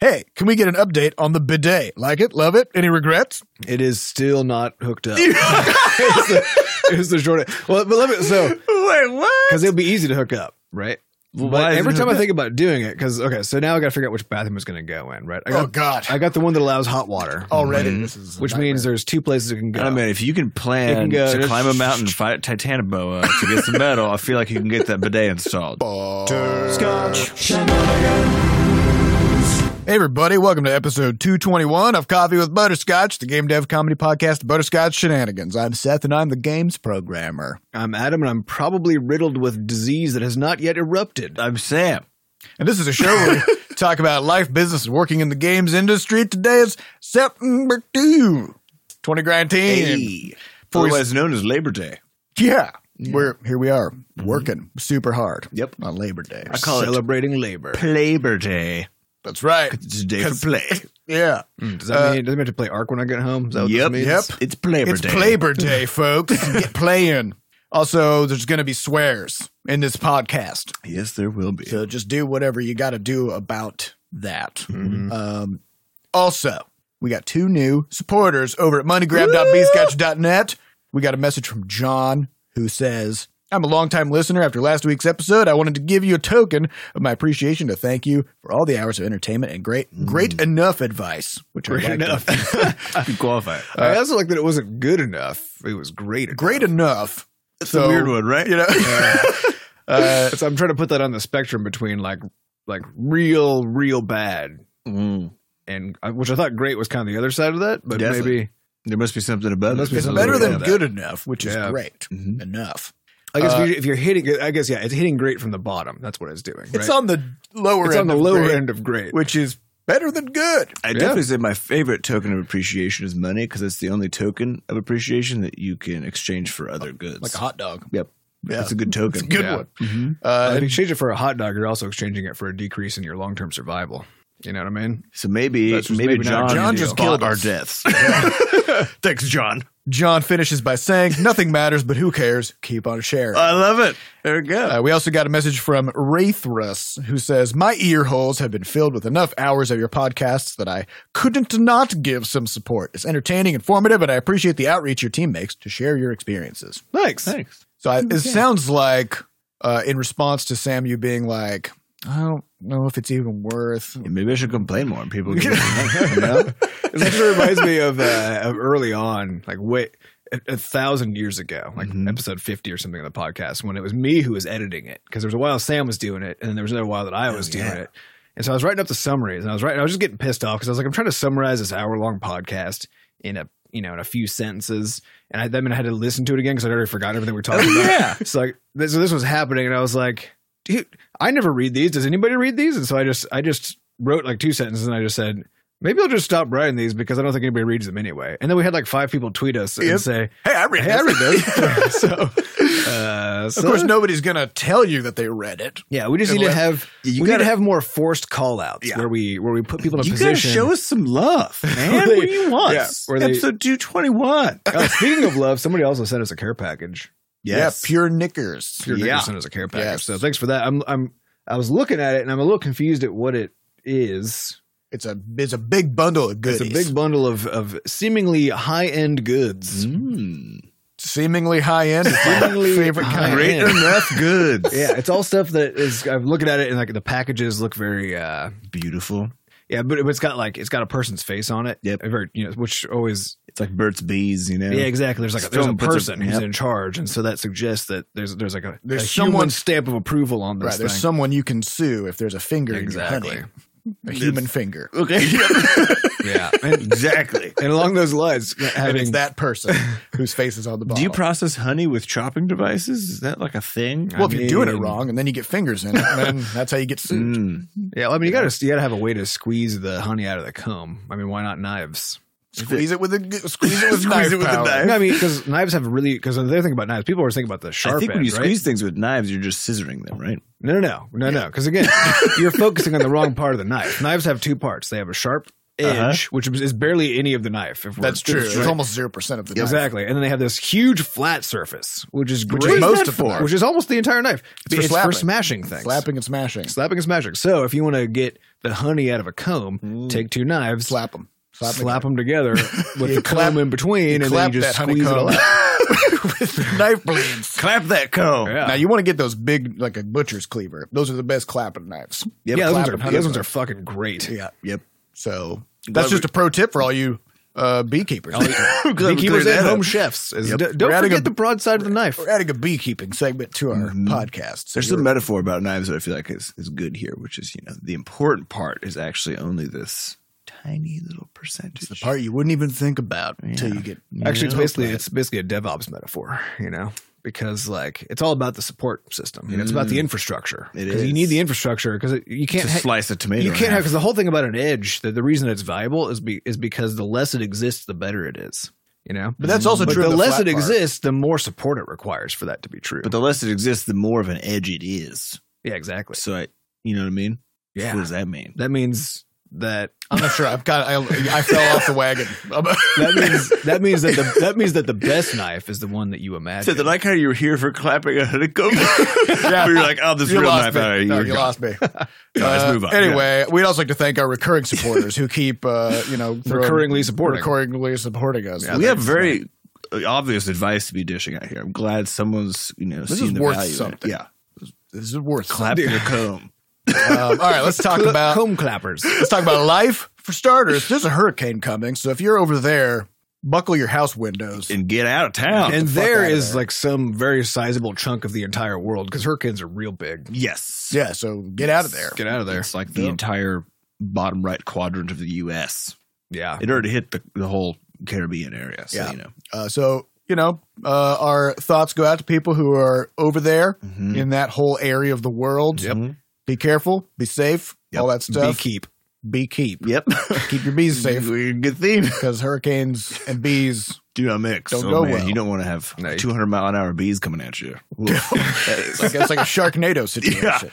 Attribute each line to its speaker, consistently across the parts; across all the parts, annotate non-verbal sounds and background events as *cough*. Speaker 1: Hey, can we get an update on the bidet? Like it? Love it? Any regrets?
Speaker 2: It is still not hooked *laughs* up. it's, the, it's the short. Well, but let me so
Speaker 1: Wait, what?
Speaker 2: because it'll be easy to hook up, right?
Speaker 3: Why
Speaker 2: But
Speaker 3: is
Speaker 2: every
Speaker 3: it
Speaker 2: time I
Speaker 3: hooked
Speaker 2: think about doing it, because okay, so now I got to figure out which bathroom it's going to go in, right? I got,
Speaker 1: Oh, God.
Speaker 2: I got the one that allows hot water
Speaker 1: Already. This is a
Speaker 2: which means there's two places it can go.
Speaker 3: I mean, if you can plan
Speaker 2: It can go-
Speaker 3: to climb a mountain and fight Titanoboa to get some metal, I feel like you can get that
Speaker 1: *laughs*
Speaker 3: bidet installed.
Speaker 1: Hey, everybody, welcome to episode 221 of Coffee with Butterscotch, the game dev comedy podcast, Butterscotch Shenanigans. I'm Seth, and I'm the games programmer.
Speaker 2: I'm Adam, and I'm probably riddled with disease that has not yet erupted.
Speaker 3: I'm Sam.
Speaker 1: And this is a show where
Speaker 2: *laughs*
Speaker 1: we talk about life, business, and working in the games industry. Today is September 2, 2019.
Speaker 3: Otherwise known as Labor Day.
Speaker 1: Yeah, we're here. We are working super hard.
Speaker 2: Yep.
Speaker 1: on Labor Day.
Speaker 3: Mm-hmm. I call it-
Speaker 2: Celebrating labor.
Speaker 3: Labor Day.
Speaker 1: That's right.
Speaker 3: It's a day
Speaker 1: Cause-
Speaker 3: for play.
Speaker 1: Yeah,
Speaker 2: Hmm, Does that mean does it mean I have to play Ark when I get home? Is that what *laughs*
Speaker 3: Yep.
Speaker 2: this means?
Speaker 1: Yep.
Speaker 3: It's Labor
Speaker 1: it's
Speaker 3: Day.
Speaker 1: Labor
Speaker 3: *laughs*
Speaker 1: Day, folks. Get playing. Also, there's going to be swears in this podcast,
Speaker 3: Yes, there will be.
Speaker 1: so just do whatever you got to do about that.
Speaker 2: Mm-hmm.
Speaker 1: Um, also, we got two new supporters over at moneygrab.bscotch.net. We got a message from John who says, I'm a longtime listener. After last week's episode, I wanted to give you a token of my appreciation to thank you for all the hours of entertainment and great, great enough advice, which I
Speaker 2: Mm. Great
Speaker 1: liked.
Speaker 2: enough. uh,
Speaker 3: You qualify.
Speaker 2: *laughs* I also like that it wasn't good enough. It was great. Enough.
Speaker 1: Great enough. That's
Speaker 3: a weird one, right?
Speaker 1: You know,
Speaker 2: Uh, so I'm trying to put that on the spectrum between like like real real bad
Speaker 3: Mm.
Speaker 2: and uh, which I thought great was kind of the other side of that, but
Speaker 3: Definitely.
Speaker 2: maybe
Speaker 3: There must be something about
Speaker 2: Must
Speaker 3: it.
Speaker 2: be
Speaker 1: it's
Speaker 2: something
Speaker 1: better
Speaker 2: about
Speaker 1: than
Speaker 2: that.
Speaker 1: good enough, which is
Speaker 2: Yeah. Mm-hmm.
Speaker 1: great
Speaker 3: Mhm.
Speaker 1: enough.
Speaker 2: I guess
Speaker 1: Uh,
Speaker 2: if, you're, if you're hitting it, I guess yeah, it's hitting great from the bottom. That's what it's doing.
Speaker 1: It's
Speaker 2: right?
Speaker 1: on the lower
Speaker 2: it's
Speaker 1: end.
Speaker 2: on the
Speaker 1: of
Speaker 2: lower
Speaker 1: great,
Speaker 2: end of great.
Speaker 1: which is better than good.
Speaker 3: I definitely say my favorite token of appreciation is money because it's the only token of appreciation that you can exchange for other goods.
Speaker 1: Like a hot dog.
Speaker 3: Yep.
Speaker 1: Yeah.
Speaker 3: That's a good token.
Speaker 1: Good
Speaker 2: Yeah.
Speaker 1: one.
Speaker 3: Mhm.
Speaker 1: Uh,
Speaker 2: But if you exchange it for a hot dog, you're also exchanging it for a decrease in your long term survival. You know what I mean?
Speaker 3: So maybe
Speaker 2: That's
Speaker 3: maybe,
Speaker 2: just maybe not
Speaker 3: John,
Speaker 2: a
Speaker 1: John just killed
Speaker 3: bought our
Speaker 1: us.
Speaker 2: *laughs*
Speaker 3: deaths. *laughs* Thanks, John.
Speaker 1: John finishes by saying, Nothing matters, but who cares? Keep on sharing.
Speaker 3: I love it. There we go.
Speaker 1: Uh, we also got a message from Wraithrus who says, My ear holes have been filled with enough hours of your podcasts that I couldn't not give some support. It's entertaining, informative, and I appreciate the outreach your team makes to share your experiences.
Speaker 2: Thanks.
Speaker 3: Thanks.
Speaker 1: So I, it sounds like, uh, in response to Sam, you being like, I don't know if it's even worth.
Speaker 3: Yeah, maybe I should complain more.
Speaker 2: *laughs*
Speaker 3: and People, can you know?
Speaker 2: It actually reminds me of, uh, of early on, like wait, a, a thousand years ago, like
Speaker 3: Mhm.
Speaker 2: episode 50 or something of the podcast, when it was me who was editing it. Because there was a while Sam was doing it, and then there was another while that I was doing
Speaker 3: yeah.
Speaker 2: it. And so I was writing up the summaries, and I was writing, I was just getting pissed off because I was like, I'm trying to summarize this hour long podcast in a you know, in a few sentences, and I then I had to listen to it again because I'd already forgotten everything we were talking about.
Speaker 3: Oh, yeah.
Speaker 2: So like, this, so this was happening, and I was like, "Dude, I never read these. Does anybody read these?" And so I just, I just wrote like two sentences, and I just said, "Maybe I'll just stop writing these because I don't think anybody reads them anyway." And then we had like five people tweet us
Speaker 1: Yep.
Speaker 2: and say,
Speaker 1: Hey, I read
Speaker 2: "Hey, I read
Speaker 3: *laughs*
Speaker 2: those." *laughs* so, uh, so
Speaker 1: Of course, nobody's going to tell you that they read it.
Speaker 2: yeah, we just need to
Speaker 1: Unless-
Speaker 2: have
Speaker 3: You
Speaker 2: we
Speaker 3: gotta-
Speaker 2: need to have more forced call outs
Speaker 1: Yeah.
Speaker 2: where we where we put people in a
Speaker 3: You gotta
Speaker 2: position. *laughs*
Speaker 3: show us some love, man.
Speaker 2: Where
Speaker 3: what
Speaker 2: they-
Speaker 3: do you want?
Speaker 2: yeah, where they-
Speaker 3: Episode two twenty one.
Speaker 2: Oh, speaking of love, somebody also sent us a care package.
Speaker 1: Yeah, pure knickers.
Speaker 2: Pure
Speaker 3: Yeah.
Speaker 2: Nickerson sent us a care package.
Speaker 1: Yes.
Speaker 2: So thanks for that. I'm I'm I was looking at it and I'm a little confused at what it is.
Speaker 1: It's a it's a big bundle of goodies.
Speaker 2: It's a big bundle of, of seemingly high end goods.
Speaker 1: Mm-hmm.
Speaker 3: Mm.
Speaker 1: seemingly high end. *laughs* It's my
Speaker 2: Seemingly
Speaker 1: favorite
Speaker 2: high
Speaker 1: kind.
Speaker 3: Great
Speaker 2: Man.
Speaker 3: enough
Speaker 2: *laughs*
Speaker 3: goods.
Speaker 2: Yeah, it's all stuff that is. I'm looking at it and like the packages look very. uh
Speaker 3: Beautiful.
Speaker 2: Yeah, but it's got like it's got a person's face on it.
Speaker 3: Yep.
Speaker 2: A very you know, which always.
Speaker 3: It's like Burt's Bees, you know.
Speaker 2: Yeah, exactly. There's like a,
Speaker 3: Just
Speaker 2: there's a
Speaker 3: film puts a-
Speaker 2: person who's
Speaker 3: yep.
Speaker 2: in charge, and so that suggests that there's there's like a
Speaker 1: There's
Speaker 2: a
Speaker 1: someone-
Speaker 2: human stamp of approval on
Speaker 1: Right,
Speaker 2: this
Speaker 1: there's
Speaker 2: thing.
Speaker 1: someone you can sue if there's a finger in
Speaker 2: exactly.
Speaker 1: your honey, a human finger,
Speaker 3: Okay.
Speaker 2: yeah, and,
Speaker 3: exactly.
Speaker 2: and along those lines,
Speaker 1: and it's
Speaker 2: having
Speaker 1: that person whose face is on the bottle.
Speaker 3: *laughs* Do you process honey with chopping devices? Is that like a thing?
Speaker 1: well, if you're doing it
Speaker 2: mean-
Speaker 1: wrong, and then you get fingers in it, and then that's how you get sued.
Speaker 3: Mm.
Speaker 2: yeah, well, I mean you gotta you gotta have a way to squeeze the honey out of the comb. I mean, why not knives?
Speaker 1: Squeeze it with a g- squeeze it with
Speaker 3: Squeeze
Speaker 1: knife
Speaker 3: it with a
Speaker 1: power.
Speaker 3: knife.
Speaker 2: No, I mean, because knives have really because the other thing about knives, people always think about the sharp
Speaker 3: I think when
Speaker 2: end,
Speaker 3: you
Speaker 2: right?
Speaker 3: squeeze things with knives, you're just scissoring them, right?
Speaker 2: No, no, no, no, no. Because again, you're focusing on the wrong part of the knife. Knives have two parts. They have a sharp edge,
Speaker 3: Uh-huh.
Speaker 2: which is barely any of the knife. If we're-
Speaker 1: That's true. It's
Speaker 2: right?
Speaker 1: almost zero percent of the knife.
Speaker 2: Exactly, and then they have this huge flat surface, which is
Speaker 1: Which
Speaker 2: great.
Speaker 1: is most
Speaker 2: What
Speaker 1: of the
Speaker 2: that
Speaker 1: knife.
Speaker 2: which is almost the entire knife.
Speaker 1: for slapping.
Speaker 2: smashing things,
Speaker 1: Slapping and smashing.
Speaker 2: slapping and smashing. So if you want to get the honey out of a comb, take two knives,
Speaker 1: Slap them.
Speaker 2: slap,
Speaker 1: *laughs*
Speaker 2: them together with
Speaker 1: You
Speaker 2: the
Speaker 1: clap-
Speaker 2: comb in between, and then
Speaker 1: Clap
Speaker 2: you
Speaker 1: that
Speaker 2: just squeeze it
Speaker 1: honeycomb *laughs*
Speaker 2: all out.
Speaker 1: with the knife blades.
Speaker 3: *laughs* Clap that comb.
Speaker 2: Yeah.
Speaker 1: Now you want to get those big, like a butcher's cleaver. Those are the best clapping knives.
Speaker 3: Yep.
Speaker 2: yeah, those ones,
Speaker 1: clap and
Speaker 2: are,
Speaker 1: honey
Speaker 2: those ones
Speaker 1: comb.
Speaker 2: are fucking great. *laughs*
Speaker 1: Yeah.
Speaker 3: Yep.
Speaker 1: So
Speaker 3: Glad
Speaker 1: that's
Speaker 3: we- Oh,
Speaker 1: just a pro tip for all you uh, beekeepers.
Speaker 3: I'm glad we
Speaker 2: Beekeepers
Speaker 3: cleared that
Speaker 2: and
Speaker 3: up.
Speaker 2: home chefs. Is,
Speaker 3: Yep.
Speaker 2: d- Don't
Speaker 1: We're adding
Speaker 2: forget
Speaker 1: a-
Speaker 2: the broadside of the knife.
Speaker 1: *laughs* We're adding a beekeeping segment to our podcast. So
Speaker 3: Mm-hmm. There's
Speaker 1: you're-
Speaker 3: some metaphor about knives that I feel like is, is good here, which is, you know, the important part is actually only this tiny little percentage.
Speaker 1: the part you wouldn't even think about until
Speaker 3: Yeah.
Speaker 1: you get
Speaker 2: Actually, it's
Speaker 1: nailed
Speaker 2: basically
Speaker 1: by it.
Speaker 2: it's basically a DevOps metaphor, you know, because like it's all about the support system. You know, it's about
Speaker 1: Mm.
Speaker 2: the infrastructure.
Speaker 3: It
Speaker 2: 'Cause
Speaker 3: is.
Speaker 2: You need the infrastructure because you can't
Speaker 3: to
Speaker 2: ha-
Speaker 3: slice a tomato.
Speaker 2: you
Speaker 3: in
Speaker 2: can't have
Speaker 3: half.
Speaker 2: because the whole thing about an edge that the reason it's valuable is be, is because the less it exists, the better it is. You know,
Speaker 1: But that's also
Speaker 2: but
Speaker 1: true.
Speaker 2: the,
Speaker 1: of
Speaker 2: less
Speaker 1: flat
Speaker 2: it
Speaker 1: part.
Speaker 2: exists, the more support it requires for that to be true.
Speaker 3: But the less it exists, the more of an edge it is.
Speaker 2: yeah, exactly.
Speaker 3: So I, you know what I mean?
Speaker 2: Yeah,
Speaker 3: What does that mean?
Speaker 2: that means that
Speaker 1: I'm not sure. I've got. I, I fell off the wagon. *laughs*
Speaker 2: that means that means that the that means that the best knife is the one that you
Speaker 3: So
Speaker 2: imagine.
Speaker 3: they like how you were here for clapping
Speaker 1: *laughs*
Speaker 3: a honeycomb. yeah. You're like, oh, this
Speaker 1: you
Speaker 3: real
Speaker 1: lost
Speaker 3: knife.
Speaker 1: me.
Speaker 3: *laughs* all right,
Speaker 1: no,
Speaker 3: you're
Speaker 1: you
Speaker 3: gone.
Speaker 1: lost me.
Speaker 3: No, let's
Speaker 1: Uh,
Speaker 3: move on.
Speaker 1: Anyway, we'd also like to thank our recurring supporters who keep, uh, you know, throwing-
Speaker 2: Recurringly supporting.
Speaker 1: recurringly supporting us.
Speaker 3: Yeah. we have very obvious advice to be dishing out here. I'm glad someone's you know
Speaker 1: This
Speaker 3: seen
Speaker 1: is
Speaker 3: the
Speaker 1: worth
Speaker 3: value. in it.
Speaker 1: something.
Speaker 3: Yeah,
Speaker 1: this is worth
Speaker 3: clap *laughs* your comb.
Speaker 1: something. Um, all right, let's talk
Speaker 2: Cl-
Speaker 1: about
Speaker 2: comb clappers.
Speaker 1: let's talk about life for starters. There's a hurricane coming, so if you're over there, buckle your house windows.
Speaker 3: and get out of town.
Speaker 2: and
Speaker 1: the fuck
Speaker 2: there
Speaker 1: outta
Speaker 2: is
Speaker 1: there.
Speaker 2: like some very sizable chunk of the entire world because hurricanes are real big.
Speaker 3: yes,
Speaker 1: Yeah, so get out of there.
Speaker 2: Get out of there.
Speaker 3: It's like the entire bottom right quadrant of the U.S.
Speaker 2: Yeah.
Speaker 3: It already hit the, the whole Caribbean area. So,
Speaker 1: Yeah.
Speaker 3: you know,
Speaker 1: Uh, so you know, uh, our thoughts go out to people who are over there
Speaker 3: Mhm.
Speaker 1: in that whole area of the world.
Speaker 2: Yep.
Speaker 3: Mhm.
Speaker 1: Be careful. Be safe.
Speaker 3: Yep.
Speaker 1: All that stuff.
Speaker 2: Beekeep.
Speaker 1: Beekeep.
Speaker 3: *laughs* yep,
Speaker 1: Keep your bees safe.
Speaker 3: good theme.
Speaker 1: because hurricanes and bees.
Speaker 3: *laughs* Do not mix.
Speaker 1: Don't
Speaker 3: oh,
Speaker 1: go
Speaker 3: man,
Speaker 1: well.
Speaker 3: You don't want to have
Speaker 2: No, you-
Speaker 3: 200 mile an hour bees coming at you. Oof. That
Speaker 1: It's
Speaker 3: is-
Speaker 1: like, it's like a Sharknado situation.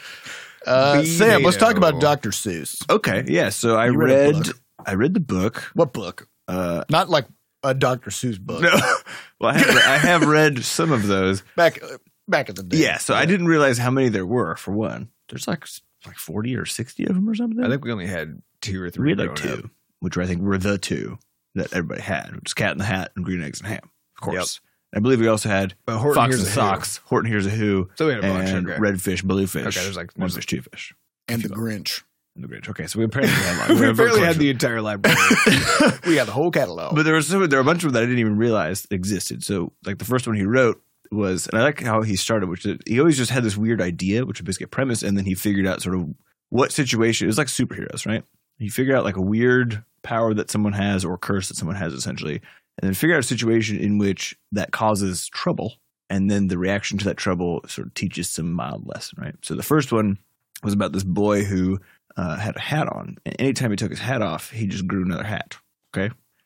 Speaker 1: Uh,
Speaker 2: Bee-nado.
Speaker 1: Sam, let's talk about Dr. Seuss.
Speaker 3: *laughs* okay, yeah. So I
Speaker 1: You read
Speaker 3: read,
Speaker 1: a
Speaker 3: I read the book.
Speaker 1: What book?
Speaker 3: Uh,
Speaker 1: Not like a Dr. Seuss book.
Speaker 3: no, *laughs* well, I have, re- I have read some of those.
Speaker 1: Back uh, back in the day.
Speaker 3: Yeah, so I didn't realize how many there were. For one, there's like s- like forty or sixty of them or something.
Speaker 2: I think we only had two or
Speaker 3: we
Speaker 2: three.
Speaker 3: had like two,
Speaker 2: growing up.
Speaker 3: which I think were the two that everybody had, which is Cat in the Hat and Green Eggs and Ham, of course. I believe we also had
Speaker 2: But Horton
Speaker 3: Fox
Speaker 2: Hears
Speaker 3: and
Speaker 2: a Who.
Speaker 3: Socks, Horton Hears a Who,
Speaker 2: So we had a bunch.
Speaker 3: and
Speaker 2: Okay.
Speaker 3: Redfish, Bluefish.
Speaker 2: Okay, there's like
Speaker 3: one fish, two fish.
Speaker 1: And the
Speaker 3: *laughs*
Speaker 1: Grinch.
Speaker 3: And the Grinch. Okay, so we apparently
Speaker 2: *laughs*
Speaker 3: had
Speaker 2: *laughs*
Speaker 3: like
Speaker 2: we
Speaker 3: whatever
Speaker 2: barely had
Speaker 3: collection.
Speaker 2: the entire library.
Speaker 1: We had the whole catalog.
Speaker 3: But there was some, there were a bunch of them that I didn't even realize existed. So like the first one he wrote was, and I like how he started, which is, he always just had this weird idea, which was basically a premise, and then he figured out sort of what situation it was like superheroes, right? He figured out like a weird power that someone has or curse that someone has essentially, and then figure out a situation in which that causes trouble, and then the reaction to that trouble sort of teaches some mild lesson, right? So the first one was about this boy who uh, had a hat on, and anytime he took his hat off, he just grew another hat.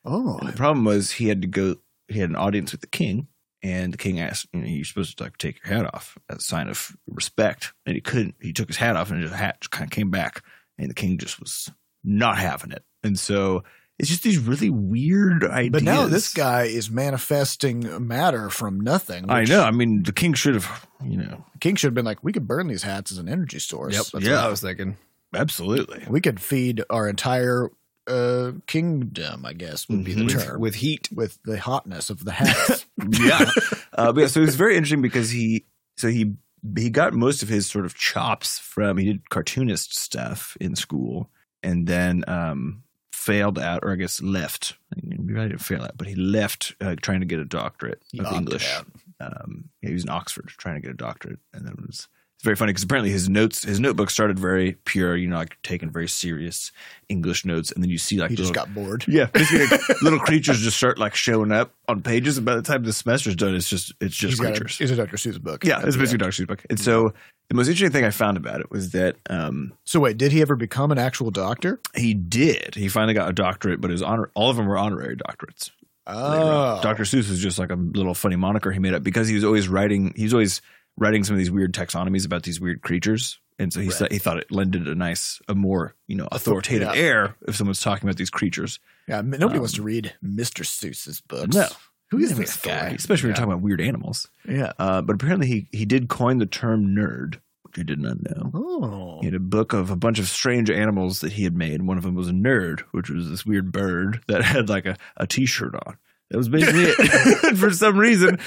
Speaker 1: oh,
Speaker 3: And the problem was he had to go. He had an audience with the king, and the king asked, "You know, you're supposed to like take your hat off as a sign of respect." And he couldn't. He took his hat off, and his hat just kind of came back, and the king just was not having it. And so it's just these really weird ideas.
Speaker 1: but now this guy is manifesting matter from nothing.
Speaker 3: I
Speaker 1: which
Speaker 3: know. I mean, the king should have. You know,
Speaker 1: King should have been like, we could burn these hats as an energy source.
Speaker 2: yep. That's what
Speaker 3: Yeah.
Speaker 2: I was thinking.
Speaker 3: absolutely.
Speaker 1: We could feed our entire uh, kingdom, I guess would be the
Speaker 3: Mhm.
Speaker 1: term,
Speaker 2: With heat.
Speaker 1: with the hotness of the hats.
Speaker 3: yeah. Uh, but yeah, so it's very interesting because he so he he got most of his sort of chops from he did cartoonist stuff in school and then um failed out or I guess left. He really didn't fail out, but he left uh, trying to get a doctorate
Speaker 1: He
Speaker 3: of
Speaker 1: opted
Speaker 3: English.
Speaker 1: out.
Speaker 3: Um, yeah, he was in Oxford trying to get a doctorate, and that was. It's very funny because apparently his notes, his notebook started very pure, you know, like taking very serious English notes, and then you see *laughs* like
Speaker 1: he just
Speaker 3: little-
Speaker 1: got bored.
Speaker 3: yeah, basically, like, little creatures just start like showing up on pages, and by the time the semester's done, it's just it's just
Speaker 1: He's got
Speaker 3: creatures.
Speaker 1: A, it's a Dr. Seuss book.
Speaker 3: yeah, it's basically Dr. Seuss book. And so the most interesting thing I found about it was that um,
Speaker 1: So wait, did he ever become an actual doctor?
Speaker 3: he did. He finally got a doctorate, but his honor all of them were honorary doctorates. later on.
Speaker 1: Oh,
Speaker 3: Dr. Seuss was just like a little funny moniker he made up because he was always writing. He was always writing some of these weird taxonomies about these weird creatures, and so he
Speaker 1: Right.
Speaker 3: said he thought it lended a nice, a more you know authoritative
Speaker 1: Yeah.
Speaker 3: air if someone's talking about these creatures.
Speaker 1: Yeah, m- nobody
Speaker 3: Um,
Speaker 1: wants to read Mr. Seuss's books.
Speaker 3: No.
Speaker 1: who is
Speaker 3: Yeah,
Speaker 1: this
Speaker 3: authority,
Speaker 1: guy?
Speaker 3: Especially when you're talking about weird animals.
Speaker 1: Yeah,
Speaker 3: Uh, but apparently he he did coin the term nerd, who did not know.
Speaker 1: Oh.
Speaker 3: He had a book of a bunch of strange animals that he had made. One of them was a nerd, which was this weird bird that *laughs* had like a, a t shirt on. That was basically it. *laughs* And for some reason,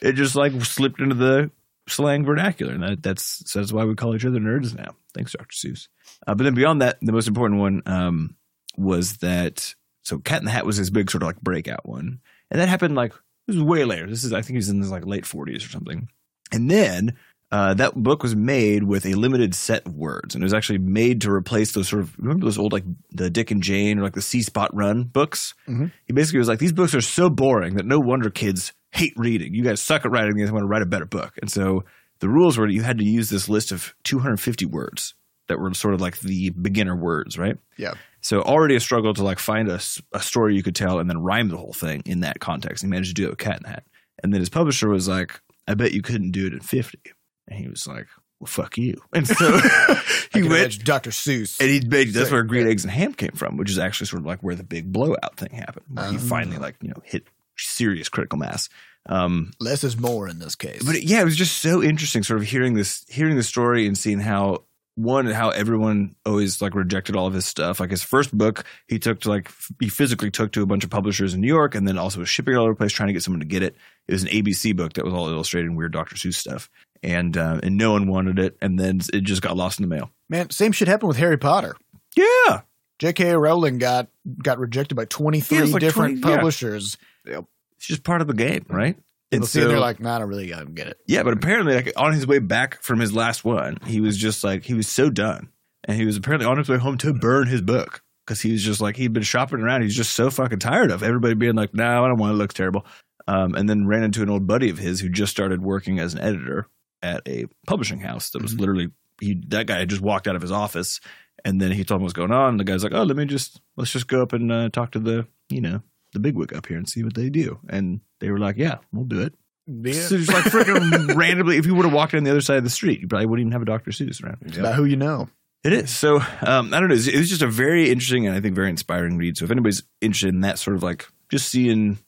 Speaker 3: it just like slipped into the slang vernacular. And that, that's so that's why we call each other nerds now. Thanks, Dr. Seuss. Uh, but then beyond that, the most important one um, was that so Cat in the Hat was his big sort of like breakout one. And that happened like this was way later. This is I think he's in his like late 40s or something. And then uh, that book was made with a limited set of words, and it was actually made to replace those sort of remember those old like the Dick and Jane or like the C Spot Run books.
Speaker 1: Mhm.
Speaker 3: He basically was like, these books are so boring that no wonder kids hate reading. You guys suck at writing these. I want to write a better book. And so the rules were that you had to use this list of 250 words that were sort of like the beginner words, right?
Speaker 1: Yeah.
Speaker 3: So already a struggle to like find a, s- a story you could tell and then rhyme the whole thing in that context. He managed to do it with Cat in the Hat, and then his publisher was like, "I bet you couldn't do it in 50. And he was like, "Well, fuck you."
Speaker 1: *laughs*
Speaker 3: And so *laughs*
Speaker 1: I
Speaker 3: he
Speaker 1: can
Speaker 3: went
Speaker 1: imagine Dr. Seuss.
Speaker 3: and he made that's
Speaker 1: Sure,
Speaker 3: where Green Eggs and Ham came from, which is actually sort of like where the big blowout thing happened. Where he
Speaker 1: Oh.
Speaker 3: finally like you know hit serious critical mass. Um,
Speaker 1: Less is more in this case.
Speaker 3: but it- yeah, it was just so interesting, sort of hearing this, hearing the story, and seeing how one how everyone always like rejected all of his stuff. Like his first book, he took to like f- he physically took to a bunch of publishers in New York, and then also was shipping it all over the place trying to get someone to get it. It was an ABC book that was all illustrated and weird Dr. Seuss stuff, and uh, and no one wanted it, and then it just got lost in the mail.
Speaker 1: Man, same shit happened with Harry Potter.
Speaker 3: Yeah,
Speaker 1: J.K. Rowling got got rejected by 23
Speaker 3: Yeah, it's like
Speaker 1: different
Speaker 3: 20 yeah.
Speaker 1: publishers.
Speaker 3: it's just part of the game, right?
Speaker 1: People see it, they're like, nah, I don't really I don't get it.
Speaker 3: Yeah, but apparently, like on his way back from his last one, he was just like he was so done, and he was apparently on his way home to burn his book because he was just like he'd been shopping around. He's just so fucking tired of everybody being like, "No, I don't want it. it looks terrible," um, and then ran into an old buddy of his who just started working as an editor at a publishing house that was
Speaker 1: Mhm.
Speaker 3: literally he that guy had just walked out of his office, and then he told him what's going on. And the guy's like, "Oh, let me just let's just go up and uh, talk to the you know." The bigwig up here and see what they do, and they were like, "Yeah, we'll do it." So just
Speaker 1: *laughs*
Speaker 3: like freaking randomly, if you would have walked on the other side of the street, you probably wouldn't even have a Dr. Seuss around.
Speaker 1: It's about who you know.
Speaker 3: It is. So um, I don't know. It was it was just a very interesting and I think very inspiring read. So if anybody's interested in that sort of like just seeing,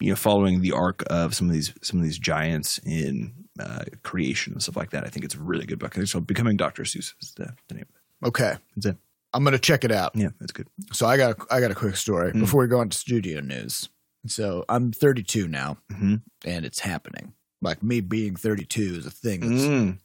Speaker 3: you know, following the arc of some of these some of these giants in uh, creation and stuff like that, I think it's a really good book. I think it's called Becoming Dr. Seuss is the, the name. of
Speaker 1: Okay.
Speaker 3: That's it.
Speaker 1: I'm gonna check it out.
Speaker 3: it. Yeah, that's good.
Speaker 1: So I got a, I got a quick story
Speaker 3: Mm.
Speaker 1: before we go on to studio news. So I'm 32 now,
Speaker 3: Mhm.
Speaker 1: and it's happening. Like me being 32 is a thing. That's,
Speaker 3: Mm.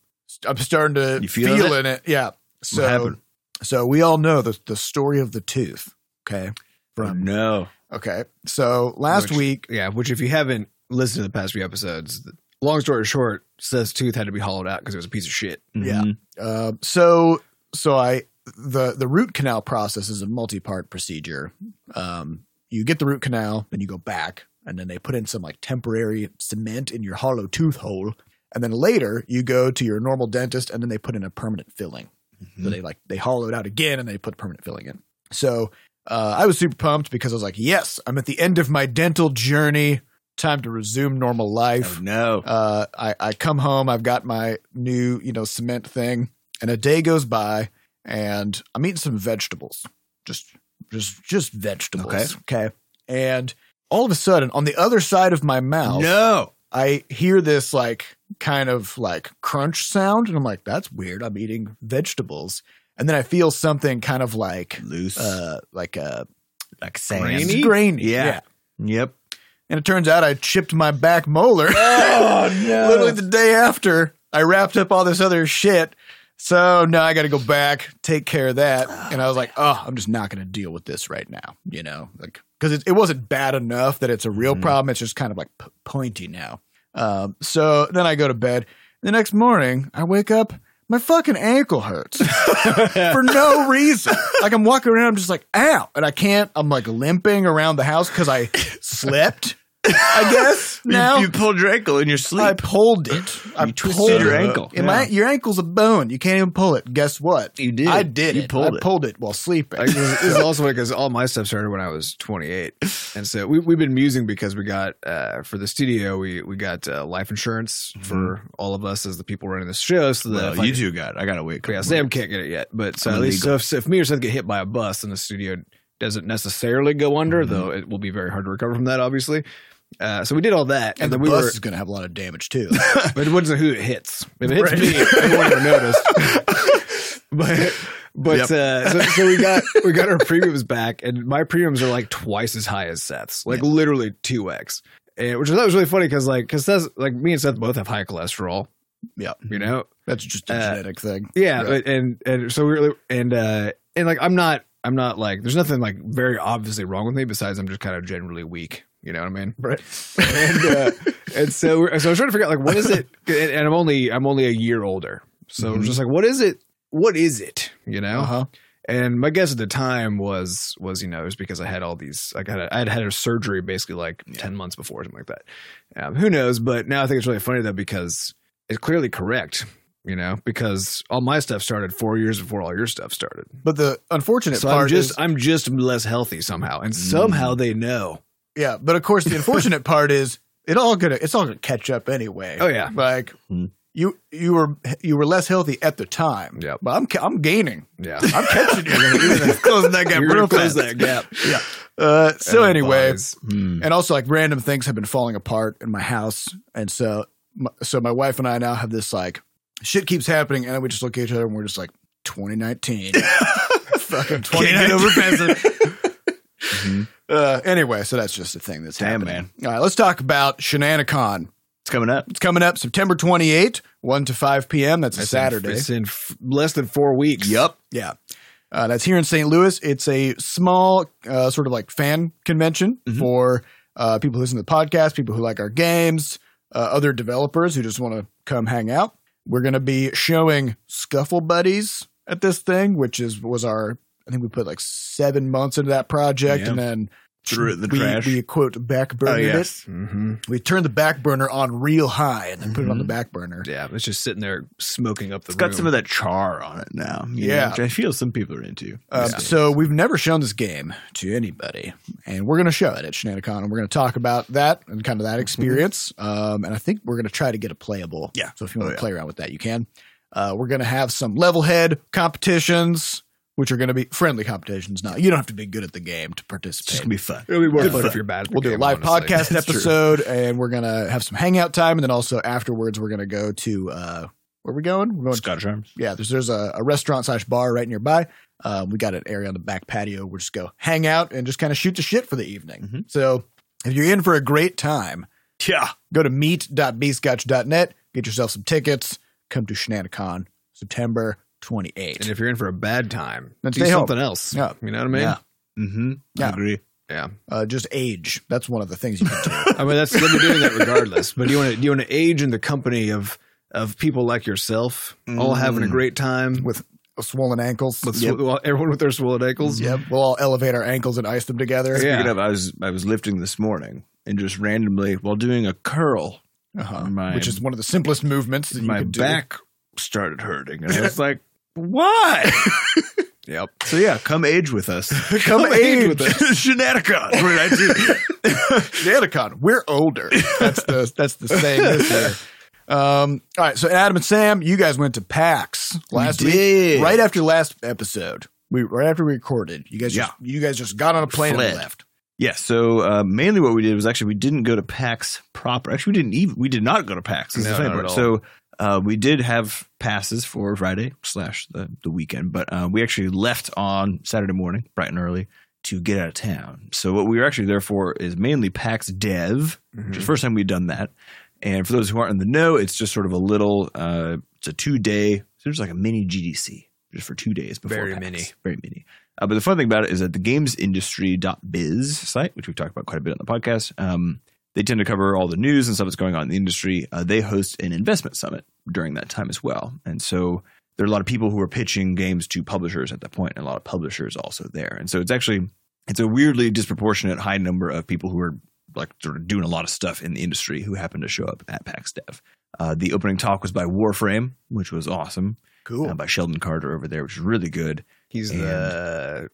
Speaker 1: I'm starting to
Speaker 3: You
Speaker 1: feel,
Speaker 3: feeling
Speaker 1: in it. Yeah. So
Speaker 3: happened?
Speaker 1: so we all know the the story of the tooth. Okay. From
Speaker 3: no.
Speaker 1: okay. So last
Speaker 2: Which-
Speaker 1: week
Speaker 2: Yeah, which if you haven't listened to the past few episodes, th- long story short, Seth's tooth had to be hollowed out because it was a piece of shit.
Speaker 1: Yeah.
Speaker 3: Mhm.
Speaker 1: Uh, so so I the the root canal process is a multi-part procedure. Um, you get the root canal, then you go back, and then they put in some like temporary cement in your hollow tooth hole, and then later you go to your normal dentist, and then they put in a permanent filling. So
Speaker 3: Mhm.
Speaker 1: they like they hollow it out again, and they put permanent filling in. So uh, I was super pumped because I was like, yes, I'm at the end of my dental journey. Time to resume normal life
Speaker 3: Oh, no.
Speaker 1: uh, I, I come home, I've got my new, you know, cement thing, and a day goes by, and I'm eating some vegetables, just, just, just vegetables.
Speaker 3: Okay.
Speaker 1: okay. And all of a sudden, on the other side of my mouth,
Speaker 3: No.
Speaker 1: I hear this like kind of like crunch sound, and I'm like, "That's weird. I'm eating vegetables." And then I feel something kind of like,
Speaker 3: Loose.
Speaker 1: uh, like a
Speaker 3: like sand.
Speaker 2: Grainy?
Speaker 1: grainy.
Speaker 3: Yeah. Yep.
Speaker 1: And it turns out I chipped my back molar. *laughs*
Speaker 3: Oh no.
Speaker 1: literally the day after I wrapped up all this other shit. So now I got to go back, take care of that. And I was like, oh, I'm just not going to deal with this right now. You know, like, because it, it wasn't bad enough that it's a real
Speaker 3: Mhm.
Speaker 1: problem. It's just kind of like p- pointy now. Um, so then I go to bed. The next morning, I wake up. My fucking ankle
Speaker 3: *laughs*
Speaker 1: hurts for no reason. Like I'm walking around, I'm just like, ow, and I can't. I'm like limping around the house because I slept. I guess
Speaker 3: *laughs* You-
Speaker 1: now
Speaker 3: you, pulled your ankle in your sleep.
Speaker 1: I pulled it. I
Speaker 3: You twisted
Speaker 1: pulled
Speaker 3: your
Speaker 1: it.
Speaker 3: ankle.
Speaker 1: And my- your ankle's a bone. You can't even pull it. Guess what?
Speaker 3: you did.
Speaker 1: I did
Speaker 3: You
Speaker 1: it. I
Speaker 3: pulled it.
Speaker 1: pulled it while sleeping.
Speaker 2: Like, this, this is also because all my stuff started when I was 28, and so we we've been musing because we got uh, for the studio we we got uh, life insurance for all of us as the people running the show. So that
Speaker 3: Mm-hmm. Well,
Speaker 2: if I
Speaker 3: you two got. I gotta wait. a
Speaker 2: Yeah,
Speaker 3: couple
Speaker 2: Sam can't get it yet, but so
Speaker 3: I'm
Speaker 2: at least so
Speaker 3: illegal.
Speaker 2: if, so if me or Seth get hit by a bus, then the studio doesn't necessarily go under,
Speaker 3: Mhm.
Speaker 2: though it will be very hard to recover from that, obviously. Uh, so we did all that,
Speaker 1: And, the
Speaker 2: then we
Speaker 1: bus
Speaker 2: were.
Speaker 1: is going to have a lot of damage too.
Speaker 3: *laughs*
Speaker 2: *laughs* But it wasn't who it hits. If it hits
Speaker 1: Right.
Speaker 2: me, *laughs* I won't even notice.
Speaker 1: *laughs*
Speaker 2: but but uh, so, so we got we got our premiums back, and my premiums are like twice as high as Seth's, like literally two x. And which I thought was really funny because like because Seth like me and Seth both have high cholesterol,
Speaker 1: yeah,
Speaker 2: you know.
Speaker 1: that's just a
Speaker 2: Uh,
Speaker 1: genetic thing.
Speaker 2: Yeah,
Speaker 1: Right.
Speaker 2: but- and and so we were and uh and like I'm not I'm not like there's nothing like very obviously wrong with me besides I'm just kind of generally weak. You know what I mean?
Speaker 1: Right.
Speaker 2: and uh, and so we're, so I was trying to figure out like what is it? And, and I'm only I'm only a year older, so I'm
Speaker 1: Mhm.
Speaker 2: just like what is it? What is it? You know?
Speaker 1: Uh huh.
Speaker 2: And my guess at the time was was you know it was because I had all these like I had I had had a surgery basically like ten months before or something like that. Um, who knows? But now I think it's really funny though because it's clearly correct. You know, because all my stuff started four years before all your stuff started.
Speaker 1: But the unfortunate
Speaker 2: So
Speaker 1: part
Speaker 2: I'm just
Speaker 1: is,
Speaker 2: I'm just less healthy somehow, and
Speaker 3: Mm.
Speaker 2: somehow they know.
Speaker 1: yeah. But of course, the unfortunate part is it all gonna it's all gonna catch up anyway.
Speaker 2: Oh yeah,
Speaker 1: Like
Speaker 3: Mhm.
Speaker 1: you you were you were less healthy at the time.
Speaker 2: Yep.
Speaker 1: But I'm ca- I'm gaining.
Speaker 2: yeah. *laughs*
Speaker 1: I'm catching
Speaker 3: *laughs*
Speaker 1: you.
Speaker 3: Closing that gap
Speaker 2: You're gonna
Speaker 3: real
Speaker 2: close
Speaker 3: fast.
Speaker 2: that gap.
Speaker 3: *laughs*
Speaker 1: uh, so
Speaker 2: And
Speaker 1: anyway,
Speaker 2: buys.
Speaker 3: Hmm.
Speaker 1: and also like random things have been falling apart in my house, and so my, so my wife and I now have this like shit keeps happening, and we just look at each other and we're just like
Speaker 3: *laughs*
Speaker 1: 2019. Fucking
Speaker 3: Can't get
Speaker 1: *laughs* 2019.
Speaker 3: over past it.
Speaker 1: Uh, anyway, so that's just a thing that's
Speaker 3: Damn,
Speaker 1: happening. All right, let's talk about Shenanicon.
Speaker 3: It's coming up.
Speaker 1: It's coming up September 28, 1 to 5 p.m. That's a
Speaker 2: It's in-
Speaker 1: Saturday.
Speaker 2: it's in f- less than four weeks.
Speaker 3: Yup.
Speaker 1: Yeah. Uh, that's here in St. Louis. It's a small, uh, sort of like fan convention
Speaker 3: Mhm.
Speaker 1: for uh, people who listen to the podcast, people who like our games, uh, other developers who just want to come hang out. We're going to be showing Scuffle Buddies at this thing, which is was our, I think we put like seven months into that project
Speaker 3: Yeah.
Speaker 1: and then
Speaker 3: Threw it in the
Speaker 1: we,
Speaker 3: trash.
Speaker 1: we quote backburnered
Speaker 3: Oh,
Speaker 1: it.
Speaker 3: yes.
Speaker 2: hmm
Speaker 1: We turned the back burner on real high and then put it on
Speaker 3: Mhm.
Speaker 1: the back burner.
Speaker 2: Yeah, it's just sitting there smoking up the
Speaker 3: It's got
Speaker 2: room.
Speaker 3: some of that char on it now. you know,
Speaker 1: Yeah.
Speaker 3: which I feel some people are into.
Speaker 1: Um,
Speaker 3: Yeah.
Speaker 1: So we've never shown this game to anybody, and we're going to show it at Shenanicon, and we're going to talk about that and kind of that experience. Um, and I think we're going to try to get a playable.
Speaker 3: Mm-hmm. Yeah.
Speaker 1: So if you want
Speaker 3: Oh,
Speaker 1: to
Speaker 3: yeah.
Speaker 1: play around with that, you can. Uh, we're going to have some level head competitions, which are going to be friendly competitions. Not you don't have to be good at the game to
Speaker 3: It's just
Speaker 1: participate.
Speaker 3: gonna be fun.
Speaker 2: It'll be more
Speaker 3: Good
Speaker 2: fun
Speaker 3: fun.
Speaker 2: if you're bad. at the
Speaker 1: We'll do a
Speaker 2: game,
Speaker 1: live
Speaker 2: honestly.
Speaker 1: podcast
Speaker 3: *laughs* That's true.
Speaker 1: episode, and we're gonna have some hangout time, and then also afterwards we're gonna go to uh, where are we going? We're going to
Speaker 3: Scottish Arms.
Speaker 1: yeah, there's there's a, a restaurant slash bar right nearby. Um, we got an area on the back patio. We'll just go hang out and just kind of shoot the shit for the evening.
Speaker 2: Mm-hmm.
Speaker 3: Mhm.
Speaker 1: So if you're in for a great time,
Speaker 3: Yeah.
Speaker 1: go to meet.bscotch.net, get yourself some tickets, come to Shenanicon September 28th.
Speaker 2: *laughs* And if you're in for a bad time,
Speaker 1: Then
Speaker 2: do
Speaker 1: stay home.
Speaker 2: something else.
Speaker 1: Yeah.
Speaker 2: You know what I mean?
Speaker 1: Yeah.
Speaker 3: Mm-hmm.
Speaker 1: Yeah.
Speaker 3: I agree.
Speaker 2: Yeah.
Speaker 1: Uh, just age. That's one of the things you can do.
Speaker 2: I mean, that's you'll be doing that regardless. But do you want to do you want to age in the company of of people like yourself, all having a
Speaker 3: Mm.
Speaker 2: great *laughs* time
Speaker 1: With- Swollen ankles.
Speaker 2: with
Speaker 3: Yep.
Speaker 2: sw- well, everyone with their swollen ankles.
Speaker 1: Yep. We'll all elevate our ankles and ice them together.
Speaker 2: Yeah.
Speaker 3: Speaking of, I was I was lifting this morning and just randomly while doing a curl,
Speaker 1: Uh-huh.
Speaker 3: my
Speaker 1: Which is one of the simplest movements that you
Speaker 3: my
Speaker 1: can do.
Speaker 3: back started hurting, and
Speaker 1: *laughs*
Speaker 3: I was like, "Why?"
Speaker 2: Yep.
Speaker 3: so yeah, come age with us.
Speaker 1: Come age
Speaker 3: *laughs*
Speaker 1: with us.
Speaker 3: Shenaticon.
Speaker 1: *laughs* Danicon, we're older. That's the that's the saying this year. Um, all right, so Adam and Sam, you guys went to PAX last week,
Speaker 3: did.
Speaker 1: right after last episode. We right after we recorded, you guys just you guys just got on a plane
Speaker 3: Fled.
Speaker 1: and left.
Speaker 3: Yeah. So uh, mainly what we did was actually we didn't go to PAX proper. Actually, we didn't even we did not go to PAX. That's
Speaker 2: No,
Speaker 3: the funny
Speaker 2: not at
Speaker 3: part.
Speaker 2: all.
Speaker 3: So uh, we did have passes for Friday slash the, the weekend, but uh, we actually left on Saturday morning, bright and early, to get out of town. So what we were actually there for is mainly PAX Dev, which
Speaker 2: Mm-hmm.
Speaker 3: is the first time we've done that. And for those who aren't in the know, it's just sort of a little. Uh, it's a two day. There's like a mini GDC just for two days before
Speaker 2: Very
Speaker 3: PAX.
Speaker 2: mini.
Speaker 3: very mini. Uh, but the fun thing about it is that the gamesindustry.biz site, which we've talked about quite a bit on the podcast, um, they tend to cover all the news and stuff that's going on in the industry. Uh, they host an investment summit during that time as well, and so there are a lot of people who are pitching games to publishers at that point, and a lot of publishers also there. And so it's actually it's a weirdly disproportionate high number of people who are like sort of doing a lot of stuff in the industry who happen to show up at PAX Dev. Uh, the opening talk was by Warframe, which was awesome,
Speaker 1: Cool.
Speaker 3: uh, by Sheldon Carter over there, which is really good.
Speaker 2: He's the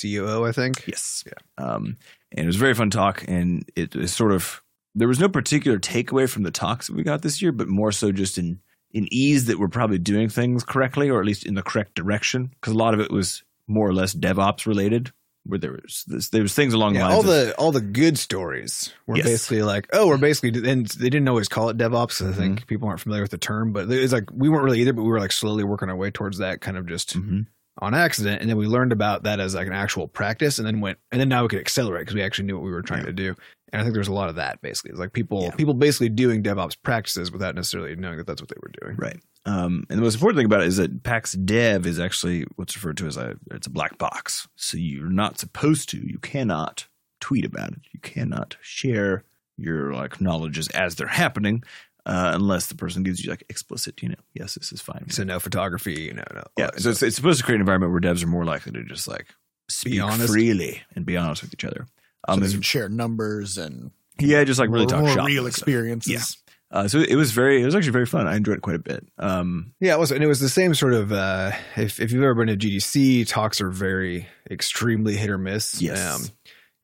Speaker 2: COO, I think.
Speaker 3: Yes. Yeah. Um, and it was a very fun talk, and it is sort of there was no particular takeaway from the talks that we got this year, but more so just in in ease that we're probably doing things correctly, or at least in the correct direction, because a lot of it was more or less DevOps related, where there was this, there was things along
Speaker 2: Yeah,
Speaker 3: the
Speaker 2: all
Speaker 3: lines. of-
Speaker 2: the all the good stories were
Speaker 3: Yes.
Speaker 2: basically like, oh, we're basically, and they didn't always call it DevOps. 'cause I think
Speaker 1: Mm-hmm.
Speaker 2: people aren't familiar with the term, but it's like we weren't really either, but we were like slowly working our way towards that kind of just
Speaker 3: Mhm.
Speaker 2: on accident, and then we learned about that as like an actual practice, and then went, and then now we could accelerate because we actually knew what we were trying to do. And I think there's a lot of that basically. It's like people
Speaker 3: Yeah.
Speaker 2: people basically doing DevOps practices without necessarily knowing that that's what they were doing.
Speaker 3: right. Um, and the most important thing about it is that PAX Dev is actually what's referred to as a it's a black box. So you're not supposed to, you cannot tweet about it. You cannot share your like knowledges as they're happening, uh, unless the person gives you like explicit, you know, yes, this is fine.
Speaker 2: So no photography, you know, no,
Speaker 3: Yeah, so it's, it's supposed to create an environment where devs are more likely to just like speak
Speaker 2: honest.
Speaker 3: freely and be honest with each other.
Speaker 1: so
Speaker 3: Um,
Speaker 1: they
Speaker 3: it's-
Speaker 1: can share numbers and
Speaker 3: yeah, just like really
Speaker 1: more-
Speaker 3: talk
Speaker 1: more
Speaker 3: shop
Speaker 1: real
Speaker 3: and stuff.
Speaker 1: experiences.
Speaker 3: Uh, so it was very, it was actually very fun. I enjoyed it quite a bit. Um,
Speaker 2: Yeah, it was, and it was the same sort of. Uh, if if you've ever been to GDC, talks are very extremely hit or miss. Um,
Speaker 3: Yes.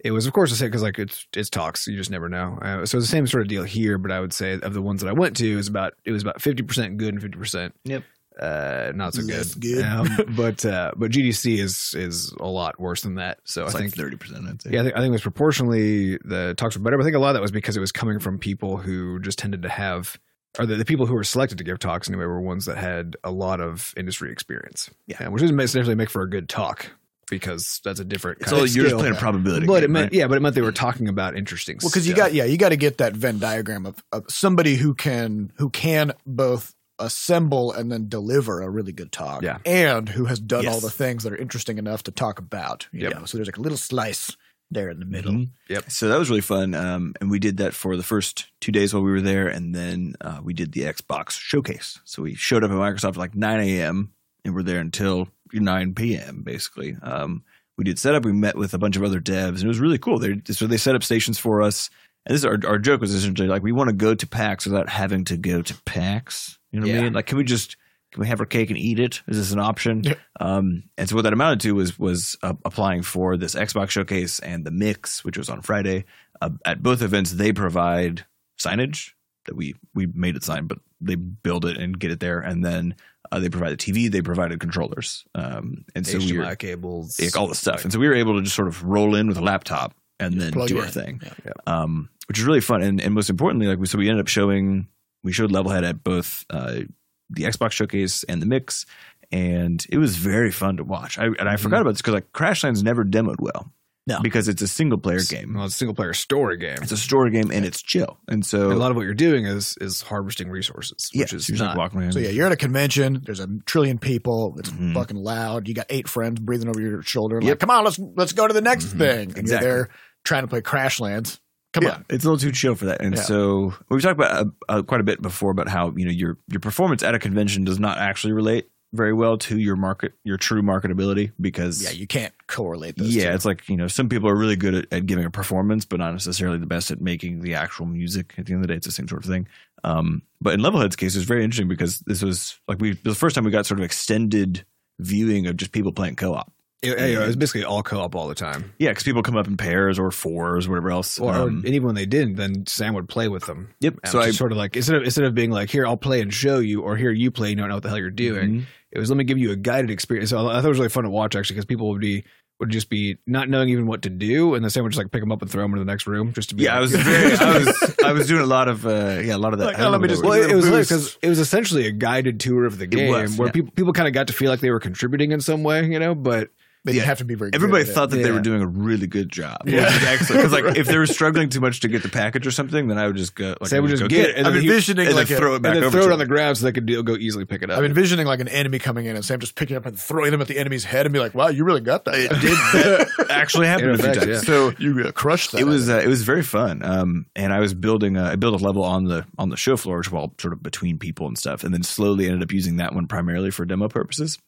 Speaker 2: it was of course the same because like it's it's talks, you just never know. Uh, so it's the same sort of deal here, but I would say of the ones that I went to, it was about it was about fifty percent good and fifty percent.
Speaker 3: Yep.
Speaker 2: Uh, not so
Speaker 1: Less
Speaker 2: good.
Speaker 1: good.
Speaker 2: Um,
Speaker 3: *laughs*
Speaker 2: but uh, but GDC is is a lot worse than that. So
Speaker 3: it's
Speaker 2: I
Speaker 3: like
Speaker 2: think
Speaker 3: thirty percent. I'd say.
Speaker 2: yeah, I think, I think it was proportionally the talks were better, but I think a lot of that was because it was coming from people who just tended to have, or the, the people who were selected to give talks anyway were ones that had a lot of industry experience.
Speaker 3: Yeah.
Speaker 2: And which doesn't necessarily make for a good talk because that's a different
Speaker 3: it's
Speaker 2: kind
Speaker 3: all
Speaker 2: of
Speaker 3: you're just
Speaker 2: skill.
Speaker 3: playing a probability.
Speaker 2: But it
Speaker 3: game,
Speaker 2: meant,
Speaker 3: right?
Speaker 2: yeah, but it meant they were talking about interesting.
Speaker 1: Well, because you
Speaker 2: stuff.
Speaker 1: got yeah, you got to get that Venn diagram of, of somebody who can who can both assemble and then deliver a really good talk,
Speaker 2: Yeah.
Speaker 1: and who has done all
Speaker 3: Yes.
Speaker 1: the things that are interesting enough to talk about. You
Speaker 2: Yep.
Speaker 1: know, so there's like a little slice there in the middle.
Speaker 3: Mhm.
Speaker 2: Yep.
Speaker 3: So that was really fun. Um, and we did that for the first two days while we were there, and then uh, we did the Xbox showcase. So we showed up at Microsoft at like nine a.m. and we're there until nine p.m. Basically, um, we did setup. We met with a bunch of other devs, and it was really cool. They so they set up stations for us. And this is our, our joke was essentially like we want to go to PAX without having to go to PAX. You know what I
Speaker 2: Yeah.
Speaker 3: mean? Like, can we just can we have our cake and eat it? Is this an option?
Speaker 1: Yeah.
Speaker 3: Um, and so what that amounted to was was uh, applying for this Xbox showcase and the mix, which was on Friday. Uh, at both events, they provide signage that we we made it sign, but they build it and get it there, and then uh, they provide the TV, they provided controllers, um, and so we
Speaker 2: HDMI
Speaker 3: were
Speaker 2: cables,
Speaker 3: like, all the stuff, and so we were able to just sort of roll in with a laptop and then
Speaker 1: Plug
Speaker 3: do our
Speaker 1: in.
Speaker 3: thing
Speaker 1: Yeah.
Speaker 3: um, which is really fun. And, and most importantly, like we, so we ended up showing, we showed Levelhead at both uh, the Xbox showcase and the mix. And it was very fun to watch. I, and I forgot about this because like Crashlands never demoed well.
Speaker 1: Mm-hmm. No.
Speaker 3: Because it's a single player game.
Speaker 2: Well, it's a single player story game.
Speaker 3: It's a story game and it's chill. And so
Speaker 2: And a lot of what you're doing is is harvesting resources,
Speaker 3: yeah,
Speaker 2: which is
Speaker 3: so you're just, like,
Speaker 2: not
Speaker 3: walking around.
Speaker 1: So yeah, you're at a convention. There's a trillion people. It's
Speaker 3: Mhm.
Speaker 1: fucking loud. You got eight friends breathing over your shoulder. Like,
Speaker 3: Yep. Mm-hmm.
Speaker 1: come on, let's let's go to the next
Speaker 2: Mhm.
Speaker 1: thing. And
Speaker 3: Exactly.
Speaker 1: you're there trying to play Crashlands. Come
Speaker 3: Yeah,
Speaker 1: on.
Speaker 3: it's a little too chill for that. And
Speaker 1: Yeah.
Speaker 3: so we've talked about uh, uh, quite a bit before about how you know your your performance at a convention does not actually relate very well to your market, your true marketability, because
Speaker 1: Yeah, you can't correlate those.
Speaker 3: yeah,
Speaker 1: two.
Speaker 3: it's like you know, some people are really good at, at giving a performance, but not necessarily the best at making the actual music. At the end of the day, it's the same sort of thing. Um, but in Levelhead's case, it's very interesting because this was like we the first time we got sort of extended viewing of just people playing co-op.
Speaker 2: It, it was basically all co op all the time.
Speaker 3: Yeah, because people come up in pairs or fours, whatever else.
Speaker 2: Or, or-
Speaker 3: Um,
Speaker 2: and even when they didn't, then Sam would play with them.
Speaker 3: yep.
Speaker 2: And it
Speaker 3: So
Speaker 2: was
Speaker 3: I
Speaker 2: just sort of like instead of instead of being like here I'll play and show you or here you play you don't know what the hell you're doing.
Speaker 3: Mhm.
Speaker 2: It was let me give you a guided experience. So I thought it was really fun to watch actually because people would be would just be not knowing even what to do and the same would just like pick them up and throw them into the next room just to be. like,
Speaker 3: Yeah, I was
Speaker 2: *laughs*
Speaker 3: very. I was. I was doing a lot of. Uh, yeah, a lot of that.
Speaker 1: Like, "Oh,
Speaker 3: I don't
Speaker 1: let
Speaker 3: know
Speaker 1: me
Speaker 3: what
Speaker 1: just-
Speaker 3: that
Speaker 2: Well,
Speaker 3: was.
Speaker 2: it, it was
Speaker 1: Boost.
Speaker 2: hilarious because it was essentially a guided tour of the game
Speaker 3: was,
Speaker 2: where
Speaker 3: yeah.
Speaker 2: people people kind of got to feel like they were contributing in some way, you know. But
Speaker 1: They didn't
Speaker 3: yeah.
Speaker 1: have to be very. good
Speaker 3: Everybody
Speaker 1: at it.
Speaker 3: thought that they
Speaker 2: Yeah.
Speaker 3: were doing a really good job.
Speaker 1: Yeah.
Speaker 3: because
Speaker 2: *laughs*
Speaker 3: like if they were struggling too much to get the package or something, then I would just go. Like,
Speaker 2: Sam
Speaker 3: I
Speaker 2: would just
Speaker 3: go
Speaker 2: get it, and
Speaker 3: I'm
Speaker 2: then he-
Speaker 3: envisioning
Speaker 1: and then
Speaker 3: like
Speaker 1: throw
Speaker 3: throw it back
Speaker 2: and then
Speaker 3: over
Speaker 2: they'll throw
Speaker 3: to
Speaker 2: it on the
Speaker 3: him.
Speaker 2: ground so they could do, go easily pick it up.
Speaker 1: I'm envisioning like an enemy coming in and Sam just picking it up and throwing them at the enemy's head and be like, wow, you really got that.
Speaker 3: It
Speaker 1: *laughs*
Speaker 3: did that actually happened a few
Speaker 2: effect,
Speaker 3: times.
Speaker 2: yeah.
Speaker 3: So
Speaker 1: you uh, crushed that.
Speaker 3: it was uh, it was very fun. Um, and I was building a, I built a level on the on the show floor as well, sort of between people and stuff, and then slowly ended up using that one primarily for demo purposes,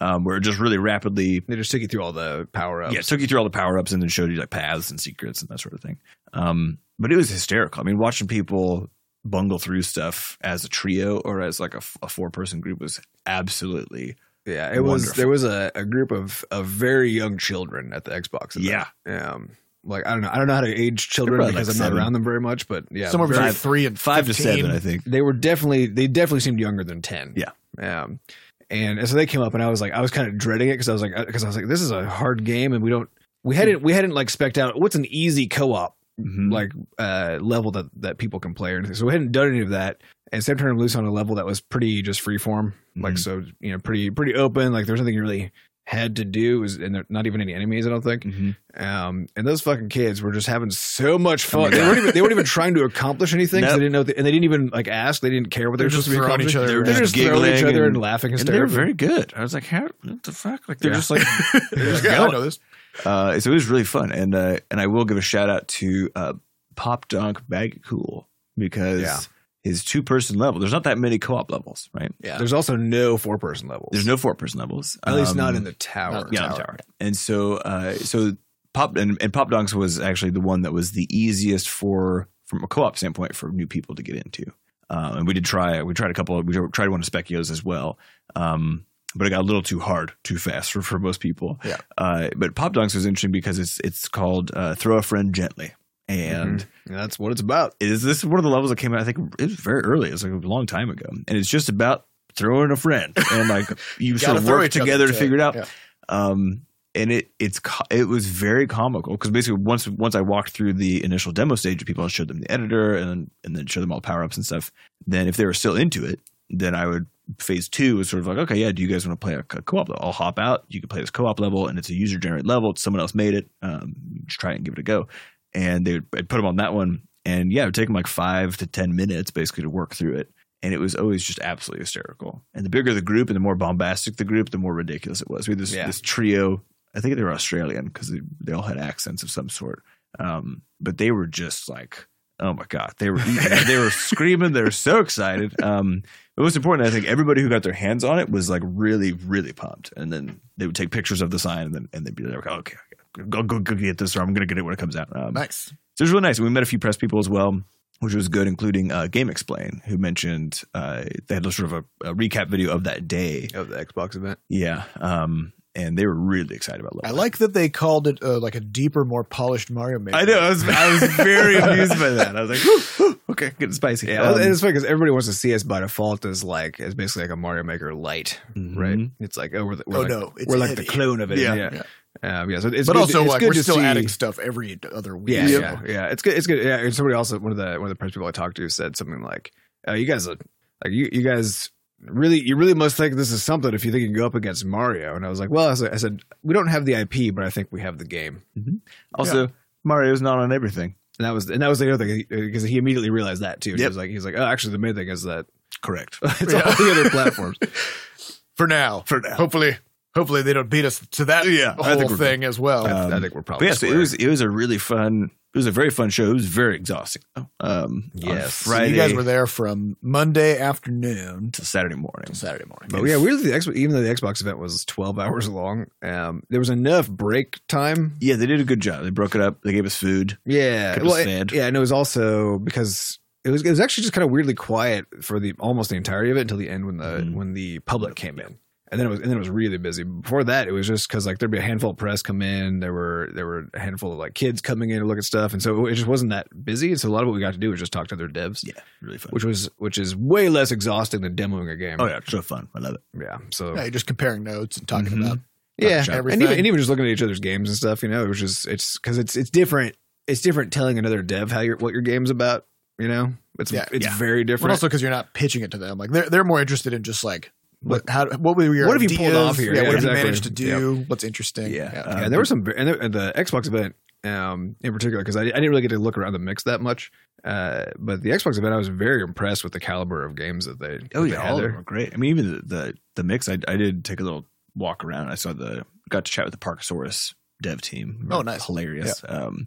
Speaker 3: um, where it just really rapidly
Speaker 2: they just took you through all the power ups.
Speaker 3: Yeah, it took you through all the power ups and then showed you like paths and secrets and that sort of thing. Um, but it was hysterical. I mean, watching people bungle through stuff as a trio or as like a, four person group was absolutely
Speaker 2: Yeah, it was.
Speaker 3: Wonderful.
Speaker 2: There was a, a group of, of very young children at the Xbox.
Speaker 3: yeah.
Speaker 2: event. Um, like I don't know, I don't know how to age children
Speaker 3: probably
Speaker 2: because
Speaker 3: like
Speaker 2: I'm
Speaker 3: seven.
Speaker 2: not around them very much. But yeah,
Speaker 1: somewhere
Speaker 2: very-
Speaker 1: between
Speaker 3: five-
Speaker 1: three and
Speaker 3: Five
Speaker 1: 15.
Speaker 3: to seven, I think.
Speaker 2: they were definitely they definitely seemed younger than ten.
Speaker 3: Yeah.
Speaker 2: Um, uh, and so they came up, and I was like, I was kind of dreading it because I was like, because I was like, this is a hard game, and we don't. we hadn't we hadn't like specked out what's an easy co-op
Speaker 3: Mhm.
Speaker 2: like uh level that that people can play or anything. So we hadn't done any of that. And Sam turned him loose on a level that was pretty just free form, like
Speaker 3: Mhm.
Speaker 2: so you know pretty pretty open. Like there's nothing you really had to do. It was and there, not even any enemies. I don't think.
Speaker 3: Mhm.
Speaker 2: Um, and those fucking kids were just having so much
Speaker 3: Oh my
Speaker 2: fun. they,
Speaker 3: God.
Speaker 2: weren't even, they
Speaker 1: *laughs*
Speaker 2: weren't even trying to accomplish anything. 'cause
Speaker 3: Nope.
Speaker 2: They didn't know, what they- and they didn't even like ask. They didn't care what they
Speaker 1: They're
Speaker 2: were
Speaker 1: just
Speaker 2: supposed to be
Speaker 1: throwing each
Speaker 2: accomplishing.
Speaker 1: other
Speaker 3: They were
Speaker 1: around. *laughs*
Speaker 2: They're just throwing each
Speaker 3: giggling
Speaker 2: other and,
Speaker 3: and-
Speaker 2: laughing
Speaker 3: And they were
Speaker 2: hysterically.
Speaker 3: very good. I was like, how? What the fuck? Like they're
Speaker 2: Yeah.
Speaker 3: just *laughs* like.
Speaker 1: Yeah, I know this.
Speaker 3: uh, so it was really fun, and uh, and I will give a shout out to uh, Pop Dunk Bag Cool because
Speaker 2: Yeah.
Speaker 3: his two person level. There's not that many co op levels, right?
Speaker 1: Yeah.
Speaker 2: There's also no four person levels.
Speaker 3: There's no four person levels.
Speaker 2: at least
Speaker 3: Um,
Speaker 2: not in the tower.
Speaker 1: not in the
Speaker 3: yeah,
Speaker 1: tower.
Speaker 3: tower. And so, uh, so pop and, and pop dunks was actually the one that was the easiest for from a co-op standpoint for new people to get into. Uh, and we did try. We tried a couple. We tried one of Specuos as well, um, but it got a little too hard, too fast for, for most people.
Speaker 1: Yeah.
Speaker 3: Uh, but pop dunks was interesting because it's it's called uh, throw a friend gently, and
Speaker 1: Mm-hmm.
Speaker 2: And that's what it's about.
Speaker 3: is this is one of the levels that came out? I think it was very early. It was like a long time ago, and it's just about throwing a friend
Speaker 1: *laughs*
Speaker 3: and like you sort
Speaker 1: Gotta
Speaker 3: of
Speaker 1: throw
Speaker 3: work
Speaker 1: each other
Speaker 3: together to
Speaker 1: to-
Speaker 3: figure it out.
Speaker 1: yeah.
Speaker 3: Um, and it it's co- it was very comical because basically once once I walked through the initial demo stage, of people I showed them the editor and and then showed them all the power ups and stuff. Then if they were still into it, then I would phase two is sort of like okay, yeah, do you guys want to play a co- co-op? level? I'll hop out. You can play this co-op level, and it's a user generated level. It's Someone else made it. Um, you just try it and give it a go and they would I'd put them on that one. And yeah, it would take them like five to 10 minutes basically to work through it. And it was always just absolutely hysterical. And the bigger the group and the more bombastic the group, the more ridiculous it was. We had this,
Speaker 2: Yeah.
Speaker 3: this trio, I think they were Australian because they, they all had accents of some sort. Um, but they were just like, oh my God, they were, eating- they were screaming. They were so excited. Um, but most important, I think everybody who got their hands on it was like really, really pumped. And then they would take pictures of the sign and then, and they'd be like, okay, go, go, go get this or I'm going to get it when it comes out. Um,
Speaker 1: Nice.
Speaker 3: so it was really nice. We met a few press people as well, which was good, including uh, Game Explain, who mentioned uh, they had a sort of a, a recap video of that day.
Speaker 2: Of Oh, the Xbox event.
Speaker 3: Yeah. Um, and they were really excited about Level
Speaker 1: I
Speaker 3: Up.
Speaker 1: like that they called it uh, like a deeper, more polished Mario Maker. Oh,
Speaker 3: I know. I was, I was very amused by that. I was like, whew, whew, okay, getting spicy.
Speaker 2: Yeah,
Speaker 3: Um,
Speaker 2: and it's funny because everybody wants to see us by default as like as basically like a Mario Maker light, right?
Speaker 3: mhm.
Speaker 2: It's like oh, we're, the, we're
Speaker 1: Oh
Speaker 2: like,
Speaker 1: no, it's
Speaker 2: we're like
Speaker 1: heavy.
Speaker 2: the clone of it.
Speaker 3: Yeah.
Speaker 2: yeah, yeah. Um, yeah so it's
Speaker 1: but
Speaker 2: good
Speaker 1: also,
Speaker 2: to, it's
Speaker 1: like
Speaker 2: good
Speaker 1: we're
Speaker 2: to
Speaker 1: still
Speaker 2: see,
Speaker 1: adding stuff every other week.
Speaker 2: Yeah,
Speaker 1: so-
Speaker 2: yeah, yeah. It's good. It's good. Yeah, and somebody also one of the one of the press people I talked to said something like, uh, "You guys are like you you guys really you really must think this is something if you think you can go up against Mario." And I was like, "Well, I, was, I said we don't have the IP, but I think we have the game."
Speaker 3: Mm-hmm. Also, Mario's not on everything.
Speaker 2: And that was and that was the other thing because he immediately realized that too. He
Speaker 3: Yep.
Speaker 2: was like, he's like, "Oh, actually, the main thing is that *laughs*
Speaker 3: Correct.
Speaker 2: it's
Speaker 1: Yeah.
Speaker 2: all the other platforms."
Speaker 1: for now.
Speaker 3: For now.
Speaker 1: Hopefully, hopefully they don't beat us to that
Speaker 3: Yeah, I think
Speaker 1: whole
Speaker 3: we're-
Speaker 1: thing as well.
Speaker 3: Uh,
Speaker 2: I
Speaker 3: *laughs* Um,
Speaker 2: think we're
Speaker 3: But
Speaker 2: probably.
Speaker 3: yeah, so it
Speaker 2: square.
Speaker 3: was it was a really fun. It was a very fun show. It was very exhausting. though. Um, on
Speaker 2: Yes. So
Speaker 1: So
Speaker 3: Friday
Speaker 1: you guys were there from Monday afternoon
Speaker 3: to Saturday
Speaker 1: to
Speaker 3: morning.
Speaker 1: Saturday morning.
Speaker 2: But yeah, weirdly, the Xbox, even though the Xbox event was 12 hours long, um, there was enough break time.
Speaker 3: Yeah, they did a good job. They broke it up. They gave us food.
Speaker 2: Yeah.
Speaker 3: Kept
Speaker 2: Well,
Speaker 3: us
Speaker 2: it-
Speaker 3: fed.
Speaker 2: yeah, and it was also because it was it was actually just kind of weirdly quiet for the almost the entirety of it until the end when the
Speaker 3: Mhm.
Speaker 2: when the public came in. And then it was and then it was really busy. Before that, it was just because like there'd be a handful of press come in. There were there were a handful of like kids coming in to look at stuff, and so it just wasn't that busy. And so a lot of what we got to do was just talk to other devs,
Speaker 3: Yeah, really fun.
Speaker 2: which was which is way less exhausting than demoing a game.
Speaker 3: Oh yeah, so fun. I love it.
Speaker 2: yeah. So
Speaker 3: Oh.
Speaker 1: Yeah, you're just comparing notes and talking
Speaker 3: Mhm.
Speaker 1: about
Speaker 2: yeah,
Speaker 3: Gotcha.
Speaker 2: and even,
Speaker 1: Everything.
Speaker 2: and even just looking at each other's games and stuff, you know, it was just it's because it's it's different. It's different telling another dev how your what your game's about. You know, it's
Speaker 1: Yeah,
Speaker 2: it's
Speaker 3: yeah.
Speaker 2: very
Speaker 1: but
Speaker 2: different.
Speaker 1: also because you're not pitching it to them. Like they're they're more interested in just like what how what were your
Speaker 2: What have you pulled
Speaker 1: ideas?
Speaker 2: off here?
Speaker 1: Yeah,
Speaker 2: Yeah,
Speaker 1: what have
Speaker 2: exactly.
Speaker 1: you managed to do? What's interesting?
Speaker 3: Yeah. uh,
Speaker 2: yeah, and Uh, there were some and the, and the Xbox event um, in particular because I, I didn't really get to look around the mix that much. Uh, but the Xbox event, I was very impressed with the caliber of games that they. that they had
Speaker 3: Oh, all of
Speaker 2: there.
Speaker 3: them were great. I mean, even the the, the mix. I, I did take a little walk around. I saw the got to chat with the Parkosaurus dev team.
Speaker 1: Oh, nice.
Speaker 3: hilarious, um,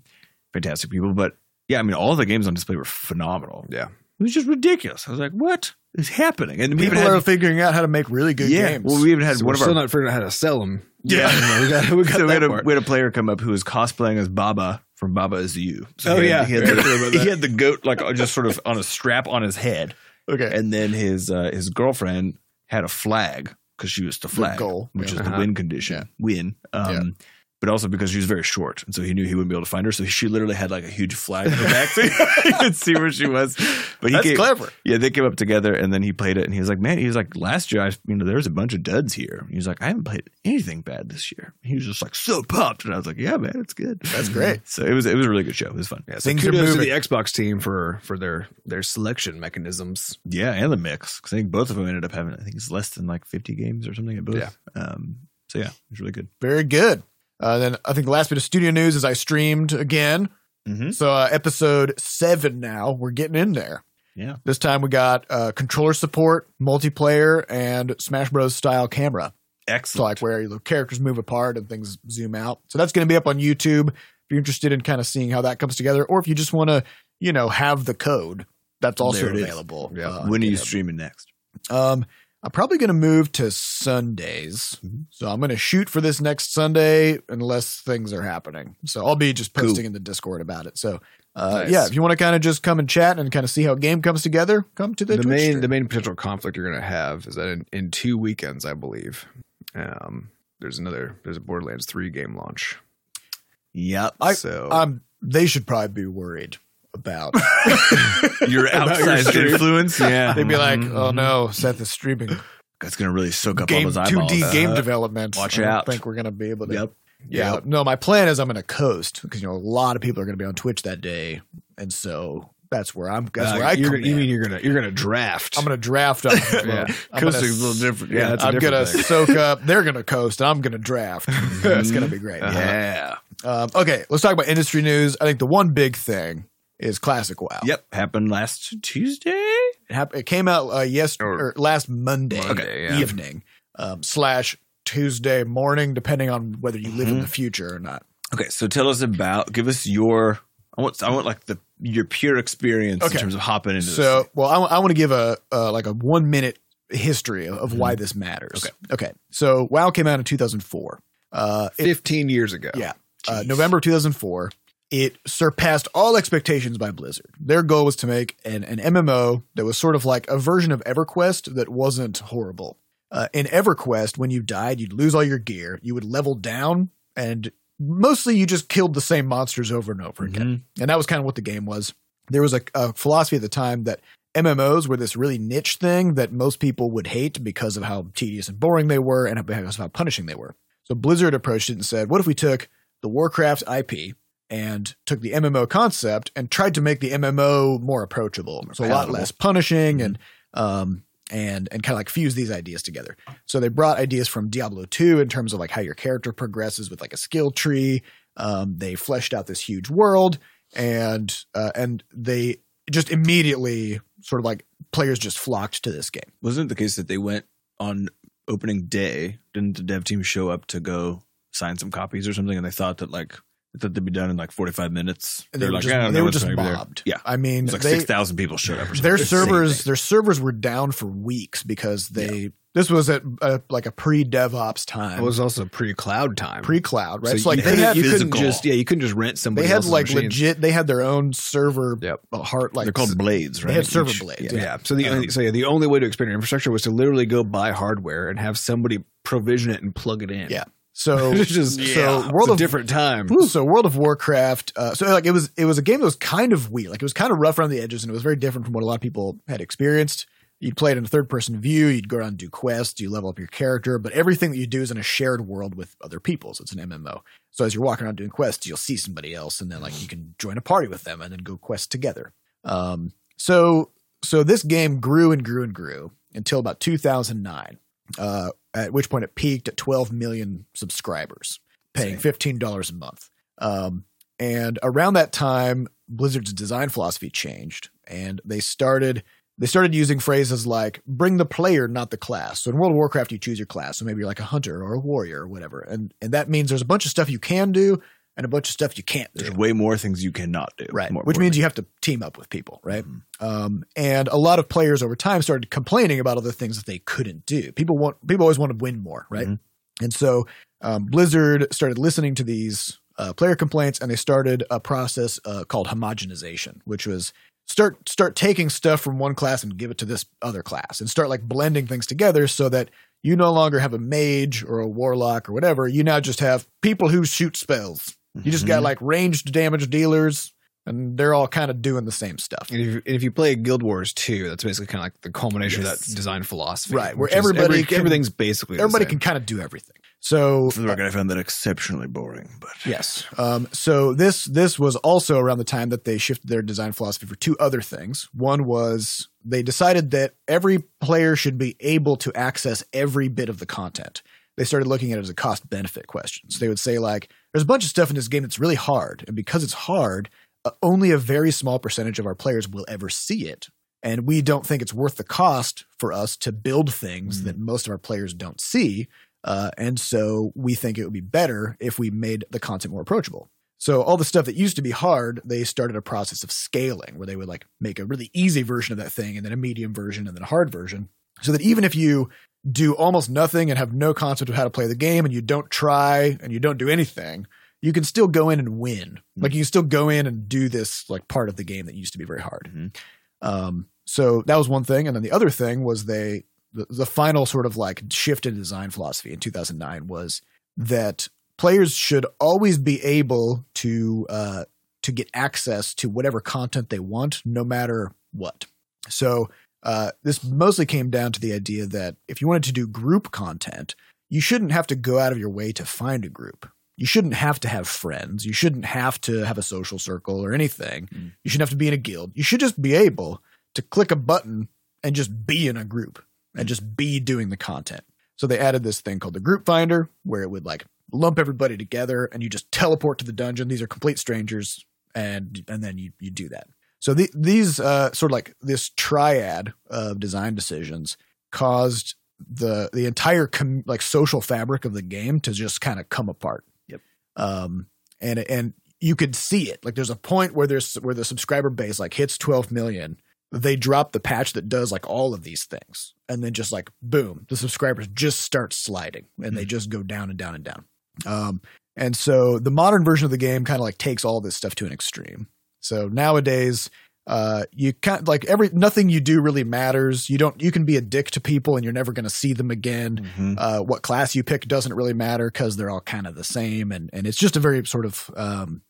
Speaker 3: fantastic people. But yeah, I mean, all the games on display were phenomenal.
Speaker 2: Yeah.
Speaker 3: it was just ridiculous. I was like, what is happening? And we
Speaker 1: People
Speaker 3: even had
Speaker 1: are figuring out how to make really good
Speaker 3: yeah,
Speaker 1: games.
Speaker 3: well, we even had
Speaker 2: So
Speaker 3: one
Speaker 2: we're
Speaker 3: of
Speaker 2: still
Speaker 3: our
Speaker 2: not figuring out how to sell them.
Speaker 3: *laughs* Yeah.
Speaker 2: *laughs* You know, we got we got
Speaker 3: *laughs* so we
Speaker 2: that
Speaker 3: had, a,
Speaker 2: part.
Speaker 3: we had a player come up who was cosplaying as Baba from Baba is You. So
Speaker 2: Oh,
Speaker 3: he
Speaker 2: yeah.
Speaker 3: had, he had,
Speaker 2: I forgot about
Speaker 3: the,
Speaker 2: that.
Speaker 3: *laughs* he had the goat like just sort of on a strap on his head,
Speaker 1: okay.
Speaker 3: and then his uh, his girlfriend had a flag because she was the flag,
Speaker 1: goal,
Speaker 3: which
Speaker 1: yeah.
Speaker 3: is
Speaker 2: Uh-huh.
Speaker 3: the win condition. Win. Um, but also because she was very short, and so he knew he wouldn't be able to find her. So she literally had like a huge flag in her back, so he *laughs* could see where she was. But he
Speaker 1: That's
Speaker 3: came,
Speaker 1: clever.
Speaker 3: yeah, they came up together, and then he played it, and he was like, "Man, he was like, last year, I you know, there was a bunch of duds here." He was like, "I haven't played anything bad this year." He was just like so pumped, and I was like, "Yeah, man, it's good.
Speaker 1: That's great.
Speaker 3: So it was it was a really good show. It was fun.
Speaker 2: *laughs* Yeah, so
Speaker 1: Things are
Speaker 2: kudos to
Speaker 1: moving.
Speaker 2: the Xbox team for for their their selection mechanisms.
Speaker 3: Yeah, and the mix because I think both of them ended up having I think it's less than like fifty games or something at both.
Speaker 2: Yeah.
Speaker 3: Um, so yeah, it was really good.
Speaker 1: Very good. Uh, then I think the last bit of studio news is I streamed again.
Speaker 3: Mm-hmm.
Speaker 1: So uh, episode seven now. We're getting in there.
Speaker 3: Yeah.
Speaker 1: This time we got uh, controller support, multiplayer, and Smash Bros. style camera. So
Speaker 3: Excellent.
Speaker 1: like where the characters move apart and things zoom out. So that's going to be up on YouTube. If you're interested in kind of seeing how that comes together, or if you just want to, you know, have the code, that's also
Speaker 3: There it is.
Speaker 1: available.
Speaker 2: Yeah.
Speaker 1: uh,
Speaker 3: when are you
Speaker 1: yeah.
Speaker 3: streaming next?
Speaker 1: Um, I'm probably going to move to Sundays.
Speaker 3: Mm-hmm.
Speaker 1: So I'm going to shoot for this next Sunday unless things are happening. So I'll be just posting
Speaker 3: Cool.
Speaker 1: in the Discord about it. So uh,
Speaker 2: Nice.
Speaker 1: yeah, if you want to kind of just come and chat and kind of see how a game comes together, come to the,
Speaker 2: The
Speaker 1: Twitch
Speaker 2: main
Speaker 1: stream.
Speaker 2: the main potential conflict you're going to have is that in, in two weekends, I believe, um, there's another there's a Borderlands three game launch.
Speaker 3: Yep.
Speaker 1: I-
Speaker 2: so
Speaker 1: um, they should probably be worried
Speaker 3: *laughs*
Speaker 1: about.
Speaker 3: *laughs*
Speaker 1: *laughs*
Speaker 3: your
Speaker 2: About your
Speaker 3: outsized
Speaker 2: stream.
Speaker 3: influence. Yeah.
Speaker 1: They'd be like,
Speaker 3: Mhm.
Speaker 1: "Oh no, Seth is streaming
Speaker 3: That's gonna really soak up all
Speaker 1: game
Speaker 3: those
Speaker 1: two
Speaker 3: eyeballs.
Speaker 1: D game
Speaker 3: Uh,
Speaker 1: development."
Speaker 3: watch
Speaker 1: I don't
Speaker 3: out.
Speaker 1: think we're going to be able to.
Speaker 3: Yep.
Speaker 1: Yeah.
Speaker 3: Yep.
Speaker 1: No, my plan is I'm going to coast because you know a lot of people are going to be on Twitch that day, and so that's where I'm. That's
Speaker 2: uh,
Speaker 1: where I
Speaker 2: you're
Speaker 1: come
Speaker 2: gonna, you
Speaker 1: in.
Speaker 2: mean you're gonna you're gonna draft?
Speaker 1: I'm going to draft
Speaker 2: *laughs*
Speaker 1: up.
Speaker 2: Yeah.
Speaker 1: I'm gonna,
Speaker 3: Coasting's a little different. Yeah.
Speaker 2: that's a
Speaker 1: I'm
Speaker 2: different
Speaker 1: gonna
Speaker 2: thing.
Speaker 1: soak up. They're gonna coast, and I'm gonna
Speaker 2: *laughs*
Speaker 1: draft. it's gonna be great.
Speaker 2: Uh-huh.
Speaker 3: yeah.
Speaker 1: Um, okay, let's talk about industry news. I think the one big thing is Classic WoW.
Speaker 3: Yep. Happened last Tuesday.
Speaker 1: It, hap- it came out uh, yes
Speaker 2: Or-
Speaker 1: or, last Monday,
Speaker 2: Monday, yeah.
Speaker 1: evening um, slash Tuesday morning, depending on whether you live in
Speaker 2: Mm-hmm.
Speaker 3: Mhm.
Speaker 1: the future or not.
Speaker 3: Okay. So tell us about. Give us your. I want. I want like the your pure experience
Speaker 1: Okay.
Speaker 3: in terms of hopping into.
Speaker 1: so well i, want to give a uh, like a one minute history of, of why
Speaker 3: Mhm.
Speaker 1: this matters
Speaker 3: Okay.
Speaker 1: okay so wow came out in 2004 uh, it-
Speaker 2: Fifteen years ago.
Speaker 1: Yeah.
Speaker 3: this.
Speaker 1: uh,
Speaker 3: Jeez.
Speaker 1: november of 2004 it surpassed all expectations by blizzard their goal was to make an, an mmo that was sort of like a version of everquest that wasn't horrible uh, in everquest when you died you'd lose all your gear you would level down and mostly you just killed the same monsters over and over again
Speaker 3: Mhm.
Speaker 1: and that was kind of what the game was. There was a, a philosophy at the time that MMOs were this really niche thing that most people would hate because of how tedious and boring they were and because of how punishing they were. So Blizzard approached it and said, What if we took the Warcraft IP and took the MMO concept and tried to make the MMO more approachable? So a lot
Speaker 3: palatable.
Speaker 1: less punishing and, um, and, and kind of like fuse these ideas together. So they brought ideas from Diablo 2 in terms of like how your character progresses with like a skill tree. Um, they fleshed out this huge world and uh, and they just immediately sort of like players just flocked to this game.
Speaker 3: Wasn't it the case that they went on opening day? Didn't the dev team show up to go sign some copies or something? And they thought that like they thought they'd be done in like forty five minutes.
Speaker 1: And they
Speaker 3: They're
Speaker 1: were
Speaker 3: like,
Speaker 1: just,
Speaker 3: "Ah,
Speaker 1: they
Speaker 3: no
Speaker 1: were
Speaker 3: one's
Speaker 1: just
Speaker 3: gonna be there."
Speaker 1: mobbed.
Speaker 3: Yeah.
Speaker 1: I mean,
Speaker 3: It's like
Speaker 1: they,
Speaker 3: six thousand people showed up. Or something.
Speaker 1: their
Speaker 3: It's insane.
Speaker 1: servers their servers were down for weeks because they this was at uh, like a pre DevOps time,
Speaker 2: It was also pre cloud time.
Speaker 1: pre cloud, right?
Speaker 2: So
Speaker 1: So, like
Speaker 2: you
Speaker 1: they
Speaker 2: couldn't-
Speaker 1: had
Speaker 2: you couldn't
Speaker 3: physical.
Speaker 2: just yeah you couldn't just rent somebody.
Speaker 1: they had
Speaker 2: else's
Speaker 1: like
Speaker 2: machines.
Speaker 1: legit they had their own server
Speaker 2: Yep.
Speaker 1: uh, heart like
Speaker 3: They're called blades, right?
Speaker 1: they had server
Speaker 3: Each-
Speaker 1: blades.
Speaker 3: yeah.
Speaker 2: Yeah. So the
Speaker 1: Um,
Speaker 2: only, so yeah, the only way to expand your infrastructure was to literally go buy hardware and have somebody provision it and plug it in. *laughs*
Speaker 1: Yeah. so
Speaker 2: it's just
Speaker 1: so
Speaker 2: so
Speaker 1: World
Speaker 2: it's a
Speaker 1: of
Speaker 2: different time.
Speaker 1: So World of Warcraft, uh, so like it was it was a game that was kind of weird, like it was kind of rough around the edges, and it was very different from what a lot of people had experienced. You'd play it in a third person view, you'd go around and do quests, you level up your character, but everything that you do is in a shared world with other people. So it's an MMO. So as you're walking around doing quests, you'll see somebody else, and then like you can join a party with them and then go quest together. Um, so so this game grew and grew and grew until about 2009, uh, at which point it peaked at 12 million subscribers, paying $15 a month. Um, and around that time, Blizzard's design philosophy changed, and they started they started using phrases like "bring the player, not the class." So in World of Warcraft, you choose your class. So maybe you're like a hunter or a warrior or whatever, and and that means there's a bunch of stuff you can do and a bunch of stuff you can't do
Speaker 3: There's way more things you cannot do.
Speaker 1: right
Speaker 3: More-
Speaker 1: which
Speaker 3: more
Speaker 1: means
Speaker 3: things.
Speaker 1: you have to team up with people right
Speaker 3: Mhm.
Speaker 1: um, and a lot of players over time started complaining about other things that they couldn't do people want people always want to win more right
Speaker 3: Mhm.
Speaker 1: and so um, blizzard started listening to these uh, player complaints and they started a process uh, called homogenization which was start start taking stuff from one class and give it to this other class and start like blending things together so that you no longer have a mage or a warlock or whatever. You now just have people who shoot spells. You just got like ranged damage dealers, and they're all kind of doing the same stuff.
Speaker 2: And if, and if you play Guild Wars 2, that's basically kind of like the culmination of
Speaker 3: Yes.
Speaker 2: that design philosophy.
Speaker 1: Right, where
Speaker 2: which is
Speaker 1: everybody can-
Speaker 2: everything's basically
Speaker 1: Everybody
Speaker 2: the
Speaker 1: can
Speaker 2: same.
Speaker 1: kind of do everything. So
Speaker 3: For the record, I found that exceptionally boring. But
Speaker 1: Yes. Um, so this this was also around the time that they shifted their design philosophy for two other things. One was they decided that every player should be able to access every bit of the content. They started looking at it as a cost benefit question. So they would say like, "There's a bunch of stuff in this game that's really hard, and because it's hard, uh, only a very small percentage of our players will ever see it, and we don't think it's worth the cost for us to build things
Speaker 3: Mm.
Speaker 1: that most of our players don't see." Uh, and so we think it would be better if we made the content more approachable. So all the stuff that used to be hard, they started a process of scaling where they would like make a really easy version of that thing and then a medium version and then a hard version. So that even if you do almost nothing and have no concept of how to play the game and you don't try and you don't do anything, you can still go in and win. Like you can still go in and do this like part of the game that used to be very hard.
Speaker 3: Mhm.
Speaker 1: Um, so that was one thing. And then the other thing was they the, the final sort of like shift in design philosophy in 2009 was that players should always be able to uh, to get access to whatever content they want, no matter what. So uh, this mostly came down to the idea that if you wanted to do group content, you shouldn't have to go out of your way to find a group. You shouldn't have to have friends. You shouldn't have to have a social circle or anything.
Speaker 3: Mm.
Speaker 1: You shouldn't have to be in a guild. You should just be able to click a button and just be in a group and just be doing the content. So they added this thing called the group finder where it would like lump everybody together and you just teleport to the dungeon. These are complete strangers and and then you you do that. So the, these uh, sort of like this triad of design decisions caused the the entire com- like social fabric of the game to just kind of come apart.
Speaker 3: Yep.
Speaker 1: Um and and you could see it. Like there's a point where there's where the subscriber base like hits 12 million they drop the patch that does like all of these things and then just like boom the subscribers just start sliding and they just go down and down and down um, and so the modern version of the game kind of like takes all this stuff to an extreme so nowadays uh, you can't like every nothing you do really matters you don't you can be a dick to people and you're never going to see them again
Speaker 3: Mhm.
Speaker 1: uh, what class you pick doesn't really matter because they're all kind of the same and and it's just a very sort of um,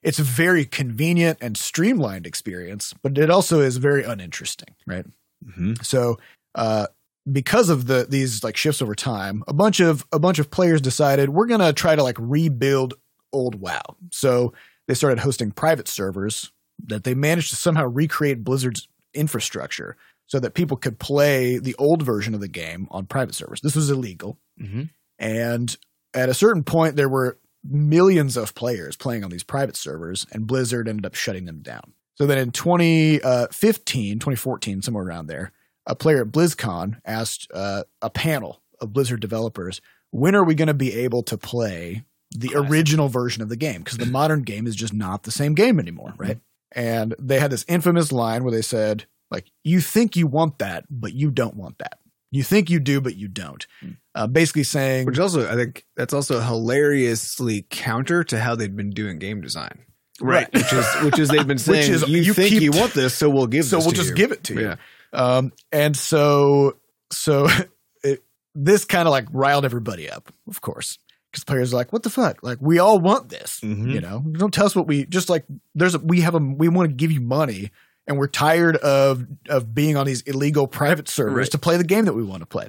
Speaker 1: it's a very convenient and streamlined experience but it also is very uninteresting right
Speaker 3: Mhm.
Speaker 1: so uh, because of the these like shifts over time, a bunch of a bunch of players decided we're gonna try to like rebuild old WoW. So they started hosting private servers that they managed to somehow recreate Blizzard's infrastructure so that people could play the old version of the game on private servers. This was illegal.
Speaker 3: Mhm.
Speaker 1: And at a certain point, there were millions of players playing on these private servers, and Blizzard ended up shutting them down. So then in uh, 2015, 2014, somewhere around there, a player at BlizzCon asked uh, a panel of Blizzard developers, when are we going to be able to play the
Speaker 2: Classic.
Speaker 1: original version of the game?
Speaker 2: *laughs*
Speaker 1: Because the modern game is just not the same game anymore, right? And they had this infamous line where they said, like, you think you want that, but you don't want that. You think you do, but you don't. Uh, basically saying,
Speaker 2: Hmm. Which also, I think that's also hilariously counter to how they've been doing game design.
Speaker 3: Right.
Speaker 2: Which is, which is
Speaker 1: *laughs*
Speaker 2: they've been saying,
Speaker 1: is,
Speaker 2: you,
Speaker 1: you
Speaker 2: think
Speaker 1: keep-
Speaker 2: you want this, so we'll give
Speaker 1: so
Speaker 2: this
Speaker 1: we'll
Speaker 2: to
Speaker 1: just
Speaker 2: you.
Speaker 1: give it to you.
Speaker 2: Yeah.
Speaker 1: Um, and so, so *laughs* it, this kind of like riled everybody up, of course, because players are like, "What the fuck? Like, we all want this,
Speaker 3: Mhm.
Speaker 1: you know? Don't tell us what we just like. There's a, we have a we want to give you money, and we're tired of of being on these illegal private servers
Speaker 3: Right.
Speaker 1: to play the game that we want to play."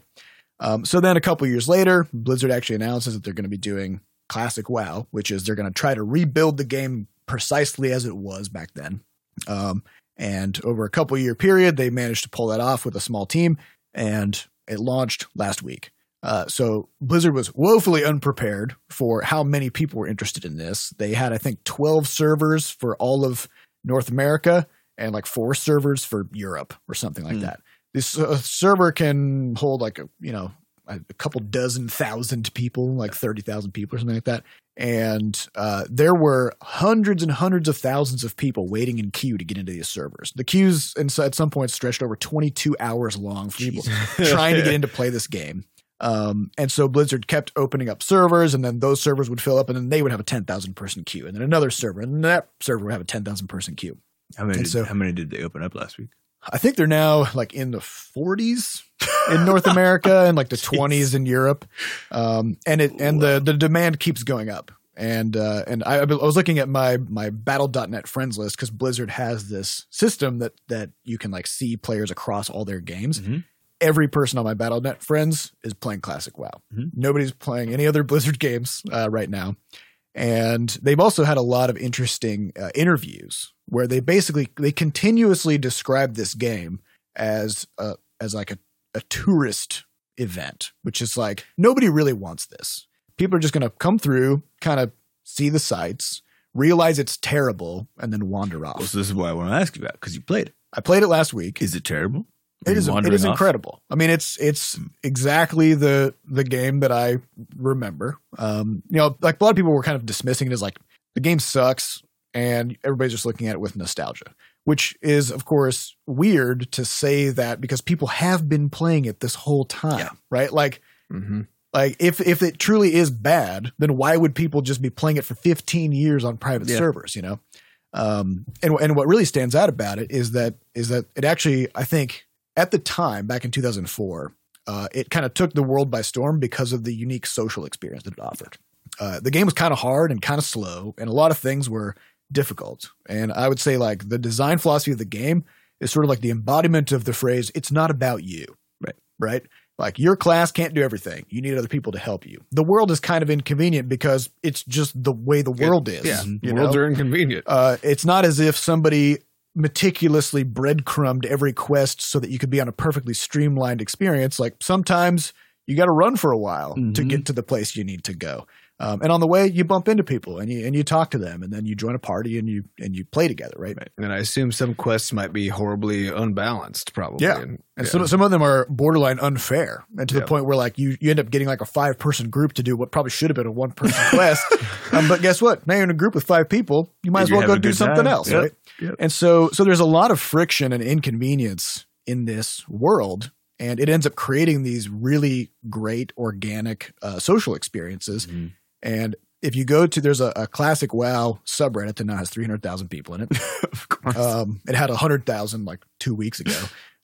Speaker 1: Um, so then, a couple years later, Blizzard actually announces that they're going to be doing classic WoW, which is they're going to try to rebuild the game precisely as it was back then. Um, and over a couple year period, they managed to pull that off with a small team, and it launched last week. Uh, so Blizzard was woefully unprepared for how many people were interested in this. They had, I think, 12 servers for all of North America and like four servers for Europe or something like
Speaker 3: Hmm.
Speaker 1: that. This uh, server can hold like, a, you know, a a couple dozen thousand people, like 30,000 people or something like that. And uh, there were hundreds and hundreds of thousands of people waiting in queue to get into these servers. The queues in, at some point stretched over 22 hours long for people *laughs* trying to get in to play this game. Um, and so Blizzard kept opening up servers, and then those servers would fill up, and then they would have a 10,000 person queue, and then another server, and that server would have a 10,000 person queue.
Speaker 3: *laughs* How many?
Speaker 1: And
Speaker 3: Did,
Speaker 1: so-
Speaker 3: how many did they open up last week?
Speaker 1: I think they're now like in the 40s in North America and like the 20s in Europe, um, and it and the the demand keeps going up. And uh, and I, I was looking at my my Battle.net friends list because Blizzard has this system that that you can like see players across all their games.
Speaker 3: Mhm.
Speaker 1: Every person on my Battle.net friends is playing Classic WoW.
Speaker 3: Mhm.
Speaker 1: Nobody's playing any other Blizzard games uh, right now. And they've also had a lot of interesting uh, interviews where they basically they continuously describe this game as a, as like a, a tourist event, which is like nobody really wants this. People are just going to come through, kind of see the sights, realize it's terrible, and then wander off.
Speaker 3: Well, so this is what I want to ask you about because you played it.
Speaker 1: I played it last week.
Speaker 3: Is it terrible? Are
Speaker 1: It
Speaker 3: you
Speaker 1: is it
Speaker 3: wandering
Speaker 1: is
Speaker 3: off?
Speaker 1: incredible. I mean, it's it's exactly the the game that I remember. Um, you know, like a lot of people were kind of dismissing it as like the game sucks, and everybody's just looking at it with nostalgia, which is of course weird to say that because people have been playing it this whole time,
Speaker 3: Yeah.
Speaker 1: right? Like
Speaker 2: Mm-hmm.
Speaker 1: like if if it truly is bad, then why would people just be playing it for 15 years on private
Speaker 3: Yeah.
Speaker 1: servers, you know? Um and and what really stands out about it is that is that it actually I think at the time back in 2004, uh, it kind of took the world by storm because of the unique social experience that it offered. Uh, the game was kind of hard and kind of slow, and a lot of things were difficult. And I would say like the design philosophy of the game is sort of like the embodiment of the phrase "It's not about you."
Speaker 3: Right.
Speaker 1: Right. Like your class can't do everything. You need other people to help you. The world is kind of inconvenient because it's just the way the world is.
Speaker 2: Yeah, Mm-hmm.
Speaker 1: you
Speaker 2: worlds
Speaker 1: know?
Speaker 2: are inconvenient.
Speaker 1: uh, it's not as if somebody meticulously breadcrumbed every quest so that you could be on a perfectly streamlined experience. Like sometimes you got to run for a while to
Speaker 3: Mhm.
Speaker 1: get to the place you need to go. Um, and on the way, you bump into people and you and you talk to them, and then you join a party and you and you play together, right?
Speaker 2: And I assume some quests might be horribly unbalanced, probably.
Speaker 1: Yeah.
Speaker 2: And,
Speaker 1: And
Speaker 2: yeah.
Speaker 1: some some of them are borderline unfair, and to the
Speaker 2: Yeah.
Speaker 1: point where like you, you end up getting like a five person group to do what probably should have been a one
Speaker 3: *laughs*
Speaker 1: person quest. Um, but guess what? Now you're in a group with five people. You might
Speaker 3: And
Speaker 1: as
Speaker 3: you're
Speaker 1: well go
Speaker 3: having a
Speaker 1: do
Speaker 3: good
Speaker 1: something
Speaker 3: time.
Speaker 1: else,
Speaker 3: Yep.
Speaker 1: right?
Speaker 3: Yep.
Speaker 1: And so so there's a lot of friction and inconvenience in this world, and it ends up creating these really great organic uh, social experiences.
Speaker 3: Mhm.
Speaker 1: And if you go to there's a, a classic WoW subreddit that now has three hundred thousand people in it.
Speaker 2: Uh,
Speaker 3: of course.
Speaker 1: Um, it had 100,000 like two weeks ago.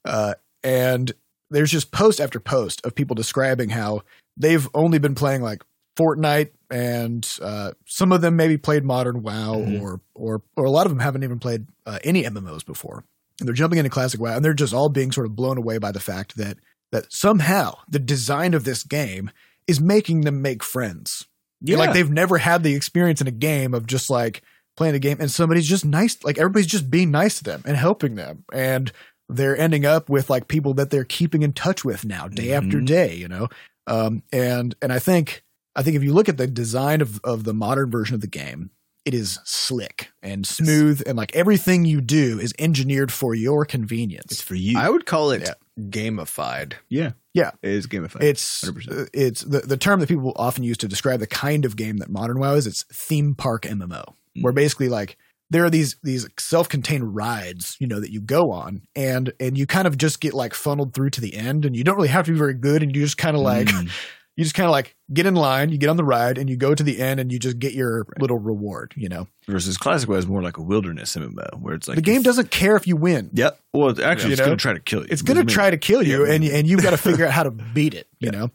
Speaker 1: Uh, and there's just post after post of people describing how they've only been playing like Fortnite and uh, some of them maybe played Modern WoW
Speaker 3: Mhm.
Speaker 1: or, or, or a lot of them haven't even played uh, any MMOs before. And they're jumping into Classic WoW and they're just all being sort of blown away by the fact that, that somehow the design of this game is making them make friends.
Speaker 3: yeah.
Speaker 1: Like they've never had the experience in a game of just like playing a game and somebody's just nice, like everybody's just being nice to them and helping them. And they're ending up with like people that they're keeping in touch with now, day after
Speaker 3: Mhm.
Speaker 1: day, you know? Um, and and I think I think if you look at the design of, of the modern version of the game, it is slick and smooth and like everything you do is engineered for your convenience.
Speaker 3: it's for you.
Speaker 2: I would call it
Speaker 1: Yeah.
Speaker 2: gamified.
Speaker 3: yeah.
Speaker 1: Yeah.
Speaker 3: It is gamified.
Speaker 1: It's
Speaker 3: 100%.
Speaker 1: uh, it's the, the term that people often use to describe the kind of game that modern WoW is. It's theme park MMO, where
Speaker 3: Mm-hmm.
Speaker 1: basically like there are these these self-contained rides, you know, that you go on, and and you kind of just get like funneled through to the end, and you don't really have to be very good, and you just kind of like
Speaker 3: Mm.
Speaker 1: you just kind of like get in line, you get on the ride, and you go to the end, and you just get your little reward, you know.
Speaker 3: versus classic was more like a wilderness MMO where it's like
Speaker 1: the game
Speaker 3: if-
Speaker 1: doesn't care if you win.
Speaker 3: Yep. Well, it's actually,
Speaker 1: You
Speaker 3: it's
Speaker 1: know?
Speaker 3: going to try to kill you.
Speaker 1: it's going to try to kill you
Speaker 3: Yeah.
Speaker 1: and and you've got to
Speaker 3: *laughs*
Speaker 1: figure out how to beat it you know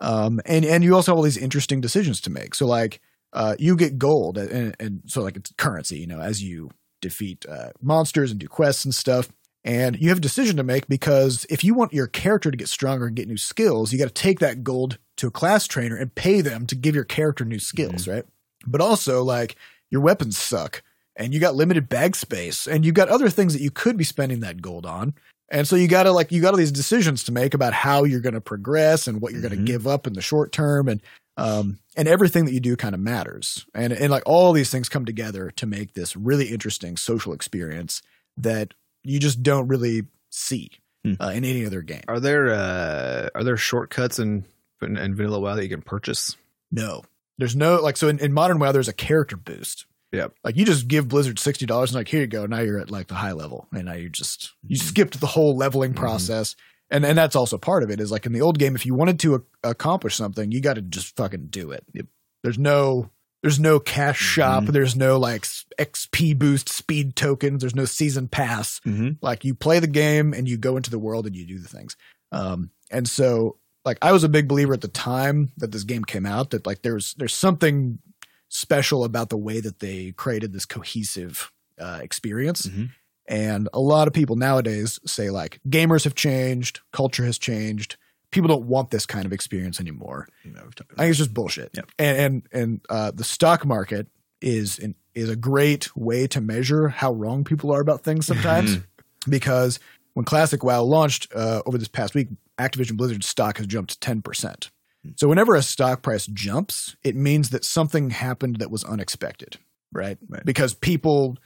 Speaker 1: um and and you also have all these interesting decisions to make so like uh you get gold and and so like it's currency you know as you defeat uh, monsters and do quests and stuff and you have a decision to make because if you want your character to get stronger and get new skills you got to take that gold to a class trainer and pay them to give your character new skills
Speaker 3: Mm-hmm.
Speaker 1: right but also like your weapons suck and you got limited bag space and you got other things that you could be spending that gold on and so you gotta like you got all these decisions to make about how you're gonna progress and what you're gonna
Speaker 3: Mhm.
Speaker 1: give up in the short term and um and everything that you do kind of matters and and like all these things come together to make this really interesting social experience that you just don't really see
Speaker 3: Hmm.
Speaker 1: uh, in any other game
Speaker 2: Are there uh, are there shortcuts in, in in Vanilla WoW that you can purchase?
Speaker 1: No. There's no like so in, in modern WoW there's a character boost.
Speaker 2: Yep.
Speaker 1: Like you just give Blizzard sixty dollars and like here you go. Now you're at like the high level. And now you just you skipped the whole leveling
Speaker 2: Mhm.
Speaker 1: process. And and that's also part of it is like in the old game, if you wanted to ac accomplish something, you gotta just fucking do it. There's no There's no cash shop. There's no like s- XP boost speed tokens. There's no season pass.
Speaker 3: Mhm.
Speaker 1: Like you play the game and you go into the world and you do the things. Um, and so like I was a big believer at the time that this game came out that like there's there's something special about the way that they created this cohesive uh, experience.
Speaker 3: Mhm.
Speaker 1: And a lot of people nowadays say like gamers have changed, culture has changed. People don't want this kind of experience anymore.
Speaker 3: You know, we've talked
Speaker 1: I
Speaker 3: about-
Speaker 1: think it's just bullshit.
Speaker 3: Yep.
Speaker 1: And and and uh, the stock market is an, is a great way to measure how wrong people are about things sometimes. because when Classic WoW launched uh, over this past week, Activision Blizzard's stock has jumped ten percent. So whenever a stock price jumps, it means that something happened that was unexpected, right?
Speaker 3: Right.
Speaker 1: Because people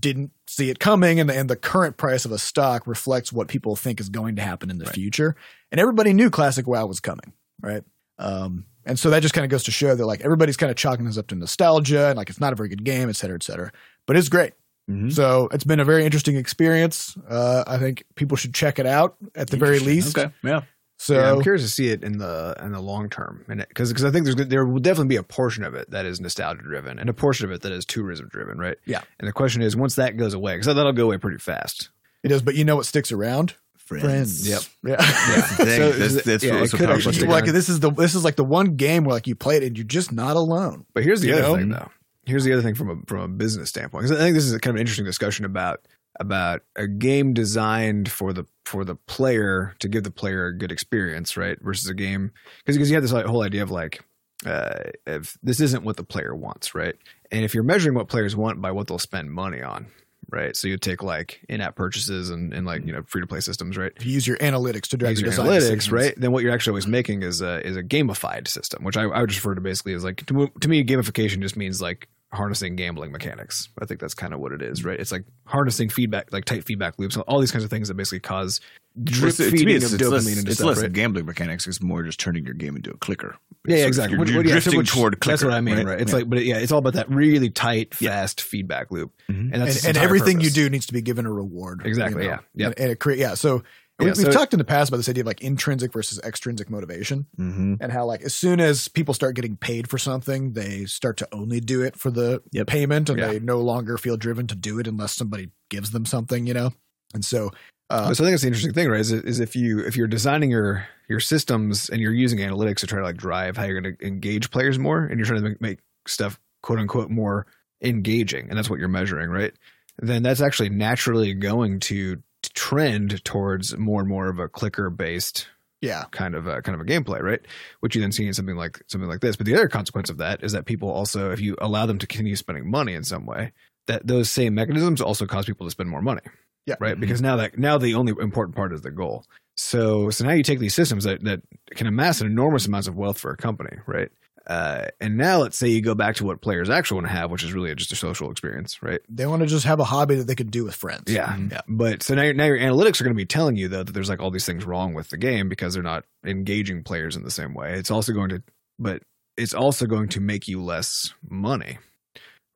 Speaker 1: didn't see it coming, and the, and the current price of a stock reflects what people think is going to happen in the
Speaker 3: Right.
Speaker 1: future. And everybody knew Classic WoW was coming, right? Um, and so that just kind of goes to show that like everybody's kind of chalking this up to nostalgia and like it's not a very good game, et cetera, et cetera. But it's great.
Speaker 2: Mm-hmm.
Speaker 3: Mhm.
Speaker 1: So it's been a very interesting experience. Uh, I think people should check it out at the very least.
Speaker 3: Okay. Yeah.
Speaker 1: So
Speaker 2: yeah, I'm curious to see it in the in the long term, and because because I think there's gonna- there will definitely be a portion of it that is nostalgia driven, and a portion of it that is tourism driven, right?
Speaker 1: Yeah.
Speaker 2: And the question is, once that goes away, because that'll go away pretty fast.
Speaker 1: it is, but you know what sticks around? *laughs*
Speaker 2: Yep.
Speaker 1: Yeah. *laughs*
Speaker 3: That's the thing.
Speaker 2: So,
Speaker 3: that's that's
Speaker 2: yeah,
Speaker 3: what
Speaker 2: it
Speaker 3: was so
Speaker 2: could
Speaker 3: powerful.
Speaker 2: actually-
Speaker 1: You- like this is the this is like the one game where like you play it and you're just not alone.
Speaker 2: But here's the
Speaker 1: You
Speaker 2: other
Speaker 1: know?
Speaker 2: thing, though. Here's the other thing from a from a business standpoint, because I think this is a kind of interesting discussion about about a game designed for the for the player to give the player a good experience, right? Versus a game because because you have this like, whole idea of like uh, if this isn't what the player wants, right? And if you're measuring what players want by what they'll spend money on, right? So you take like in-app purchases and and like you know free to play systems, right?
Speaker 1: If you use your analytics to drive
Speaker 2: Use
Speaker 1: your
Speaker 2: your
Speaker 1: design
Speaker 2: analytics,
Speaker 1: decisions.
Speaker 2: right? Then what you're actually always making is a is a gamified system, which I, I would just refer to basically as like to, mo- to me, gamification just means like harnessing gambling mechanics. I think that's kind of what it is, right? It's like harnessing feedback, like tight feedback loops, all these kinds of things that basically cause drip
Speaker 3: It's- to me,
Speaker 2: feeding
Speaker 3: it's,
Speaker 2: of
Speaker 3: it's
Speaker 2: dopamine
Speaker 3: less,
Speaker 2: into
Speaker 3: it's
Speaker 2: stuff,
Speaker 3: less
Speaker 2: right?
Speaker 3: gambling mechanics. It's more just turning your game into a clicker.
Speaker 2: Yeah, yeah,
Speaker 3: It's like
Speaker 2: exactly.
Speaker 3: You're,
Speaker 2: What-
Speaker 3: you're
Speaker 2: what- yeah, so
Speaker 3: drifting
Speaker 2: which-
Speaker 3: toward clicker.
Speaker 2: That's what I mean, right? It's
Speaker 3: Yeah.
Speaker 2: like, but yeah, it's all about that really tight,
Speaker 3: Yeah.
Speaker 2: fast feedback loop,
Speaker 3: Mhm.
Speaker 2: and
Speaker 1: And,
Speaker 2: that's
Speaker 1: and everything you do needs to be given a reward.
Speaker 2: Exactly,
Speaker 1: you know?
Speaker 2: yeah. Yep.
Speaker 1: And, and it create yeah. So we,
Speaker 2: Yeah,
Speaker 1: we've
Speaker 2: so-
Speaker 1: talked in the past about this idea of like intrinsic versus extrinsic motivation.
Speaker 3: hmm
Speaker 1: and how like as soon as people start getting paid for something, they start to only do it for the
Speaker 3: Yep.
Speaker 1: payment, and
Speaker 2: Yeah.
Speaker 1: they no longer feel driven to do it unless somebody gives them something, you know. And so, uh,
Speaker 2: so I think it's the interesting thing, right? Is, is if you if you're designing your your systems and you're using analytics to try to like drive how you're going to engage players more, and you're trying to make, make stuff quote unquote more engaging, and that's what you're measuring, right? Then that's actually naturally going to trend towards more and more of a clicker based
Speaker 1: yeah,
Speaker 2: kind of a kind of a gameplay, right? Which you then see in something like something like this. But the other consequence of that is that people also, if you allow them to continue spending money in some way, that those same mechanisms also cause people to spend more money.
Speaker 1: Yeah.
Speaker 2: Right. Because now that now the only important part is the goal. So so now you take these systems that that can amass enormous amounts of wealth for a company, right? Uh, and now let's say you go back to what players actually want to have, which is really just a social experience, right?
Speaker 1: they want to just have a hobby that they can do with friends.
Speaker 2: Yeah.
Speaker 1: Yeah.
Speaker 2: Mm-hmm. But so now your, now your analytics are going to be telling you though that there's like all these things wrong with the game because they're not engaging players in the same way. It's also going to, but it's also going to make you less money,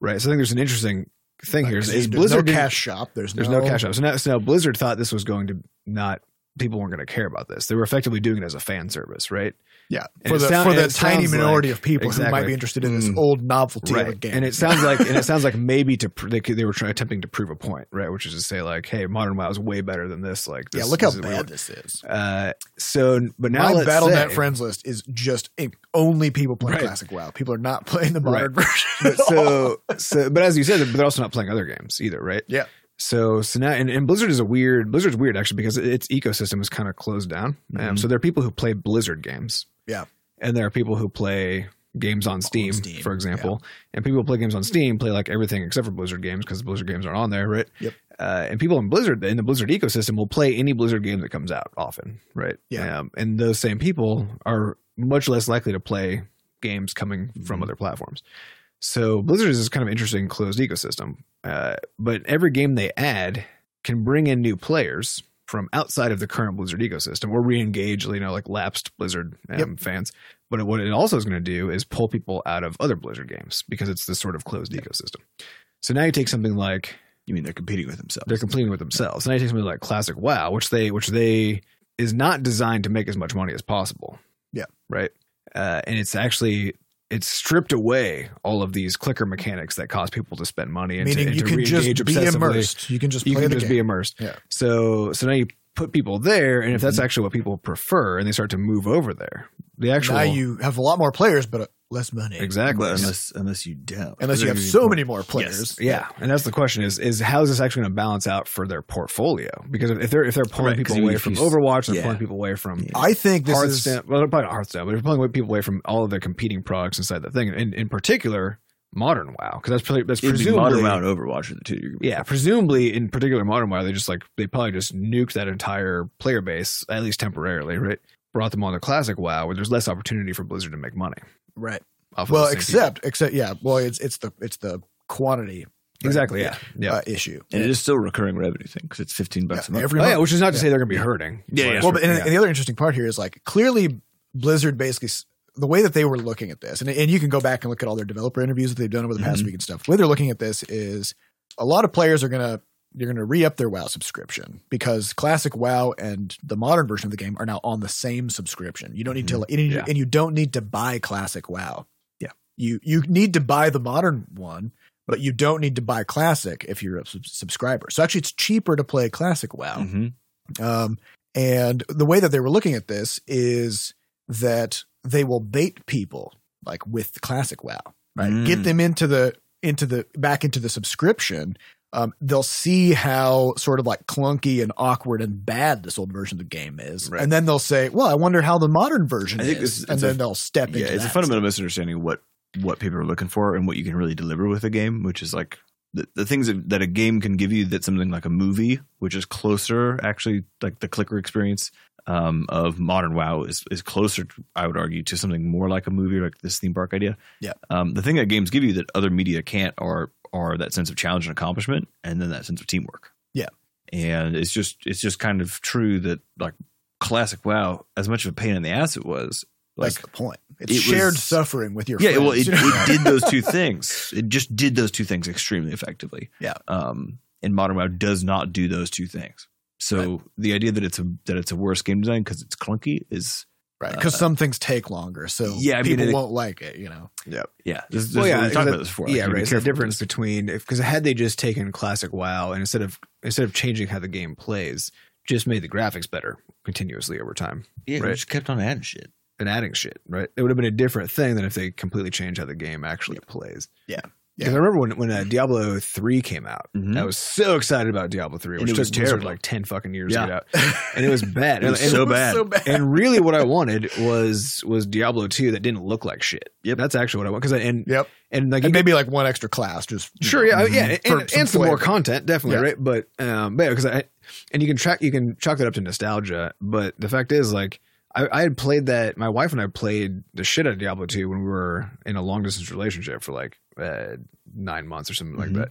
Speaker 2: right? So I think there's an interesting thing here. Is,
Speaker 1: There's
Speaker 2: is Blizzard
Speaker 1: no
Speaker 2: didn't-
Speaker 1: cash shop. There's,
Speaker 2: There's no, cash out. So now, so now Blizzard thought this was going to not people weren't going to care about this. They were effectively doing it as a fan service, right?
Speaker 1: Yeah,
Speaker 2: And
Speaker 1: for
Speaker 2: it
Speaker 1: the
Speaker 2: sound-
Speaker 1: for
Speaker 2: and
Speaker 1: the
Speaker 2: it
Speaker 1: tiny
Speaker 2: sounds
Speaker 1: minority
Speaker 2: like-
Speaker 1: of people who might
Speaker 2: exactly.
Speaker 1: be interested in this
Speaker 3: Mm.
Speaker 1: old novelty of a
Speaker 2: right
Speaker 1: game.
Speaker 2: and it sounds like and it sounds like maybe to pr- they, could, they were trying, attempting to prove a point right which is to say like hey modern wow is way better than this like
Speaker 1: *laughs*
Speaker 2: this,
Speaker 1: yeah, look how
Speaker 2: this is what we
Speaker 1: bad
Speaker 2: want.
Speaker 1: this is.
Speaker 2: uh so but now
Speaker 1: My
Speaker 2: let's
Speaker 1: BattleNet *laughs*
Speaker 2: say-
Speaker 1: friends list is just only people playing
Speaker 2: Right.
Speaker 1: classic WoW. People are not playing the modern *laughs* version.
Speaker 2: but so so but as you said they're also not playing other games either right
Speaker 1: Yeah.
Speaker 2: so so now and, and blizzard is a weird blizzard's weird actually because its ecosystem is kind of closed down um,
Speaker 3: Mhm.
Speaker 2: so there are people who play blizzard games
Speaker 1: Mm-hmm. Yeah.
Speaker 2: and there are people who play games on steam,
Speaker 1: Steam,
Speaker 2: for example and people who play games on steam play like everything except for blizzard games because blizzard games aren't on there right
Speaker 1: Yep.
Speaker 2: uh, and people in blizzard in the blizzard ecosystem will play any blizzard game that comes out often right
Speaker 1: Yeah.
Speaker 2: um, and those same people are much less likely to play games coming from
Speaker 1: Mm-hmm.
Speaker 3: Mhm.
Speaker 2: other platforms so Blizzard is this kind of interesting closed ecosystem. Uh, but every game they add can bring in new players from outside of the current Blizzard ecosystem or re-engage, you know, like lapsed Blizzard um,
Speaker 1: Yep.
Speaker 2: fans. But what it also is going to do is pull people out of other Blizzard games because it's this sort of closed ecosystem. So now you take something like
Speaker 3: You mean they're competing with themselves?
Speaker 2: they're competing with themselves. And I take something like classic WoW, which they which they is not designed to make as much money as possible.
Speaker 1: Yeah.
Speaker 2: Right. Uh, and it's actually it's stripped away all of these clicker mechanics that cause people to spend money *laughs* and
Speaker 1: Meaning
Speaker 2: to, and
Speaker 1: you
Speaker 2: to
Speaker 1: can just be
Speaker 2: re-engage obsessively.
Speaker 1: immersed. You can just
Speaker 2: You
Speaker 1: play
Speaker 2: can
Speaker 1: the
Speaker 2: just
Speaker 1: game.
Speaker 2: be immersed.
Speaker 1: Yeah. Mm-hmm.
Speaker 2: So so now you put people there, and if that's actually what people prefer, and they start to move over there, the actual
Speaker 1: now you have a lot more players, but uh, less money.
Speaker 2: exactly.
Speaker 3: Well, unless unless you doubt.
Speaker 1: Unless you have so many more players.
Speaker 2: Yeah, and that's the question: is is how is this actually going to balance out for their portfolio? Because if they're if they're pulling
Speaker 3: Right, 'cause
Speaker 2: people
Speaker 3: you-
Speaker 2: away
Speaker 3: if
Speaker 2: from
Speaker 3: you-
Speaker 2: Overwatch, they're
Speaker 3: yeah.
Speaker 2: pulling people away from
Speaker 3: Yeah.
Speaker 1: I think this is
Speaker 2: Hearthstone. well, probably not Hearthstone, but they're pulling away people away from all of their competing products inside the thing, in in particular modern WoW, because that's pretty, that's
Speaker 3: It'd be
Speaker 2: presumably
Speaker 3: modern round Overwatch are the two. You're gonna be-
Speaker 2: yeah, presumably in particular modern WoW, they just like they probably just nuked that entire player base at least temporarily, right? Brought them on to classic WoW, where there's less opportunity for Blizzard to make money.
Speaker 1: right.
Speaker 2: Off of
Speaker 1: Well,
Speaker 2: the same people.
Speaker 1: except except yeah. Well, it's it's the it's the quantity
Speaker 2: exactly, yeah, yeah.
Speaker 1: uh, issue.
Speaker 3: and it is still a recurring revenue thing because it's fifteen bucks a
Speaker 1: Yeah,
Speaker 3: month.
Speaker 1: every
Speaker 2: Oh, yeah,
Speaker 1: month.
Speaker 2: which is not to
Speaker 1: Yeah.
Speaker 2: say they're going to be hurting.
Speaker 3: Yeah, yeah.
Speaker 1: well, but and,
Speaker 2: yeah.
Speaker 1: and the other interesting part here is like clearly Blizzard basically s- the way that they were looking at this, and and you can go back and look at all their developer interviews that they've done over the past
Speaker 3: Mhm.
Speaker 1: week and stuff. The way they're looking at this is a lot of players are gonna they're gonna re up their WoW subscription because classic WoW and the modern version of the game are now on the same subscription. You don't need to and you,
Speaker 2: Yeah.
Speaker 1: and you don't need to buy classic WoW.
Speaker 3: Mm-hmm. Yeah.
Speaker 1: you you need to buy the modern one. But you don't need to buy Classic if you're a sub- subscriber. So actually, it's cheaper to play Classic WoW.
Speaker 3: Mhm.
Speaker 1: Um, and the way that they were looking at this is that they will bait people like with classic WoW, right?
Speaker 3: Mm.
Speaker 1: Get them into the into the back into the subscription. Um, they'll see how sort of like clunky and awkward and bad this old version of the game is,
Speaker 3: Right.
Speaker 1: and then they'll say, "Well, I wonder how the modern version
Speaker 3: I
Speaker 1: is,"
Speaker 3: think it's-
Speaker 1: and
Speaker 3: it's
Speaker 1: then
Speaker 3: a-
Speaker 1: they'll step
Speaker 3: Yeah,
Speaker 1: into
Speaker 3: it's a
Speaker 1: that.
Speaker 3: fundamental misunderstanding of what what people are looking for and what you can really deliver with a game, which is like the, the things that, that a game can give you that something like a movie, which is closer actually like the clicker experience um, of modern WoW is is closer, I would argue, to something more like a movie, like this theme park idea.
Speaker 1: Yeah.
Speaker 3: Um, the thing that games give you that other media can't are are that sense of challenge and accomplishment, and then that sense of teamwork.
Speaker 1: Yeah.
Speaker 3: And it's just it's just kind of true that like classic WoW, as much of a pain in the ass it was,
Speaker 1: That's
Speaker 3: like
Speaker 1: the point. It's
Speaker 3: it was-
Speaker 1: shared suffering with your
Speaker 3: yeah,
Speaker 1: friends.
Speaker 3: well, it,
Speaker 1: you know?
Speaker 3: it *laughs* did those two things. It just did those two things extremely effectively.
Speaker 1: Yeah.
Speaker 3: Um, and Modern WoW does not do those two things. So the idea that it's a that it's a worse game design because it's clunky is
Speaker 1: *laughs* right? Because some things take longer, so
Speaker 3: Uh, Yeah, I mean,
Speaker 1: people
Speaker 3: it-
Speaker 1: won't like it. You
Speaker 3: *laughs*
Speaker 1: know,
Speaker 3: yeah. This, this
Speaker 2: Well,
Speaker 3: is
Speaker 2: yeah,
Speaker 3: what we talked
Speaker 2: that-
Speaker 3: about this before.
Speaker 2: yeah,
Speaker 3: Like,
Speaker 2: right.
Speaker 3: be
Speaker 2: It's the
Speaker 3: careful.
Speaker 2: difference between if because had they just taken classic WoW and instead of instead of changing how the game plays, just made the graphics better continuously over time
Speaker 3: Yeah, they
Speaker 2: right.
Speaker 3: just kept on adding shit.
Speaker 2: and adding shit, right? It would have been a different thing than if they completely changed how the game actually plays.
Speaker 1: Yeah. Yeah.
Speaker 2: Because I remember when when uh, Diablo three came out,
Speaker 3: Mhm.
Speaker 2: I was so excited about Diablo three,
Speaker 3: And
Speaker 2: which
Speaker 3: it
Speaker 2: took
Speaker 3: was
Speaker 2: was
Speaker 3: terrible.
Speaker 2: like ten fucking years
Speaker 3: Yeah.
Speaker 2: to get out, and it was bad.
Speaker 3: It was
Speaker 2: And-
Speaker 3: so
Speaker 2: and-
Speaker 3: bad.
Speaker 1: so bad.
Speaker 2: and really what I wanted was was Diablo 2 that didn't look like shit.
Speaker 3: Yep.
Speaker 2: That's actually what I want cuz and
Speaker 1: Yep.
Speaker 2: and like
Speaker 1: and
Speaker 2: you-
Speaker 1: maybe like one extra class, just you
Speaker 2: sure
Speaker 1: know,
Speaker 2: yeah yeah
Speaker 1: Mm-hmm. for
Speaker 2: and, and some
Speaker 1: flavor.
Speaker 2: more content definitely
Speaker 1: Yeah.
Speaker 2: right but um but yeah, cuz I and you can track you can chalk that up to nostalgia but the fact is like I, I had played that my wife and I played the shit out of Diablo 2 when we were in a long distance relationship for like uh, 9 months or something like
Speaker 1: Mm-hmm.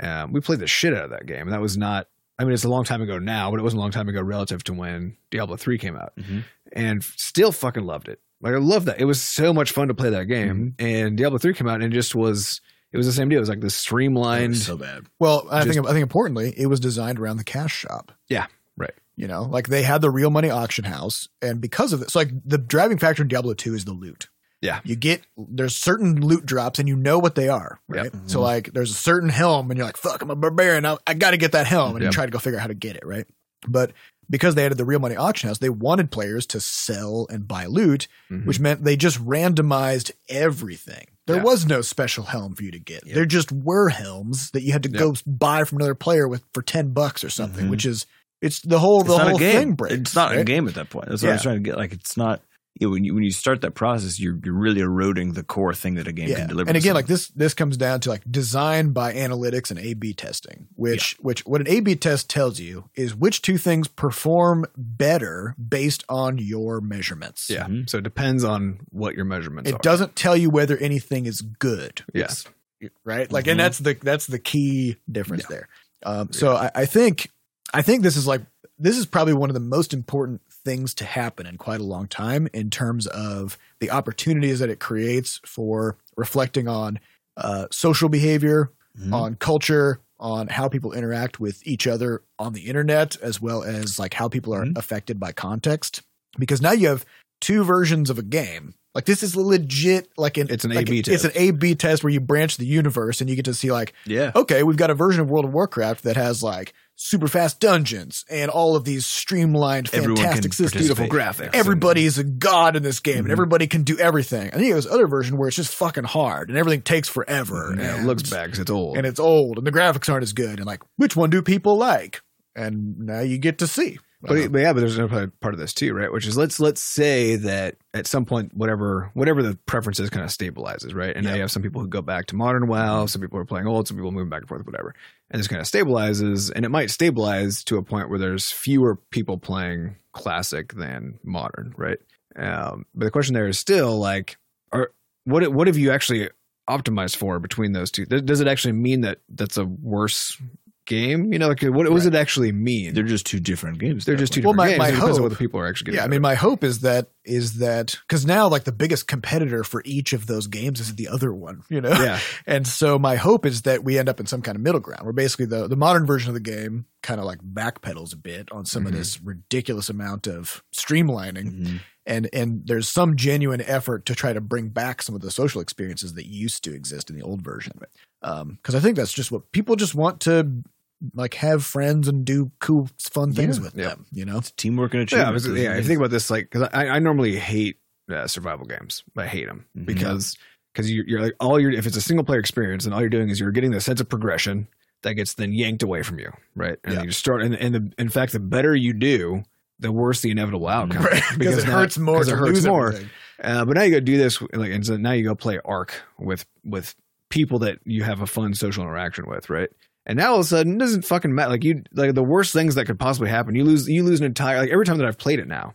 Speaker 2: that. Um, we played the shit out of that game and that was not I mean it's a long time ago now but it wasn't a long time ago relative to when Diablo 3 came out
Speaker 3: Mhm.
Speaker 2: and f- still fucking loved it. Like I love that. It was so much fun to play that game. And Diablo 3 came out and it just was it was the same deal. It was like this
Speaker 3: It
Speaker 2: streamlined
Speaker 3: was so bad.
Speaker 1: Well, I
Speaker 2: Just-
Speaker 1: think I think importantly, it was designed around the cash shop.
Speaker 2: Yeah, right.
Speaker 1: You know, like they had the real money auction house, and because of this, like the driving factor in Diablo Two is the loot.
Speaker 2: Yeah.
Speaker 1: you get there's certain loot drops, and you know what they are, right?
Speaker 2: Yep. Mm-hmm.
Speaker 1: So like, there's a certain helm, and you're like, "Fuck, I'm a barbarian. I, I got to get that helm," and you
Speaker 2: Yep.
Speaker 1: try to go figure out how to get it, right? But because they added the real money auction house, they wanted players to sell and buy loot,
Speaker 2: Mhm.
Speaker 3: Mm-hmm.
Speaker 1: which meant they just randomized everything. There
Speaker 2: Yeah.
Speaker 1: was no special helm for you to get.
Speaker 3: Yep.
Speaker 1: There just were helms that you had to
Speaker 2: Yep.
Speaker 1: go buy from another player with for ten bucks or something,
Speaker 3: Mhm.
Speaker 1: which is it's the whole the
Speaker 3: it's not
Speaker 1: whole
Speaker 3: a game.
Speaker 1: thing breaks.
Speaker 3: It's not a
Speaker 1: right?
Speaker 3: game at that point. That's what I was
Speaker 1: Yeah.
Speaker 3: trying to get. Like it's not. Yeah, when you when you start that process, you're you're really eroding the core thing that a game
Speaker 1: Yeah.
Speaker 3: can deliver.
Speaker 1: And
Speaker 3: to
Speaker 1: again, like
Speaker 3: someone.
Speaker 1: this this comes down to like design by analytics and A B testing, which which what an A B test tells you is which two things perform better based on your measurements.
Speaker 2: yeah.
Speaker 3: Mhm.
Speaker 2: So it depends on what your measurements
Speaker 1: It
Speaker 2: are.
Speaker 1: doesn't tell you whether anything is good.
Speaker 2: Yes.
Speaker 1: right? Like,
Speaker 3: Mhm.
Speaker 1: and that's the that's the key difference there. Um, so I, I think I think this is like this is probably one of the most important things to happen in quite a long time in terms of the opportunities that it creates for reflecting on uh, social behavior,
Speaker 3: Mhm.
Speaker 1: on culture, on how people interact with each other on the internet, as well as like how people are
Speaker 3: Mhm.
Speaker 1: affected by context. Because now you have two versions of a game Like this is legit. Like an
Speaker 2: It's an
Speaker 1: like,
Speaker 2: A/B
Speaker 1: It's an A B test where you branch the universe and you get to see like
Speaker 3: Yeah.
Speaker 1: okay, we've got a version of World of Warcraft that has like super fast dungeons and all of these streamlined,
Speaker 3: Everyone can
Speaker 1: fantastic systems.
Speaker 3: participate.
Speaker 2: Beautiful graphics.
Speaker 1: Everybody is a god in this game, and
Speaker 3: Mhm.
Speaker 1: everybody can do everything. And then you have this other version where it's just fucking hard, and everything takes forever.
Speaker 2: And, yeah,
Speaker 1: and
Speaker 2: it looks bad 'cause it's old.
Speaker 1: and it's old, and the graphics aren't as good. And like, which one do people like? And now you get to see. Um,
Speaker 2: But, but yeah, but there's another part of this too, right? Which is let's let's say that at some point, whatever whatever the preferences kind of stabilizes, right? And now you have some people who go back to modern WoW, some people are playing old, some people moving back and forth, whatever. And this kind of stabilizes, and it might stabilize to a point where there's fewer people playing classic than modern, right? Um, but the question there is still like, are what what have you actually optimized for between those two? Does does it actually mean that that's a worse game? You know, like what, what does it actually mean?
Speaker 3: They're just two different games.
Speaker 2: They're just two
Speaker 1: Well,
Speaker 2: different
Speaker 1: my-
Speaker 2: games.
Speaker 1: my
Speaker 2: it depends
Speaker 1: hope-
Speaker 2: on what the people are actually getting.
Speaker 1: yeah, I
Speaker 2: out
Speaker 1: mean,
Speaker 2: of
Speaker 1: my hope is that is that because now like the biggest competitor for each of those games is the other one, you know.
Speaker 2: it. *laughs* yeah,
Speaker 1: *laughs* And so my hope is that we end up in some kind of middle ground where basically the, the modern version of the game kind of like backpedals a bit on some
Speaker 2: Mhm.
Speaker 1: of this ridiculous amount of streamlining.
Speaker 3: Mhm.
Speaker 1: And and there's some genuine effort to try to bring back some of the social experiences that used to exist in the old version of it. Because I think that's just what people just want to like have friends and do cool, fun things
Speaker 3: Yeah,
Speaker 1: with
Speaker 2: yeah.
Speaker 1: them,
Speaker 2: *laughs*
Speaker 1: you know?
Speaker 3: It's teamwork and
Speaker 2: yeah. I
Speaker 3: achievement.
Speaker 2: was- yeah, If you think about this, like, because I, I normally hate uh, survival games. I hate them
Speaker 3: Mhm.
Speaker 2: because because you're, you're like all you're if it's a single player experience and all you're doing is you're getting the sense of progression that gets then yanked away from you, right? And
Speaker 1: Yeah.
Speaker 2: you just start and and the, in fact, the better you do, the worse the inevitable *laughs* outcome
Speaker 1: Because it
Speaker 2: now-
Speaker 1: hurts more.
Speaker 2: 'cause
Speaker 1: to
Speaker 2: It hurts
Speaker 1: lose
Speaker 2: more. *laughs*
Speaker 1: everything.
Speaker 2: Uh, but now you go do this, like, and so now you go play Ark with with people that you have a fun social interaction with, right? And now all of a sudden, it doesn't fucking matter. Like you, like the worst things that could possibly happen, you lose, you lose an entire. Like every time that I've played it now,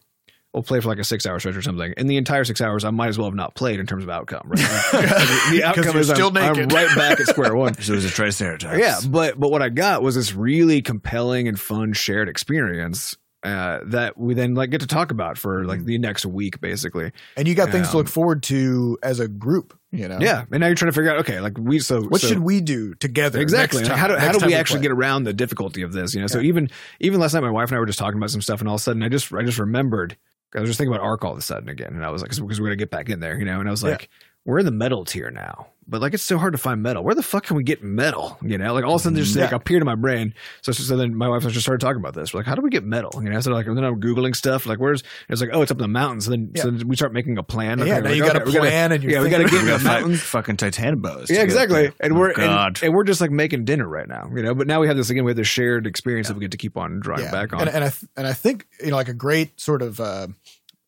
Speaker 2: we'll play for like a six hour stretch or something, and the entire six hours, I might as well have not played in terms of outcome. Right?
Speaker 1: *laughs*
Speaker 2: Like, the
Speaker 1: 'Cause
Speaker 2: outcome
Speaker 1: you're
Speaker 2: is I'm-
Speaker 1: still
Speaker 2: I'm
Speaker 1: naked.
Speaker 2: right back at
Speaker 1: *laughs*
Speaker 2: square one.
Speaker 3: so it was a triceratops.
Speaker 2: Yeah, but but what I got was this really compelling and fun shared experience uh, that we then like get to talk about for
Speaker 1: Mm-hmm.
Speaker 2: like the next week, basically.
Speaker 1: And you got things to
Speaker 2: Um,
Speaker 1: look forward to as a group, you know?
Speaker 2: Yeah, and now you're trying to figure out okay, like we so
Speaker 1: What
Speaker 2: so-
Speaker 1: should we do together?
Speaker 2: exactly
Speaker 1: next
Speaker 2: like, how do
Speaker 1: time-
Speaker 2: how
Speaker 1: next
Speaker 2: do we
Speaker 1: time
Speaker 2: actually
Speaker 1: play?
Speaker 2: get around the difficulty of this? You know, so even even last night, my wife and I were just talking about some stuff, and all of a sudden, I just I just remembered I was just thinking about Arc all of a sudden again, and I was like, because we're gonna get back in there, you know, and I was
Speaker 1: Yeah.
Speaker 2: like, we're in the metal tier now. But like it's so hard to find metal. Where the fuck can we get metal? You know, like all of a sudden just like
Speaker 1: Yeah.
Speaker 2: appeared in my brain. So, so then my wife and I just started talking about this. We're like, how do we get metal? You know, so like and then I'm googling stuff. Like where's? And it's like oh, it's up in the mountains. And then, so then we start making a plan.
Speaker 1: Yeah,
Speaker 2: Okay,
Speaker 1: now
Speaker 2: like,
Speaker 1: you got
Speaker 2: okay,
Speaker 1: a
Speaker 2: we're gonna-
Speaker 1: plan and you're
Speaker 2: *laughs* yeah, we got to
Speaker 1: thinking-
Speaker 2: get in
Speaker 3: We
Speaker 2: the
Speaker 3: got fight,
Speaker 2: mountains.
Speaker 3: fucking Titanobos.
Speaker 2: Yeah,
Speaker 3: to get
Speaker 2: exactly.
Speaker 3: there.
Speaker 2: And
Speaker 3: Oh,
Speaker 2: we're
Speaker 3: God.
Speaker 2: and, and we're just like making dinner right now, you know. But now we have this again. We have this shared experience that we get to keep on drawing back on.
Speaker 1: And, uh, and I th- and I think you know, like a great sort of uh,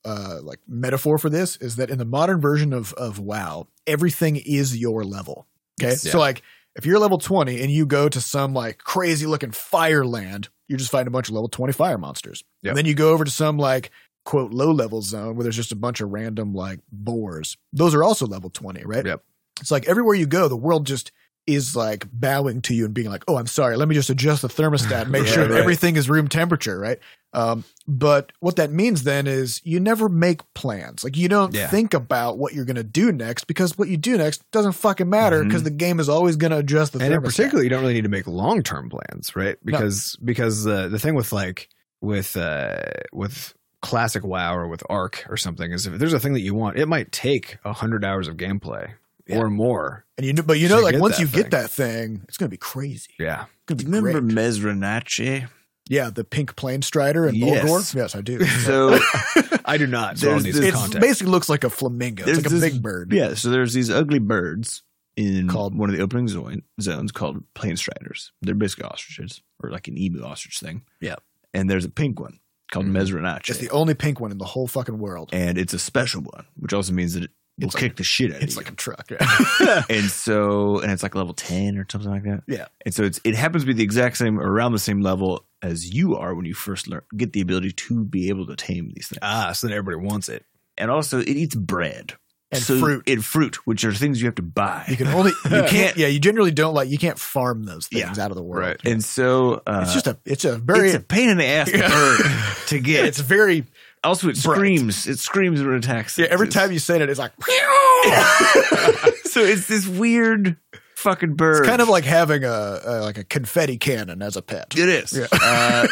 Speaker 1: uh, like metaphor for this is that in the modern version of of WoW, everything is your level. Okay,
Speaker 2: Yes.
Speaker 1: so like if you're level twenty and you go to some like crazy looking fire land, you're just fighting a bunch of level twenty fire monsters.
Speaker 2: Yeah.
Speaker 1: And then you go over to some like quote low level zone where there's just a bunch of random like boars. Those are also level twenty, right?
Speaker 2: Yep.
Speaker 1: It's like everywhere you go, the world just is like bowing to you and being like, "Oh, I'm sorry. Let me just adjust the thermostat, and make
Speaker 2: *laughs* Right,
Speaker 1: sure
Speaker 2: right.
Speaker 1: everything is room temperature, right?" Um, but what that means then is you never make plans. Like you don't
Speaker 2: Yeah.
Speaker 1: think about what you're going to do next because what you do next doesn't fucking matter because
Speaker 3: Mhm.
Speaker 1: the game is always going to adjust the
Speaker 2: Mm-hmm. and
Speaker 1: thermostat.
Speaker 2: in particular, you don't really need to make long term plans, right? Because because uh, the the thing with like with uh with classic WoW or with Arc or something is if there's a thing that you want, it might take hundred hours of gameplay
Speaker 1: Yeah.
Speaker 2: or more.
Speaker 1: and you know, but you
Speaker 2: So
Speaker 1: know,
Speaker 2: you
Speaker 1: like
Speaker 2: get
Speaker 1: once
Speaker 2: that
Speaker 1: you
Speaker 2: thing.
Speaker 1: get that thing, it's going to be crazy.
Speaker 2: Yeah,
Speaker 1: It's going
Speaker 3: Do
Speaker 1: to
Speaker 3: you
Speaker 1: be
Speaker 3: remember
Speaker 1: great.
Speaker 2: *laughs*
Speaker 3: Mesranache?
Speaker 1: Yeah, the pink plane strider and
Speaker 3: Yes.
Speaker 1: Mulgore. Yes,
Speaker 3: *laughs*
Speaker 1: I do.
Speaker 2: *laughs*
Speaker 3: So
Speaker 2: I
Speaker 1: *laughs*
Speaker 2: do not. So I'll
Speaker 3: There's
Speaker 2: need
Speaker 3: this-
Speaker 2: some
Speaker 1: it
Speaker 2: context.
Speaker 1: basically looks like a flamingo. It's
Speaker 3: There's
Speaker 1: like a
Speaker 3: this-
Speaker 1: big bird.
Speaker 3: yeah, so there's these ugly birds in
Speaker 1: Called-
Speaker 3: one of the opening zone, zones called plane striders. They're basically ostriches or like an emu ostrich thing.
Speaker 1: Yeah.
Speaker 3: And there's a pink one called
Speaker 2: Mhm.
Speaker 3: Mesranache.
Speaker 1: It's the only pink one in the whole fucking world.
Speaker 3: and it's a special one, which also means that it will
Speaker 1: It's like-
Speaker 3: kick the shit out
Speaker 1: It's
Speaker 3: of you.
Speaker 1: like a
Speaker 3: *laughs*
Speaker 1: truck. Yeah.
Speaker 3: and so and it's like level 10 or something like that
Speaker 1: Yeah.
Speaker 3: and so it's it happens to be the exact same around the same level as you are when you first learn get the ability to be able to tame these things
Speaker 2: ah, so then everybody wants it.
Speaker 3: and also it eats bread
Speaker 1: And
Speaker 3: So-
Speaker 1: fruit.
Speaker 3: and fruit which are things you have to buy
Speaker 1: You can only you can't
Speaker 3: can't-
Speaker 1: yeah, you generally don't like you can't farm those things out of the world.
Speaker 2: Right.
Speaker 3: and so uh,
Speaker 1: It's just a it's a very
Speaker 3: it's a pain in the ass
Speaker 1: *laughs* Yeah.
Speaker 3: bird to get
Speaker 1: it's very
Speaker 3: also it
Speaker 1: bright.
Speaker 3: screams it screams when it attacks
Speaker 1: yeah, every
Speaker 3: It's-
Speaker 1: time you say it it's
Speaker 3: *laughs*
Speaker 1: like
Speaker 3: so it's this weird fucking bird
Speaker 1: it's kind of like having a, a like a confetti cannon as a pet.
Speaker 3: It is.
Speaker 1: Yeah.
Speaker 3: Uh,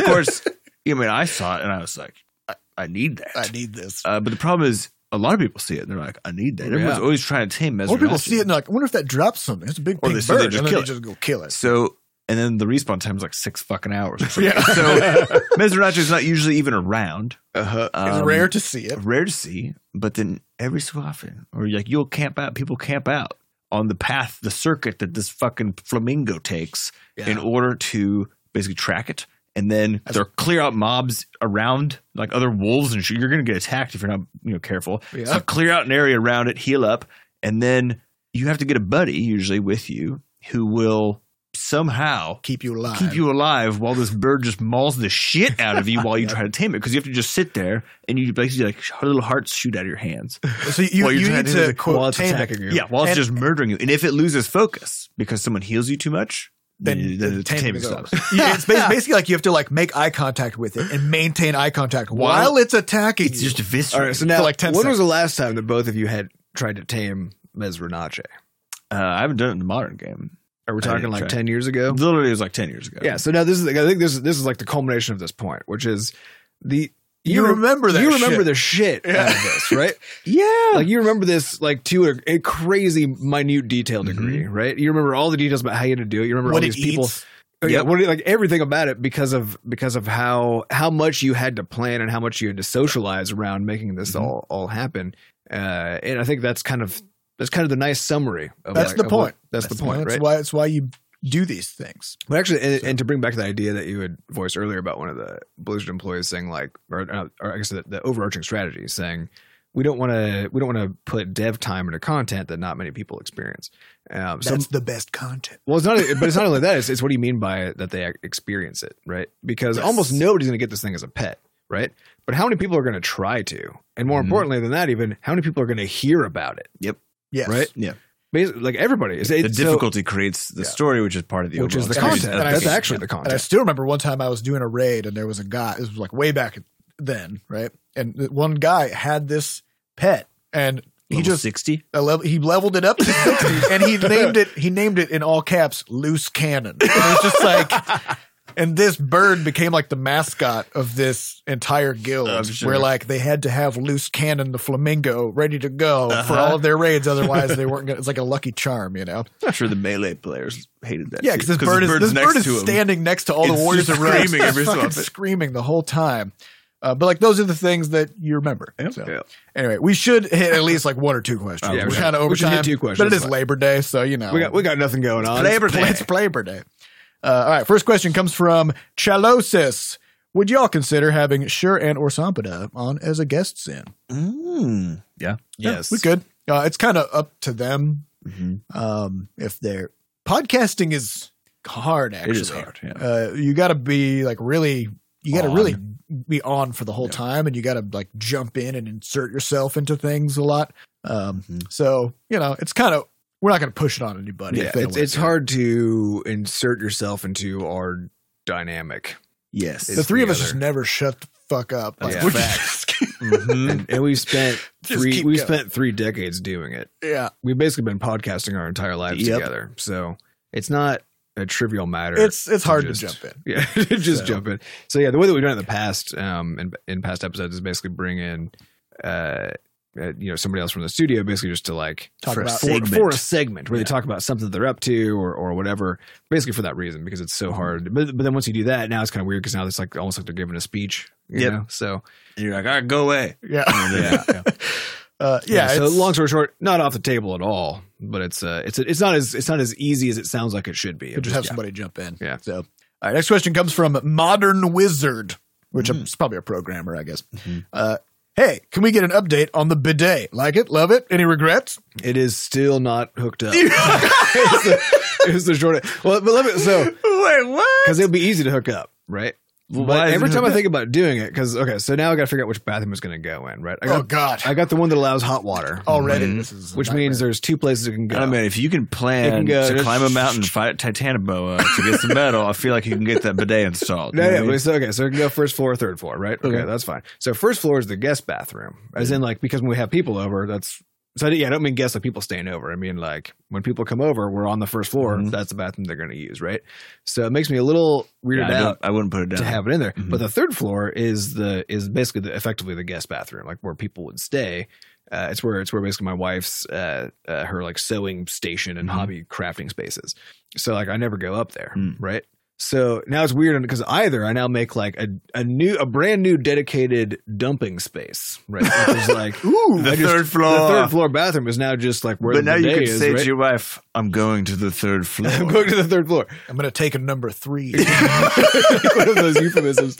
Speaker 1: *laughs*
Speaker 3: of course, I mean, I saw it and I was like, I, I need that.
Speaker 1: I need this.
Speaker 3: uh, but the problem is, a lot of people see it and they're like, I need that. Everyone's
Speaker 2: Yeah.
Speaker 3: always trying to tame
Speaker 1: Or
Speaker 3: mesmerization.
Speaker 1: people see it and they're like, I wonder if that drops something. It's a big
Speaker 3: Or
Speaker 1: pink
Speaker 3: they- so
Speaker 1: bird.
Speaker 3: they
Speaker 1: and
Speaker 3: just
Speaker 1: then
Speaker 3: kill
Speaker 1: they
Speaker 3: it.
Speaker 1: just go kill it.
Speaker 3: So, and then the respawn time is like six fucking hours. Or something.
Speaker 1: Yeah. *laughs*
Speaker 3: So Mesmerization is not usually even around.
Speaker 1: Uh-huh. it's
Speaker 3: Um,
Speaker 1: rare to see it.
Speaker 3: Rare to see, but then every so often, or like you'll camp out, people camp out on the path, the circuit that this fucking flamingo takes
Speaker 1: Yeah.
Speaker 3: in order to basically track it. And then
Speaker 1: That's-
Speaker 3: they'll clear out mobs around like other wolves and shit. You're gonna get attacked if you're not, you know, careful.
Speaker 1: Yeah.
Speaker 3: So clear out an area around it, heal up, and then you have to get a buddy usually with you who will somehow
Speaker 1: keep you alive.
Speaker 3: keep you alive while this bird just mauls the shit
Speaker 2: *laughs*
Speaker 3: out of you while you
Speaker 1: Yeah.
Speaker 3: try to tame it because you have to just sit there and you basically like her little hearts shoot out of
Speaker 2: *laughs*
Speaker 3: your hands.
Speaker 1: so you,
Speaker 3: while Oh, you're
Speaker 1: you
Speaker 3: trying
Speaker 1: need
Speaker 3: to do
Speaker 1: to,
Speaker 3: the
Speaker 1: quote,
Speaker 2: while it's
Speaker 1: tame it.
Speaker 2: attacking you.
Speaker 3: Yeah, while it's
Speaker 1: And-
Speaker 3: just murdering you. And if it loses focus because someone heals you too much, then,
Speaker 1: Then
Speaker 3: then
Speaker 1: the
Speaker 3: the
Speaker 1: taming
Speaker 3: taming
Speaker 1: is *laughs*
Speaker 3: stops.
Speaker 1: Yeah, it's bas- basically like you have to like make eye contact with it and maintain eye contact
Speaker 3: While-
Speaker 1: while, it's attacking
Speaker 3: *laughs* It's
Speaker 1: you.
Speaker 3: just visceral.
Speaker 2: All right, so now,
Speaker 1: like 10
Speaker 2: when was the last time that both of you had tried to tame Mesrinache?
Speaker 3: uh, I haven't done it in the modern game.
Speaker 2: Are
Speaker 3: I
Speaker 2: we
Speaker 3: didn't
Speaker 2: talking like
Speaker 3: try.
Speaker 2: ten years ago?
Speaker 3: Literally, it was like ten years ago.
Speaker 2: Yeah. So now this is, I think this is this is like the culmination of this point, which is the
Speaker 1: You remember that
Speaker 2: you remember
Speaker 1: shit.
Speaker 2: the shit
Speaker 3: *laughs*
Speaker 2: out of
Speaker 1: *laughs*
Speaker 2: this, right?
Speaker 3: yeah.
Speaker 2: like you remember this like to a, a crazy minute detail degree, right? You remember all the details about how you had to do it. You remember all
Speaker 1: Mm-hmm. what it
Speaker 2: these people,
Speaker 1: eats.
Speaker 2: Oh, yeah,
Speaker 3: Yep.
Speaker 2: what, like everything about it because of because of how how much you had to plan and how much you had to socialize around making this
Speaker 3: Mhm.
Speaker 1: Mm-hmm.
Speaker 2: all all happen. Uh, and I think that's kind of that's kind of the nice summary. Of
Speaker 1: That's
Speaker 2: like-
Speaker 1: the
Speaker 2: of what-
Speaker 1: point.
Speaker 2: that's, the point,
Speaker 1: That's
Speaker 2: right?
Speaker 1: why it's why you do these things.
Speaker 2: But actually, and, and to bring back the idea that you had voiced earlier about one of the Blizzard employees saying, like, or, uh, or I guess the, the overarching strategy is saying, we don't want to we don't want to put dev time into content that not many people experience. Um, so,
Speaker 1: That's the best content.
Speaker 2: well, it's not, but it's not only that. It's, it's what do you mean by that they experience it, right? Because
Speaker 1: Yes.
Speaker 2: almost nobody's going to get this thing as a pet, right? But how many people are going to try to, and more
Speaker 3: Mhm.
Speaker 2: importantly than that, even how many people are going to hear about it?
Speaker 1: Yes.
Speaker 2: Right? Basically, like everybody is.
Speaker 3: the
Speaker 2: It's so-
Speaker 3: difficulty creates the
Speaker 2: Yeah.
Speaker 3: story, which is part of the
Speaker 2: which is
Speaker 3: overall
Speaker 2: the
Speaker 3: experience.
Speaker 2: content.
Speaker 1: And I-
Speaker 2: That's
Speaker 1: yeah.
Speaker 2: actually the
Speaker 1: And I
Speaker 2: content.
Speaker 1: still remember one time I was doing a raid and there was a guy, this was like way back then, right? And th- one guy had this pet and he
Speaker 3: Level
Speaker 1: just
Speaker 3: 60.
Speaker 1: I lev- he leveled it up to
Speaker 3: *laughs*
Speaker 1: 60 and he named it he named it in all caps loose cannon. And it was just like and this bird became like the mascot of this entire guild
Speaker 3: Oh, I'm sure.
Speaker 1: where like they had to have loose cannon the flamingo ready to go for
Speaker 3: Uh-huh.
Speaker 1: all of their raids otherwise they weren't gonna it's like a lucky charm, you know.
Speaker 3: I'm sure the melee players hated that.
Speaker 1: Yeah,
Speaker 3: too,
Speaker 1: because this bird is
Speaker 3: the
Speaker 1: this
Speaker 3: bird's
Speaker 1: bird is
Speaker 3: to 'em.
Speaker 1: standing next to all
Speaker 3: It's
Speaker 1: the warriors
Speaker 3: just
Speaker 1: around,
Speaker 3: screaming every so
Speaker 1: fucking
Speaker 3: often.
Speaker 1: screaming the whole time. Uh, but like those are the things that you remember.
Speaker 3: Yep.
Speaker 1: So,
Speaker 3: Yeah.
Speaker 1: Anyway, we should hit at least like one or two questions.
Speaker 2: Yeah,
Speaker 1: We're
Speaker 2: we should-
Speaker 1: kind of over
Speaker 2: Oh, we should hit
Speaker 1: time,
Speaker 2: two
Speaker 1: but
Speaker 2: questions,
Speaker 1: it is
Speaker 2: but-
Speaker 1: Labor Day, so you know
Speaker 2: we got we got nothing going on.
Speaker 1: Labor
Speaker 3: Labor
Speaker 1: Day. It's Labor Day. Uh, all right. First question comes from Chalosis. Would y'all consider having Sure and Orsampada on as a guest sin?
Speaker 3: Mm. Yeah.
Speaker 2: Yes.
Speaker 1: we could. Uh, it's kind of up to them
Speaker 3: Mhm.
Speaker 1: um, if they're podcasting is hard. Actually,
Speaker 3: It is hard. Yeah.
Speaker 1: Uh, you got to be like really. You got to
Speaker 3: On.
Speaker 1: really be on for the whole
Speaker 3: Yeah.
Speaker 1: time, and you got to like jump in and insert yourself into things a lot. Um,
Speaker 2: Mm-hmm.
Speaker 3: Mhm.
Speaker 1: So you know, it's kind of we're not going to push it on anybody.
Speaker 2: Yeah,
Speaker 1: if they don't
Speaker 2: it's,
Speaker 1: wanna
Speaker 2: it's
Speaker 1: do it.
Speaker 2: hard to insert yourself into our dynamic,
Speaker 3: Yes.
Speaker 1: the
Speaker 2: is
Speaker 1: three
Speaker 2: the
Speaker 1: of us just
Speaker 2: other.
Speaker 1: never shut the fuck up.
Speaker 2: That's *laughs*
Speaker 1: we're
Speaker 2: a
Speaker 1: just- *laughs*
Speaker 3: Mhm.
Speaker 2: and, and we've spent
Speaker 1: Hmm. Just
Speaker 2: three
Speaker 1: keep
Speaker 2: we've
Speaker 1: going.
Speaker 2: spent three decades doing it.
Speaker 1: yeah,
Speaker 2: We've basically been podcasting our entire lives
Speaker 3: Yep.
Speaker 2: together, so it's not a trivial matter.
Speaker 1: it's it's hard
Speaker 2: just-
Speaker 1: to jump in.
Speaker 2: yeah, *laughs* just
Speaker 1: So-
Speaker 2: jump in. So yeah, the way that we've done it in the past, um, in in past episodes, is basically bring in, uh, uh, you know, somebody else from the studio, basically just to like
Speaker 1: Talk
Speaker 2: for,
Speaker 1: about-
Speaker 2: for,
Speaker 3: Segment.
Speaker 2: for a segment where
Speaker 3: Yeah.
Speaker 2: they talk about something they're up to or or whatever. Basically for that reason because it's so
Speaker 1: Mm-hmm.
Speaker 2: hard. But but then once you do that, now it's kind of weird because now it's like almost like they're giving a speech. You
Speaker 3: Yep.
Speaker 2: know? So
Speaker 3: And you're like, all right, go away.
Speaker 1: Yeah, *laughs*
Speaker 2: yeah.
Speaker 1: uh, yeah.
Speaker 2: So
Speaker 1: it's-
Speaker 2: long story short, not off the table at all. But it's uh, it's it's not as it's not as easy as it sounds like it should be.
Speaker 1: Could
Speaker 2: It
Speaker 1: just have
Speaker 2: yeah.
Speaker 1: somebody jump in.
Speaker 2: Yeah.
Speaker 1: So, all right. Next question comes from Modern Wizard, which is probably a programmer, I guess.
Speaker 3: Mhm.
Speaker 1: Uh, hey, can we get an update on the bidet? Like it? Love it? Any regrets?
Speaker 2: It is still not
Speaker 1: *laughs*
Speaker 2: hooked up. *laughs* it's, the, it's the short. Well, but let me so
Speaker 3: *laughs* Wait, what?
Speaker 2: because it'll be easy to hook up, right?
Speaker 3: Well, why
Speaker 2: but
Speaker 3: is it
Speaker 2: every time
Speaker 3: hooked
Speaker 2: I think about doing it, because okay, so now I got to figure out which bathroom is going to go in, right? I
Speaker 1: oh
Speaker 2: got
Speaker 1: God!
Speaker 2: I got the one that allows hot water Mm-hmm.
Speaker 1: Already,
Speaker 3: Mhm.
Speaker 1: this is a
Speaker 2: which
Speaker 1: nightmare.
Speaker 2: means there's two places it can go.
Speaker 3: I mean, if you can
Speaker 2: It
Speaker 3: plan
Speaker 2: can go-
Speaker 3: to climb a mountain, fight Titanoboa to get
Speaker 2: *laughs*
Speaker 3: some metal, I feel like you can get that bidet installed.
Speaker 2: No,
Speaker 3: You know
Speaker 2: yeah,
Speaker 3: what I
Speaker 2: but
Speaker 3: mean?
Speaker 2: so, okay, so it can go first floor, third floor, right? Okay,
Speaker 3: mm-hmm. Okay.
Speaker 2: that's fine. So first floor is the guest bathroom, as in like because when we have people over, that's So I- yeah, I don't mean guests like people staying over. I mean like when people come over, we're on the first floor.
Speaker 3: Mhm.
Speaker 2: That's the bathroom they're going to use, right? So it makes me a little weirded
Speaker 3: Yeah, I,
Speaker 2: out
Speaker 3: don't- I wouldn't put it down.
Speaker 2: to have it in there.
Speaker 3: Mhm.
Speaker 2: But the third floor is the is basically the, effectively the guest bathroom, like where people would stay. Uh, it's where it's where basically my wife's uh, uh, her like sewing station and
Speaker 3: Mhm.
Speaker 2: hobby crafting spaces. So like I never go up there,
Speaker 3: Mm.
Speaker 2: right? So now it's weird because either I now make like a, a new a brand new dedicated dumping space, right? Which is
Speaker 3: *laughs*
Speaker 2: like
Speaker 1: Ooh,
Speaker 3: the
Speaker 2: I just-
Speaker 3: third floor.
Speaker 2: the third floor bathroom is now just like where
Speaker 3: But now
Speaker 2: the
Speaker 3: you
Speaker 2: day
Speaker 3: can
Speaker 2: is,
Speaker 3: say
Speaker 2: right?
Speaker 3: to
Speaker 2: *laughs*
Speaker 3: your wife, "I'm going to the third floor."
Speaker 2: I'm going to the third floor. *laughs*
Speaker 1: I'm gonna take a number three.
Speaker 2: One of those euphemisms.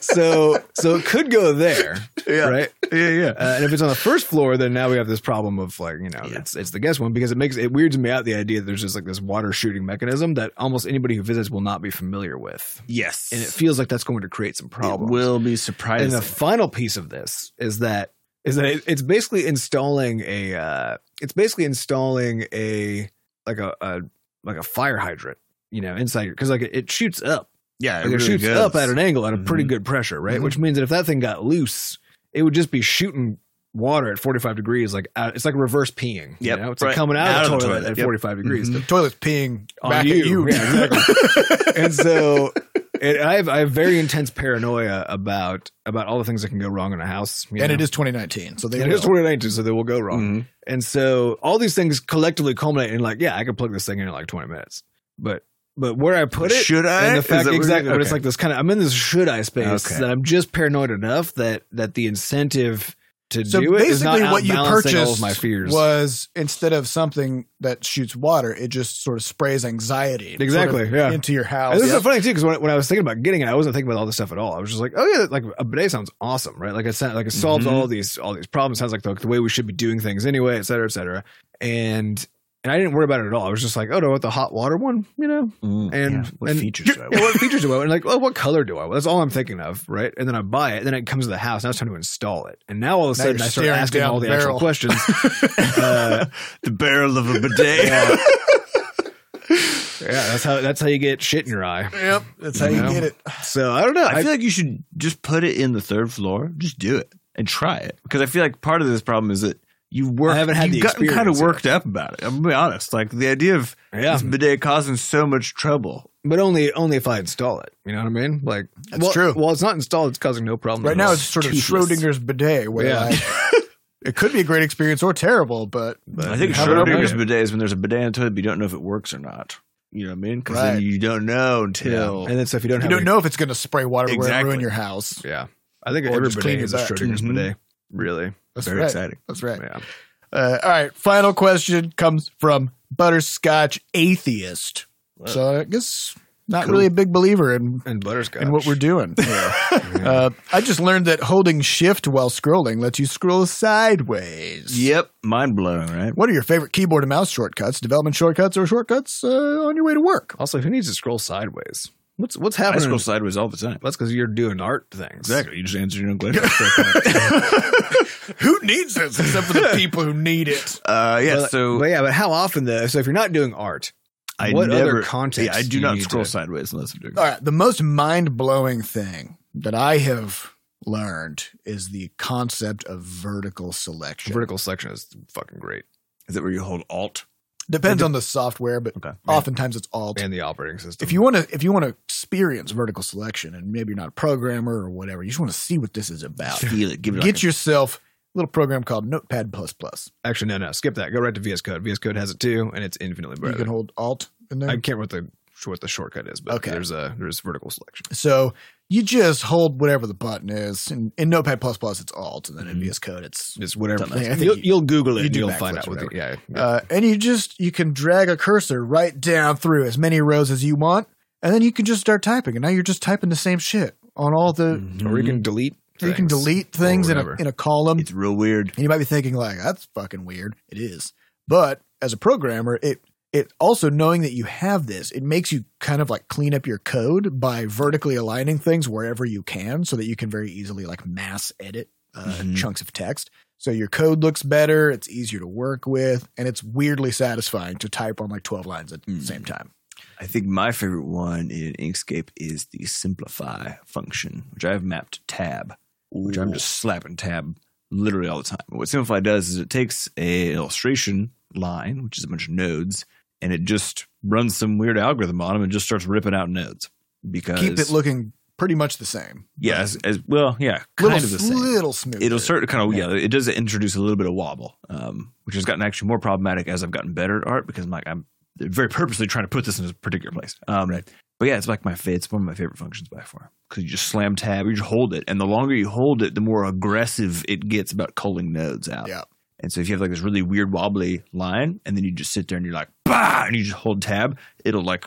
Speaker 2: So, so it could go there,
Speaker 3: yeah. *laughs*
Speaker 2: right?
Speaker 3: yeah, yeah.
Speaker 2: Uh, and if it's on the first floor, then now we have this problem of like you know
Speaker 3: Yeah.
Speaker 2: it's it's the guest one because it makes it weirds me out the idea that there's just like this water shooting mechanism that almost anybody who visits will not be familiar with,
Speaker 3: yes,
Speaker 2: and it feels like that's going to create some problems.
Speaker 3: It will be
Speaker 2: and
Speaker 3: surprising.
Speaker 2: the final piece of this is that is that it, it's basically installing a uh, it's basically installing a like a, a like a fire hydrant you know inside your because like it, it shoots up
Speaker 3: yeah,
Speaker 2: like it, shoots
Speaker 3: goes.
Speaker 2: up at an angle at a pretty
Speaker 3: Mhm.
Speaker 2: good pressure right
Speaker 1: Mhm.
Speaker 2: which means that if that thing got loose it would just be shooting water at 45 degrees like out, it's like reverse peeing you
Speaker 3: Yep,
Speaker 2: know? it's
Speaker 3: right.
Speaker 2: like coming out, of the toilet, at
Speaker 3: yep.
Speaker 1: *laughs*
Speaker 2: 45 degrees
Speaker 1: the toilet's peeing
Speaker 2: On
Speaker 1: back
Speaker 2: you.
Speaker 1: at you.
Speaker 2: Yeah,
Speaker 1: *laughs*
Speaker 2: and so and I have I have very intense paranoia about about all the things that can go wrong in a house you
Speaker 1: and
Speaker 2: know?
Speaker 1: it is 2019, so they.
Speaker 2: And it is
Speaker 1: will.
Speaker 2: 2019, so they will go wrong.
Speaker 3: Mhm.
Speaker 2: And so all these things collectively culminate in like, yeah, I could plug this thing in in like 20 minutes. But but where I put it
Speaker 3: Should I?
Speaker 2: and
Speaker 1: Eh,
Speaker 2: the
Speaker 3: Is
Speaker 2: fact
Speaker 3: that what we're
Speaker 2: exactly,
Speaker 3: doing?
Speaker 2: but it's
Speaker 3: Okay.
Speaker 2: like this kind of I'm in this should I space
Speaker 3: Okay.
Speaker 2: that I'm just paranoid enough that that the incentive to
Speaker 1: So
Speaker 2: do it is not
Speaker 1: basically, what you
Speaker 2: outbalancing all of
Speaker 1: purchased
Speaker 2: my fears.
Speaker 1: was instead of something that shoots water, it just sort of sprays anxiety sort of
Speaker 2: Exactly, yeah.
Speaker 1: into your
Speaker 2: And
Speaker 1: house.
Speaker 2: this is so funny too, because when, when I was thinking about getting it, I wasn't thinking about all this stuff at all. I was just like, oh yeah, like a bidet sounds awesome, right? Like it sounds like it solves
Speaker 1: Mm-hmm.
Speaker 3: Mhm.
Speaker 2: all these all these problems. Sounds like the, the way we should be doing things anyway, et cetera, et cetera. And and I didn't worry about it at all. I was just like, oh, do I want the hot water one? You know,
Speaker 3: Mm,
Speaker 2: and-
Speaker 3: yeah. *laughs* what
Speaker 2: and-
Speaker 3: features? do I
Speaker 2: Yeah,
Speaker 3: want?
Speaker 2: what features do I want? And like, oh, what color do I want? That's all I'm thinking of, right? And then I buy it, then it comes to the house. Now it's time to install it, and now all of a
Speaker 1: Now
Speaker 2: sudden
Speaker 1: you're
Speaker 2: I start
Speaker 1: staring
Speaker 2: asking
Speaker 1: down
Speaker 2: all
Speaker 1: the
Speaker 2: the actual
Speaker 1: barrel. *laughs*
Speaker 2: questions. uh,
Speaker 3: the barrel of a bidet. *laughs*
Speaker 2: yeah, that's how that's how you get shit in your eye.
Speaker 1: Yep, that's how
Speaker 2: You
Speaker 1: you
Speaker 2: know?
Speaker 1: get it.
Speaker 2: So I don't know.
Speaker 3: I feel like you should just put it in the third floor. Just do it and try it because I feel like part of this problem is that you work.
Speaker 2: haven't had
Speaker 3: you've
Speaker 2: the
Speaker 3: gotten kind
Speaker 2: experience
Speaker 3: of
Speaker 2: yet.
Speaker 3: worked up about it. I'm gonna be honest. Like the idea of
Speaker 2: yeah,
Speaker 3: this bidet causing so much trouble.
Speaker 2: but only only if I install it. You know what I mean? Like
Speaker 1: That's
Speaker 2: well,
Speaker 1: true.
Speaker 2: Well, it's not installed. It's causing no problem
Speaker 1: Right
Speaker 2: at
Speaker 1: now,
Speaker 2: all.
Speaker 1: it's sort of
Speaker 3: toothless.
Speaker 1: Schrodinger's bidet, where
Speaker 2: Yeah.
Speaker 3: *laughs*
Speaker 1: like, it could be a great experience or terrible, but
Speaker 3: I think
Speaker 1: Have it over
Speaker 3: Schrodinger's
Speaker 2: there.
Speaker 3: bidet is when there's a bidet in the toilet, but you don't know if it works or not. You know what I mean? Because
Speaker 1: Right.
Speaker 3: then you don't know until
Speaker 2: and then so if you don't
Speaker 1: you
Speaker 2: have
Speaker 1: don't
Speaker 2: any-
Speaker 1: know if it's going to spray water everywhere and
Speaker 3: Exactly.
Speaker 1: ruin your house.
Speaker 2: yeah, I think
Speaker 1: Or
Speaker 2: every
Speaker 1: just clean
Speaker 2: bidet
Speaker 1: it
Speaker 2: is a
Speaker 1: back.
Speaker 2: Schrodinger's
Speaker 3: Mhm.
Speaker 2: bidet. Really?
Speaker 1: That's
Speaker 3: very
Speaker 1: right.
Speaker 3: exciting.
Speaker 1: That's right.
Speaker 2: Yeah.
Speaker 1: Uh, all right. Final question comes from Butterscotch Atheist. So I guess not
Speaker 3: Cool.
Speaker 1: really a big believer in,
Speaker 2: And butterscotch.
Speaker 1: in what
Speaker 2: *laughs*
Speaker 1: we're
Speaker 3: *laughs*
Speaker 1: doing. uh, I just learned that holding shift while scrolling lets you scroll sideways.
Speaker 3: Yep, mind blowing, right?
Speaker 1: What are your favorite keyboard and mouse shortcuts, development shortcuts, or shortcuts uh, on your way to work?
Speaker 2: Also, who needs to scroll sideways? What's what's
Speaker 3: I
Speaker 2: happening?
Speaker 3: scroll sideways all the time.
Speaker 2: That's because you're doing art things.
Speaker 3: You just answer *laughs* your own question.
Speaker 1: *laughs* Who needs this except for *laughs* the people who need it?
Speaker 3: uh, yeah.
Speaker 2: But-
Speaker 3: so
Speaker 2: but yeah, but how often though? So if you're not doing art,
Speaker 3: I
Speaker 2: what
Speaker 3: never.
Speaker 2: other context?
Speaker 3: yeah, I do
Speaker 2: you
Speaker 3: not
Speaker 2: need
Speaker 3: scroll
Speaker 2: to-
Speaker 3: sideways unless I'm doing.
Speaker 1: All right. The most mind blowing thing that I have learned is the concept of vertical selection.
Speaker 2: Vertical selection is fucking great,
Speaker 3: Is it where you hold Alt?
Speaker 1: Depends on the software, but
Speaker 3: Okay.
Speaker 1: oftentimes it's alt.
Speaker 2: and the operating system.
Speaker 1: If you want to, if you want to experience vertical selection, and maybe you're not a programmer or whatever, you just want to see what this is about.
Speaker 3: Feel it. Give
Speaker 1: *laughs*
Speaker 3: it.
Speaker 1: Get yourself a little program called Notepad Plus Plus.
Speaker 2: actually, no, no, skip that. Go right to VS Code. VS Code has it too, and it's infinitely
Speaker 1: You
Speaker 2: better.
Speaker 1: can hold Alt in there.
Speaker 2: I can't remember what the what the shortcut is, but
Speaker 1: Okay.
Speaker 2: there's a there's vertical selection.
Speaker 1: So you just hold whatever the button is. In, in Notepad Plus Plus, it's Alt, and then in
Speaker 3: Mhm.
Speaker 1: VS Code, it's.
Speaker 2: It's whatever.
Speaker 1: Something. I think
Speaker 2: You'll,
Speaker 1: you-
Speaker 2: you'll Google it.
Speaker 1: you
Speaker 2: and
Speaker 1: do
Speaker 2: you'll find
Speaker 1: backflips
Speaker 2: out
Speaker 1: or
Speaker 2: what. The, yeah, yeah.
Speaker 1: Uh, and you just you can drag a cursor right down through as many rows as you want, and then you can just start typing. And now you're just typing the same shit on all the.
Speaker 3: Mm,
Speaker 2: or you can delete.
Speaker 1: Mm-hmm. You can
Speaker 2: things.
Speaker 1: delete things in a
Speaker 2: whatever.
Speaker 1: in a column.
Speaker 3: It's real weird.
Speaker 1: And you might be thinking like, that's fucking weird. It is. But as a programmer, it it also knowing that you have this, it makes you kind of like clean up your code by vertically aligning things wherever you can so that you can very easily like mass edit uh,
Speaker 3: Mhm.
Speaker 1: chunks of text. So your code looks better, it's easier to work with, and it's weirdly satisfying to type on like 12 lines at the
Speaker 3: Mm.
Speaker 1: same time.
Speaker 3: I think my favorite one in Inkscape is the simplify function, which I've mapped to tab, which I'm just slapping tab literally all the time. What Simplify does is it takes a illustration line, which is a bunch of nodes, and it just runs some weird algorithm on them and just starts ripping out nodes because
Speaker 1: Keep it looking pretty much the same.
Speaker 3: yeah, as, as well, yeah, kind
Speaker 1: Little,
Speaker 3: of the same.
Speaker 1: little smoother.
Speaker 3: It'll start to kind of yeah. It does introduce a little bit of wobble, um, which has gotten actually more problematic as I've gotten better at art because I'm like I'm very purposely trying to put this in a particular place. Um, But yeah, it's like my fa- it's one of my favorite functions by far because you just slam tab, you just hold it, and the longer you hold it, the more aggressive it gets about culling nodes out.
Speaker 1: Yeah.
Speaker 3: And so if you have like this really weird wobbly line, and then you just sit there and you're like bah, and you just hold tab, it'll like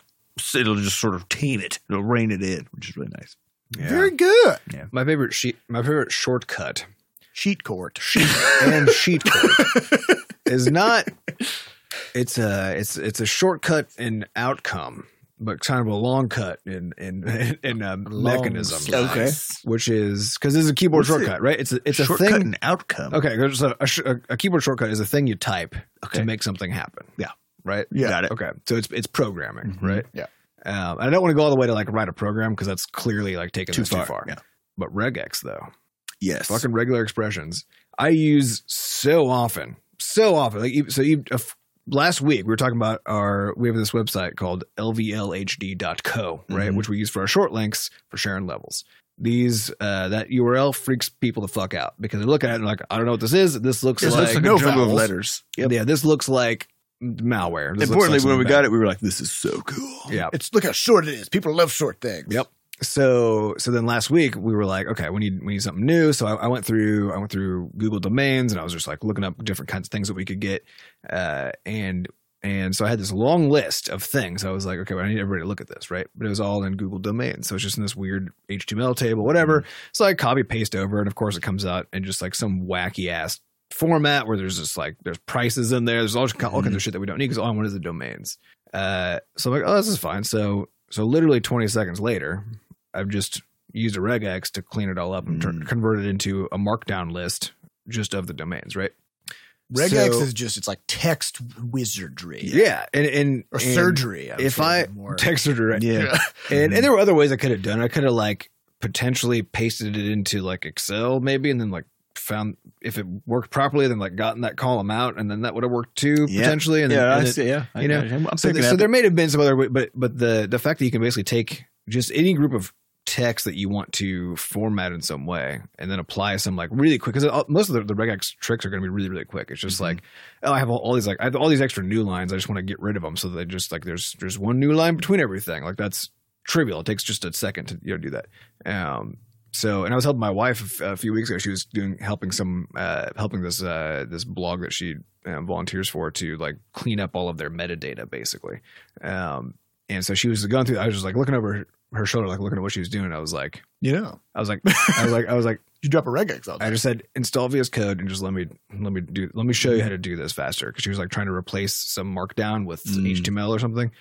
Speaker 3: it'll just sort of tame it, it'll rein it in, which is really nice.
Speaker 1: Very good.
Speaker 2: My favorite sheet, my favorite shortcut
Speaker 1: Sheet
Speaker 3: *laughs*
Speaker 1: court. *laughs*
Speaker 2: and sheet code is not. It's a it's it's a shortcut in outcome, but kind of a long cut in in in um, mechanism,
Speaker 1: slice. Okay.
Speaker 2: which is because this is a keyboard
Speaker 3: What's it?
Speaker 2: shortcut, right? It's a it's a
Speaker 3: Shortcut
Speaker 2: thing.
Speaker 3: and outcome.
Speaker 2: Okay, there's a, a, sh- a- a keyboard shortcut is a thing you type
Speaker 3: Okay.
Speaker 2: to make something happen.
Speaker 3: Yeah.
Speaker 2: Right.
Speaker 1: Yeah.
Speaker 3: Got it.
Speaker 2: Okay. So it's it's programming,
Speaker 3: Mhm.
Speaker 2: right?
Speaker 1: Yeah.
Speaker 2: Um, I don't want to go all the way to like write a program because that's clearly like taking
Speaker 3: Too
Speaker 2: this
Speaker 3: far,
Speaker 2: too far.
Speaker 3: yeah.
Speaker 2: But regex though,
Speaker 3: Yes.
Speaker 2: fucking regular expressions, I use so often, so often. Like even- so, even, uh, f- last week we were talking about our we have this website called lvlhd.co, right,
Speaker 3: Mhm.
Speaker 2: which we use for our short links for sharing levels. These uh, that URL freaks people the fuck out because they look at it and like I don't know what this is. This looks
Speaker 3: It's
Speaker 2: like
Speaker 3: like a
Speaker 1: no
Speaker 3: jungle of
Speaker 1: vowels.
Speaker 3: letters.
Speaker 2: yeah, this looks like malware. This looks
Speaker 3: Importantly,
Speaker 2: like
Speaker 3: when we
Speaker 2: something
Speaker 3: got it, we were like, "This is so cool."
Speaker 2: bad. yeah,
Speaker 1: It's look how short it is. People love short things.
Speaker 2: Yep. so so then last week we were like okay we need we need something new so I, I went through i went through google domains and i was just like looking up different kinds of things that we could get uh, and and so i had this long list of things i was like okay well, i need everybody to look at this right but it was all in google domains so it's just in this weird html table whatever so i copy paste over and of course it comes out in just like some wacky ass format where there's just like there's prices in there there's all, all kinds of shit that we don't need because all i want is the domains uh, so i'm like oh this is fine so so literally 20 seconds later I've just used a regex to clean it all up and turn,
Speaker 3: Mm.
Speaker 2: convert it into a markdown list just of the domains, right?
Speaker 1: Regex
Speaker 2: So-
Speaker 1: is just it's like text wizardry
Speaker 2: Yeah, and and
Speaker 1: or
Speaker 2: and
Speaker 1: surgery. I would
Speaker 2: if
Speaker 1: say,
Speaker 2: I-
Speaker 1: more.
Speaker 2: text or direct,
Speaker 3: Yeah.
Speaker 2: and and there were other ways I could have done. it. I could have like potentially pasted it into like Excel maybe, and then like found if it worked properly, then like gotten that column out, and then that would have worked too
Speaker 3: Yeah.
Speaker 2: potentially. And then,
Speaker 3: yeah,
Speaker 2: and
Speaker 3: I
Speaker 2: then-
Speaker 3: see. Yeah, I
Speaker 2: you know,
Speaker 3: got it. I'm
Speaker 2: so,
Speaker 3: picking
Speaker 2: th- so
Speaker 3: up.
Speaker 2: there may have been some other way, but but the the fact that you can basically take just any group of text that you want to format in some way and then apply some like really quick because most of the, the regex tricks are going to be really really quick it's just
Speaker 3: Mhm.
Speaker 2: like oh i have all, all these like i have all these extra new lines i just want to get rid of them so that just like there's there's one new line between everything like that's trivial it takes just a second to you know do that um so and i was helping my wife a, a few weeks ago she was doing helping some uh helping this uh this blog that she um, volunteers for to like clean up all of their metadata basically um and so she was going through i was just like looking over her, her shoulder like looking at what she was doing and i was like
Speaker 1: you know,
Speaker 2: i was like i was like i was like
Speaker 1: you drop a regex on
Speaker 2: i
Speaker 1: that.
Speaker 2: just said install vs code and just let me let me do let me show you how to do this faster because she was like trying to replace some markdown with
Speaker 3: Mm.
Speaker 2: html or something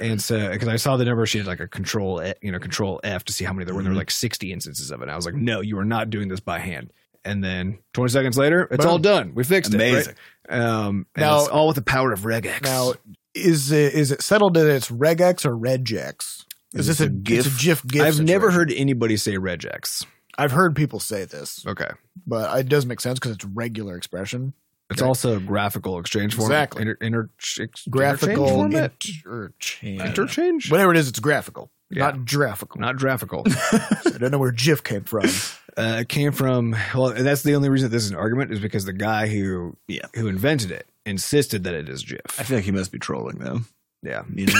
Speaker 2: and so because i saw the number she had like a control E- you know control f to see how many there were and there were
Speaker 3: Mhm.
Speaker 2: like 60 instances of it and i was like no you are not doing this by hand and then 20 seconds later it's
Speaker 1: Boom.
Speaker 2: all done we fixed
Speaker 3: Amazing.
Speaker 2: it right? um and
Speaker 1: Now-
Speaker 2: it's all with the power of regex
Speaker 1: Now, is it is it settled that it's regex or regex?
Speaker 3: Is
Speaker 1: Is this
Speaker 3: it
Speaker 1: a,
Speaker 3: a GIF?
Speaker 1: It's a GIF GIF?
Speaker 2: I've never
Speaker 1: situation.
Speaker 2: heard anybody say regex.
Speaker 1: I've heard people say this,
Speaker 2: Okay.
Speaker 1: but it does make sense because it's regular expression,
Speaker 2: It's
Speaker 1: Okay.
Speaker 2: also a graphical exchange form.
Speaker 1: Exactly.
Speaker 2: Inter, inter, ex-
Speaker 1: graphical
Speaker 2: interchange Uh, format?
Speaker 1: interchange.
Speaker 2: interchange?
Speaker 1: Whatever it is, it's graphical,
Speaker 2: Yeah.
Speaker 1: not graphical.
Speaker 2: Not graphical.
Speaker 1: I don't know where GIF came from.
Speaker 2: uh, it came from, well, and that's the only reason this is an argument is because the guy who
Speaker 3: Yeah.
Speaker 2: who invented it insisted that it is
Speaker 3: I
Speaker 2: GIF.
Speaker 3: feel like he must be trolling them.
Speaker 2: Yeah. *laughs*
Speaker 3: You know,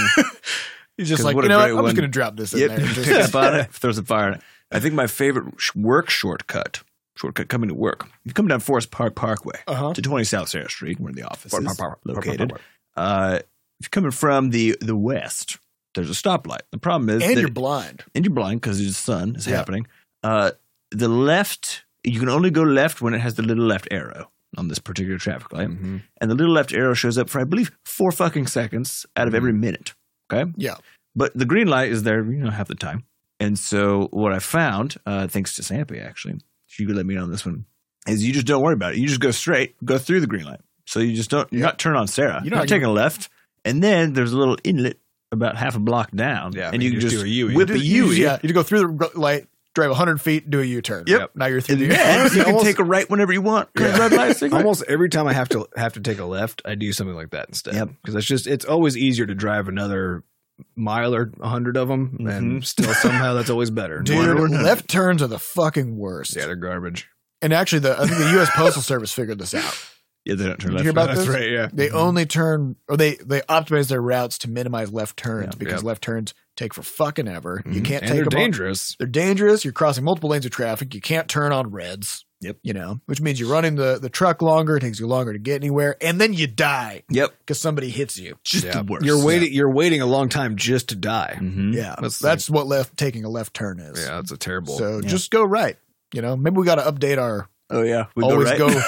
Speaker 1: He's just
Speaker 3: 'Cause
Speaker 1: like,
Speaker 3: what
Speaker 1: you
Speaker 3: a
Speaker 1: know, what?
Speaker 3: great
Speaker 1: I'm just
Speaker 3: one.
Speaker 1: going to drop this in
Speaker 3: yep.
Speaker 1: there. and just-
Speaker 3: Picks up on it, throws a fire. in it. I think my favorite sh- work shortcut, shortcut coming to work. You come down Forest Park Parkway
Speaker 1: Uh-huh.
Speaker 3: to 20 South Sarah Street, where the office
Speaker 2: Par- par-
Speaker 3: is
Speaker 2: par-
Speaker 3: located.
Speaker 2: par- par-
Speaker 3: Uh, if you're coming from the the west, there's a stoplight. The problem is
Speaker 1: And
Speaker 3: that
Speaker 1: you're blind.
Speaker 3: and you're blind because the sun is
Speaker 1: Yeah.
Speaker 3: happening. Uh, the left, you can only go left when it has the little left arrow on this particular traffic
Speaker 2: par-
Speaker 3: light,
Speaker 2: Mhm.
Speaker 3: and the little left arrow shows up for I believe four fucking seconds out of every minute. Okay,
Speaker 1: Yeah.
Speaker 3: but the green light is there, you know, half the time. And so what I found, uh, thanks to Sampy actually, she could let me know on this one, is you just don't worry about it. You just go straight, go through the green light. So you just don't, you're
Speaker 1: Yeah.
Speaker 3: not turn on Sarah.
Speaker 1: You
Speaker 3: You're
Speaker 1: know I
Speaker 3: not
Speaker 1: can-
Speaker 3: taking a left, and then there's a little inlet about half a block down,
Speaker 2: Yeah, I
Speaker 3: and
Speaker 2: mean,
Speaker 3: you can
Speaker 2: just
Speaker 3: just
Speaker 2: do a U-ey.
Speaker 3: whip
Speaker 1: Do- E,
Speaker 3: a
Speaker 1: you-
Speaker 3: U. E.
Speaker 1: Yeah, you go through the gr- light, drive 100 feet, do a U turn.
Speaker 3: Yep.
Speaker 1: Now you're through
Speaker 3: And
Speaker 1: the
Speaker 3: yeah, you can
Speaker 2: Almost-
Speaker 3: take a right whenever you want.
Speaker 2: Yeah.
Speaker 3: Red light signal.
Speaker 2: Almost every time I have to have to take a left, I do something like that instead.
Speaker 3: Yep.
Speaker 2: Because it's just it's always easier to drive another mile or a hundred of them, and still somehow that's
Speaker 1: *laughs*
Speaker 2: always better.
Speaker 3: One or
Speaker 1: Mm-hmm. Dude,
Speaker 3: another.
Speaker 1: left turns are the fucking worst.
Speaker 2: yeah, they're garbage.
Speaker 1: And actually, the I think the U.S. Postal Service figured this out.
Speaker 3: Yeah, they don't turn
Speaker 1: Did you
Speaker 3: left.
Speaker 1: hear about
Speaker 3: That's
Speaker 1: this?
Speaker 3: right. Yeah.
Speaker 1: They only turn or they they optimize their routes to minimize left turns
Speaker 3: Yeah.
Speaker 1: because
Speaker 2: Yeah.
Speaker 1: left turns take for fucking ever. You
Speaker 3: Mhm.
Speaker 1: can't
Speaker 2: And
Speaker 1: take
Speaker 2: they're
Speaker 1: them. all-
Speaker 2: dangerous.
Speaker 1: they're dangerous. You're crossing multiple lanes of traffic. You can't turn on reds.
Speaker 3: Yep.
Speaker 1: You know, which means you're running the the truck longer. It takes you longer to get anywhere, and then you die
Speaker 3: Yep.
Speaker 1: because somebody hits you.
Speaker 3: Just
Speaker 2: Yeah.
Speaker 3: the worst.
Speaker 2: You're waiting. You're waiting a long time just to die.
Speaker 3: Mhm.
Speaker 1: Yeah,
Speaker 2: That's-
Speaker 1: that's, what left taking a left turn is.
Speaker 2: Yeah, that's a terrible.
Speaker 1: So
Speaker 3: Yeah.
Speaker 1: just go right. You know, maybe we got to update our
Speaker 3: Oh yeah. We
Speaker 1: always
Speaker 3: right.
Speaker 1: go.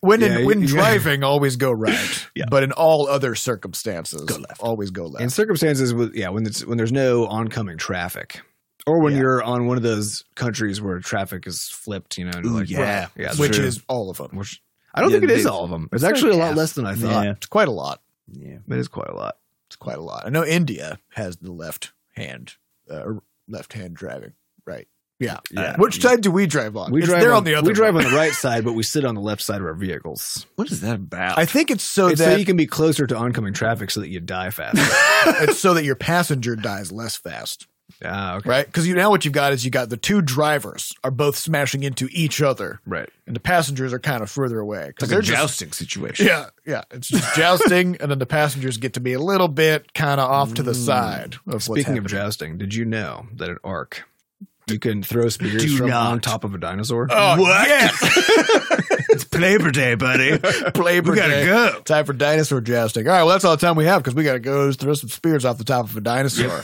Speaker 1: When,
Speaker 2: Yeah,
Speaker 1: in,
Speaker 2: you-
Speaker 1: when
Speaker 2: you-
Speaker 1: driving, always go right.
Speaker 3: Yeah.
Speaker 1: But in all other circumstances,
Speaker 3: Go left.
Speaker 1: always go left.
Speaker 2: in circumstances with yeah when it's when there's no oncoming traffic or when
Speaker 1: Yeah.
Speaker 2: you're on one of those countries where traffic is flipped you know and
Speaker 3: Ooh,
Speaker 2: like
Speaker 3: yeah.
Speaker 2: yeah that's
Speaker 1: which
Speaker 2: true.
Speaker 1: is all of them.
Speaker 2: Which- i don't
Speaker 3: Yeah,
Speaker 2: think it is
Speaker 3: they-
Speaker 2: all of them it's,
Speaker 3: like
Speaker 2: actually a lot
Speaker 3: half.
Speaker 2: less than i thought
Speaker 3: Yeah.
Speaker 1: It's quite a lot.
Speaker 3: Yeah.
Speaker 2: it is quite a lot
Speaker 1: It's quite a lot. I know India has the left hand, uh, or left hand driving. Right. Yeah.
Speaker 3: Yeah.
Speaker 1: Which side do we drive on?
Speaker 2: we
Speaker 1: It's-
Speaker 2: drive
Speaker 1: they're
Speaker 2: on,
Speaker 1: on, the other.
Speaker 2: we drive
Speaker 1: one.
Speaker 2: on *laughs* the right side but we sit on the left side of our vehicles
Speaker 3: What is that about?
Speaker 1: I think it's so
Speaker 2: It's so
Speaker 1: that *laughs*
Speaker 2: you can be closer to oncoming traffic so that you die faster *laughs*
Speaker 1: it's so that your passenger dies less fast,
Speaker 2: ah okay
Speaker 1: right? Because you now what you've got is you got the two drivers are both smashing into each other,
Speaker 2: right
Speaker 1: and the passengers are kind of further away
Speaker 3: it's
Speaker 1: because
Speaker 3: like a
Speaker 1: they're just
Speaker 3: jousting situation.
Speaker 1: Yeah, yeah. It's just jousting, and then the passengers get to be a little bit kind of off to the
Speaker 3: Mm.
Speaker 1: side. Of what's
Speaker 2: speaking of
Speaker 1: happening.
Speaker 2: jousting did you know that an arc you can throw spears
Speaker 3: do
Speaker 2: from on
Speaker 3: not.
Speaker 2: top of a dinosaur
Speaker 1: Oh,
Speaker 3: what? *laughs* it's Labor Day, buddy. *laughs*
Speaker 1: Labor
Speaker 3: we gotta
Speaker 1: Day.
Speaker 3: go.
Speaker 1: time for dinosaur jousting. All right, well, that's all the time we have because we got to go throw some spears off the top of a dinosaur.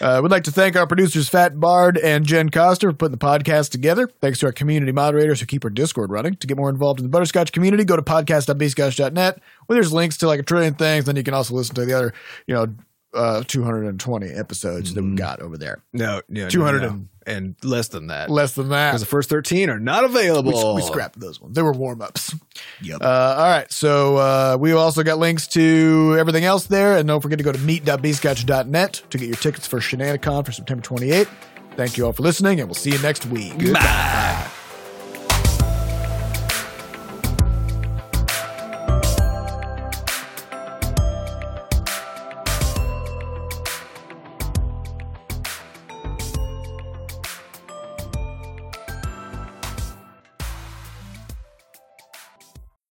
Speaker 1: uh, we'd like to thank our producers, Fat Bard and Jen Coster, for putting the podcast together. Thanks to our community moderators who keep our Discord running. To get more involved in the Butterscotch community, go to podcast.bscotch.net where there's links to like a trillion things. Then you can also listen to the other, you know, uh, 220 episodes that we've got over there.
Speaker 2: No, yeah, no,
Speaker 1: 200
Speaker 2: no.
Speaker 1: and-
Speaker 2: and less than that.
Speaker 1: Less than that.
Speaker 2: Because the first 13 are not available.
Speaker 1: We, we scrapped those ones. They were warm ups.
Speaker 3: Yep.
Speaker 1: Uh, all right. So uh, we also got links to everything else there. And don't forget to go to meet.bscotch.net to get your tickets for Shenanigans for September 28th. Thank you all for listening, and we'll see you next week.
Speaker 3: Bye.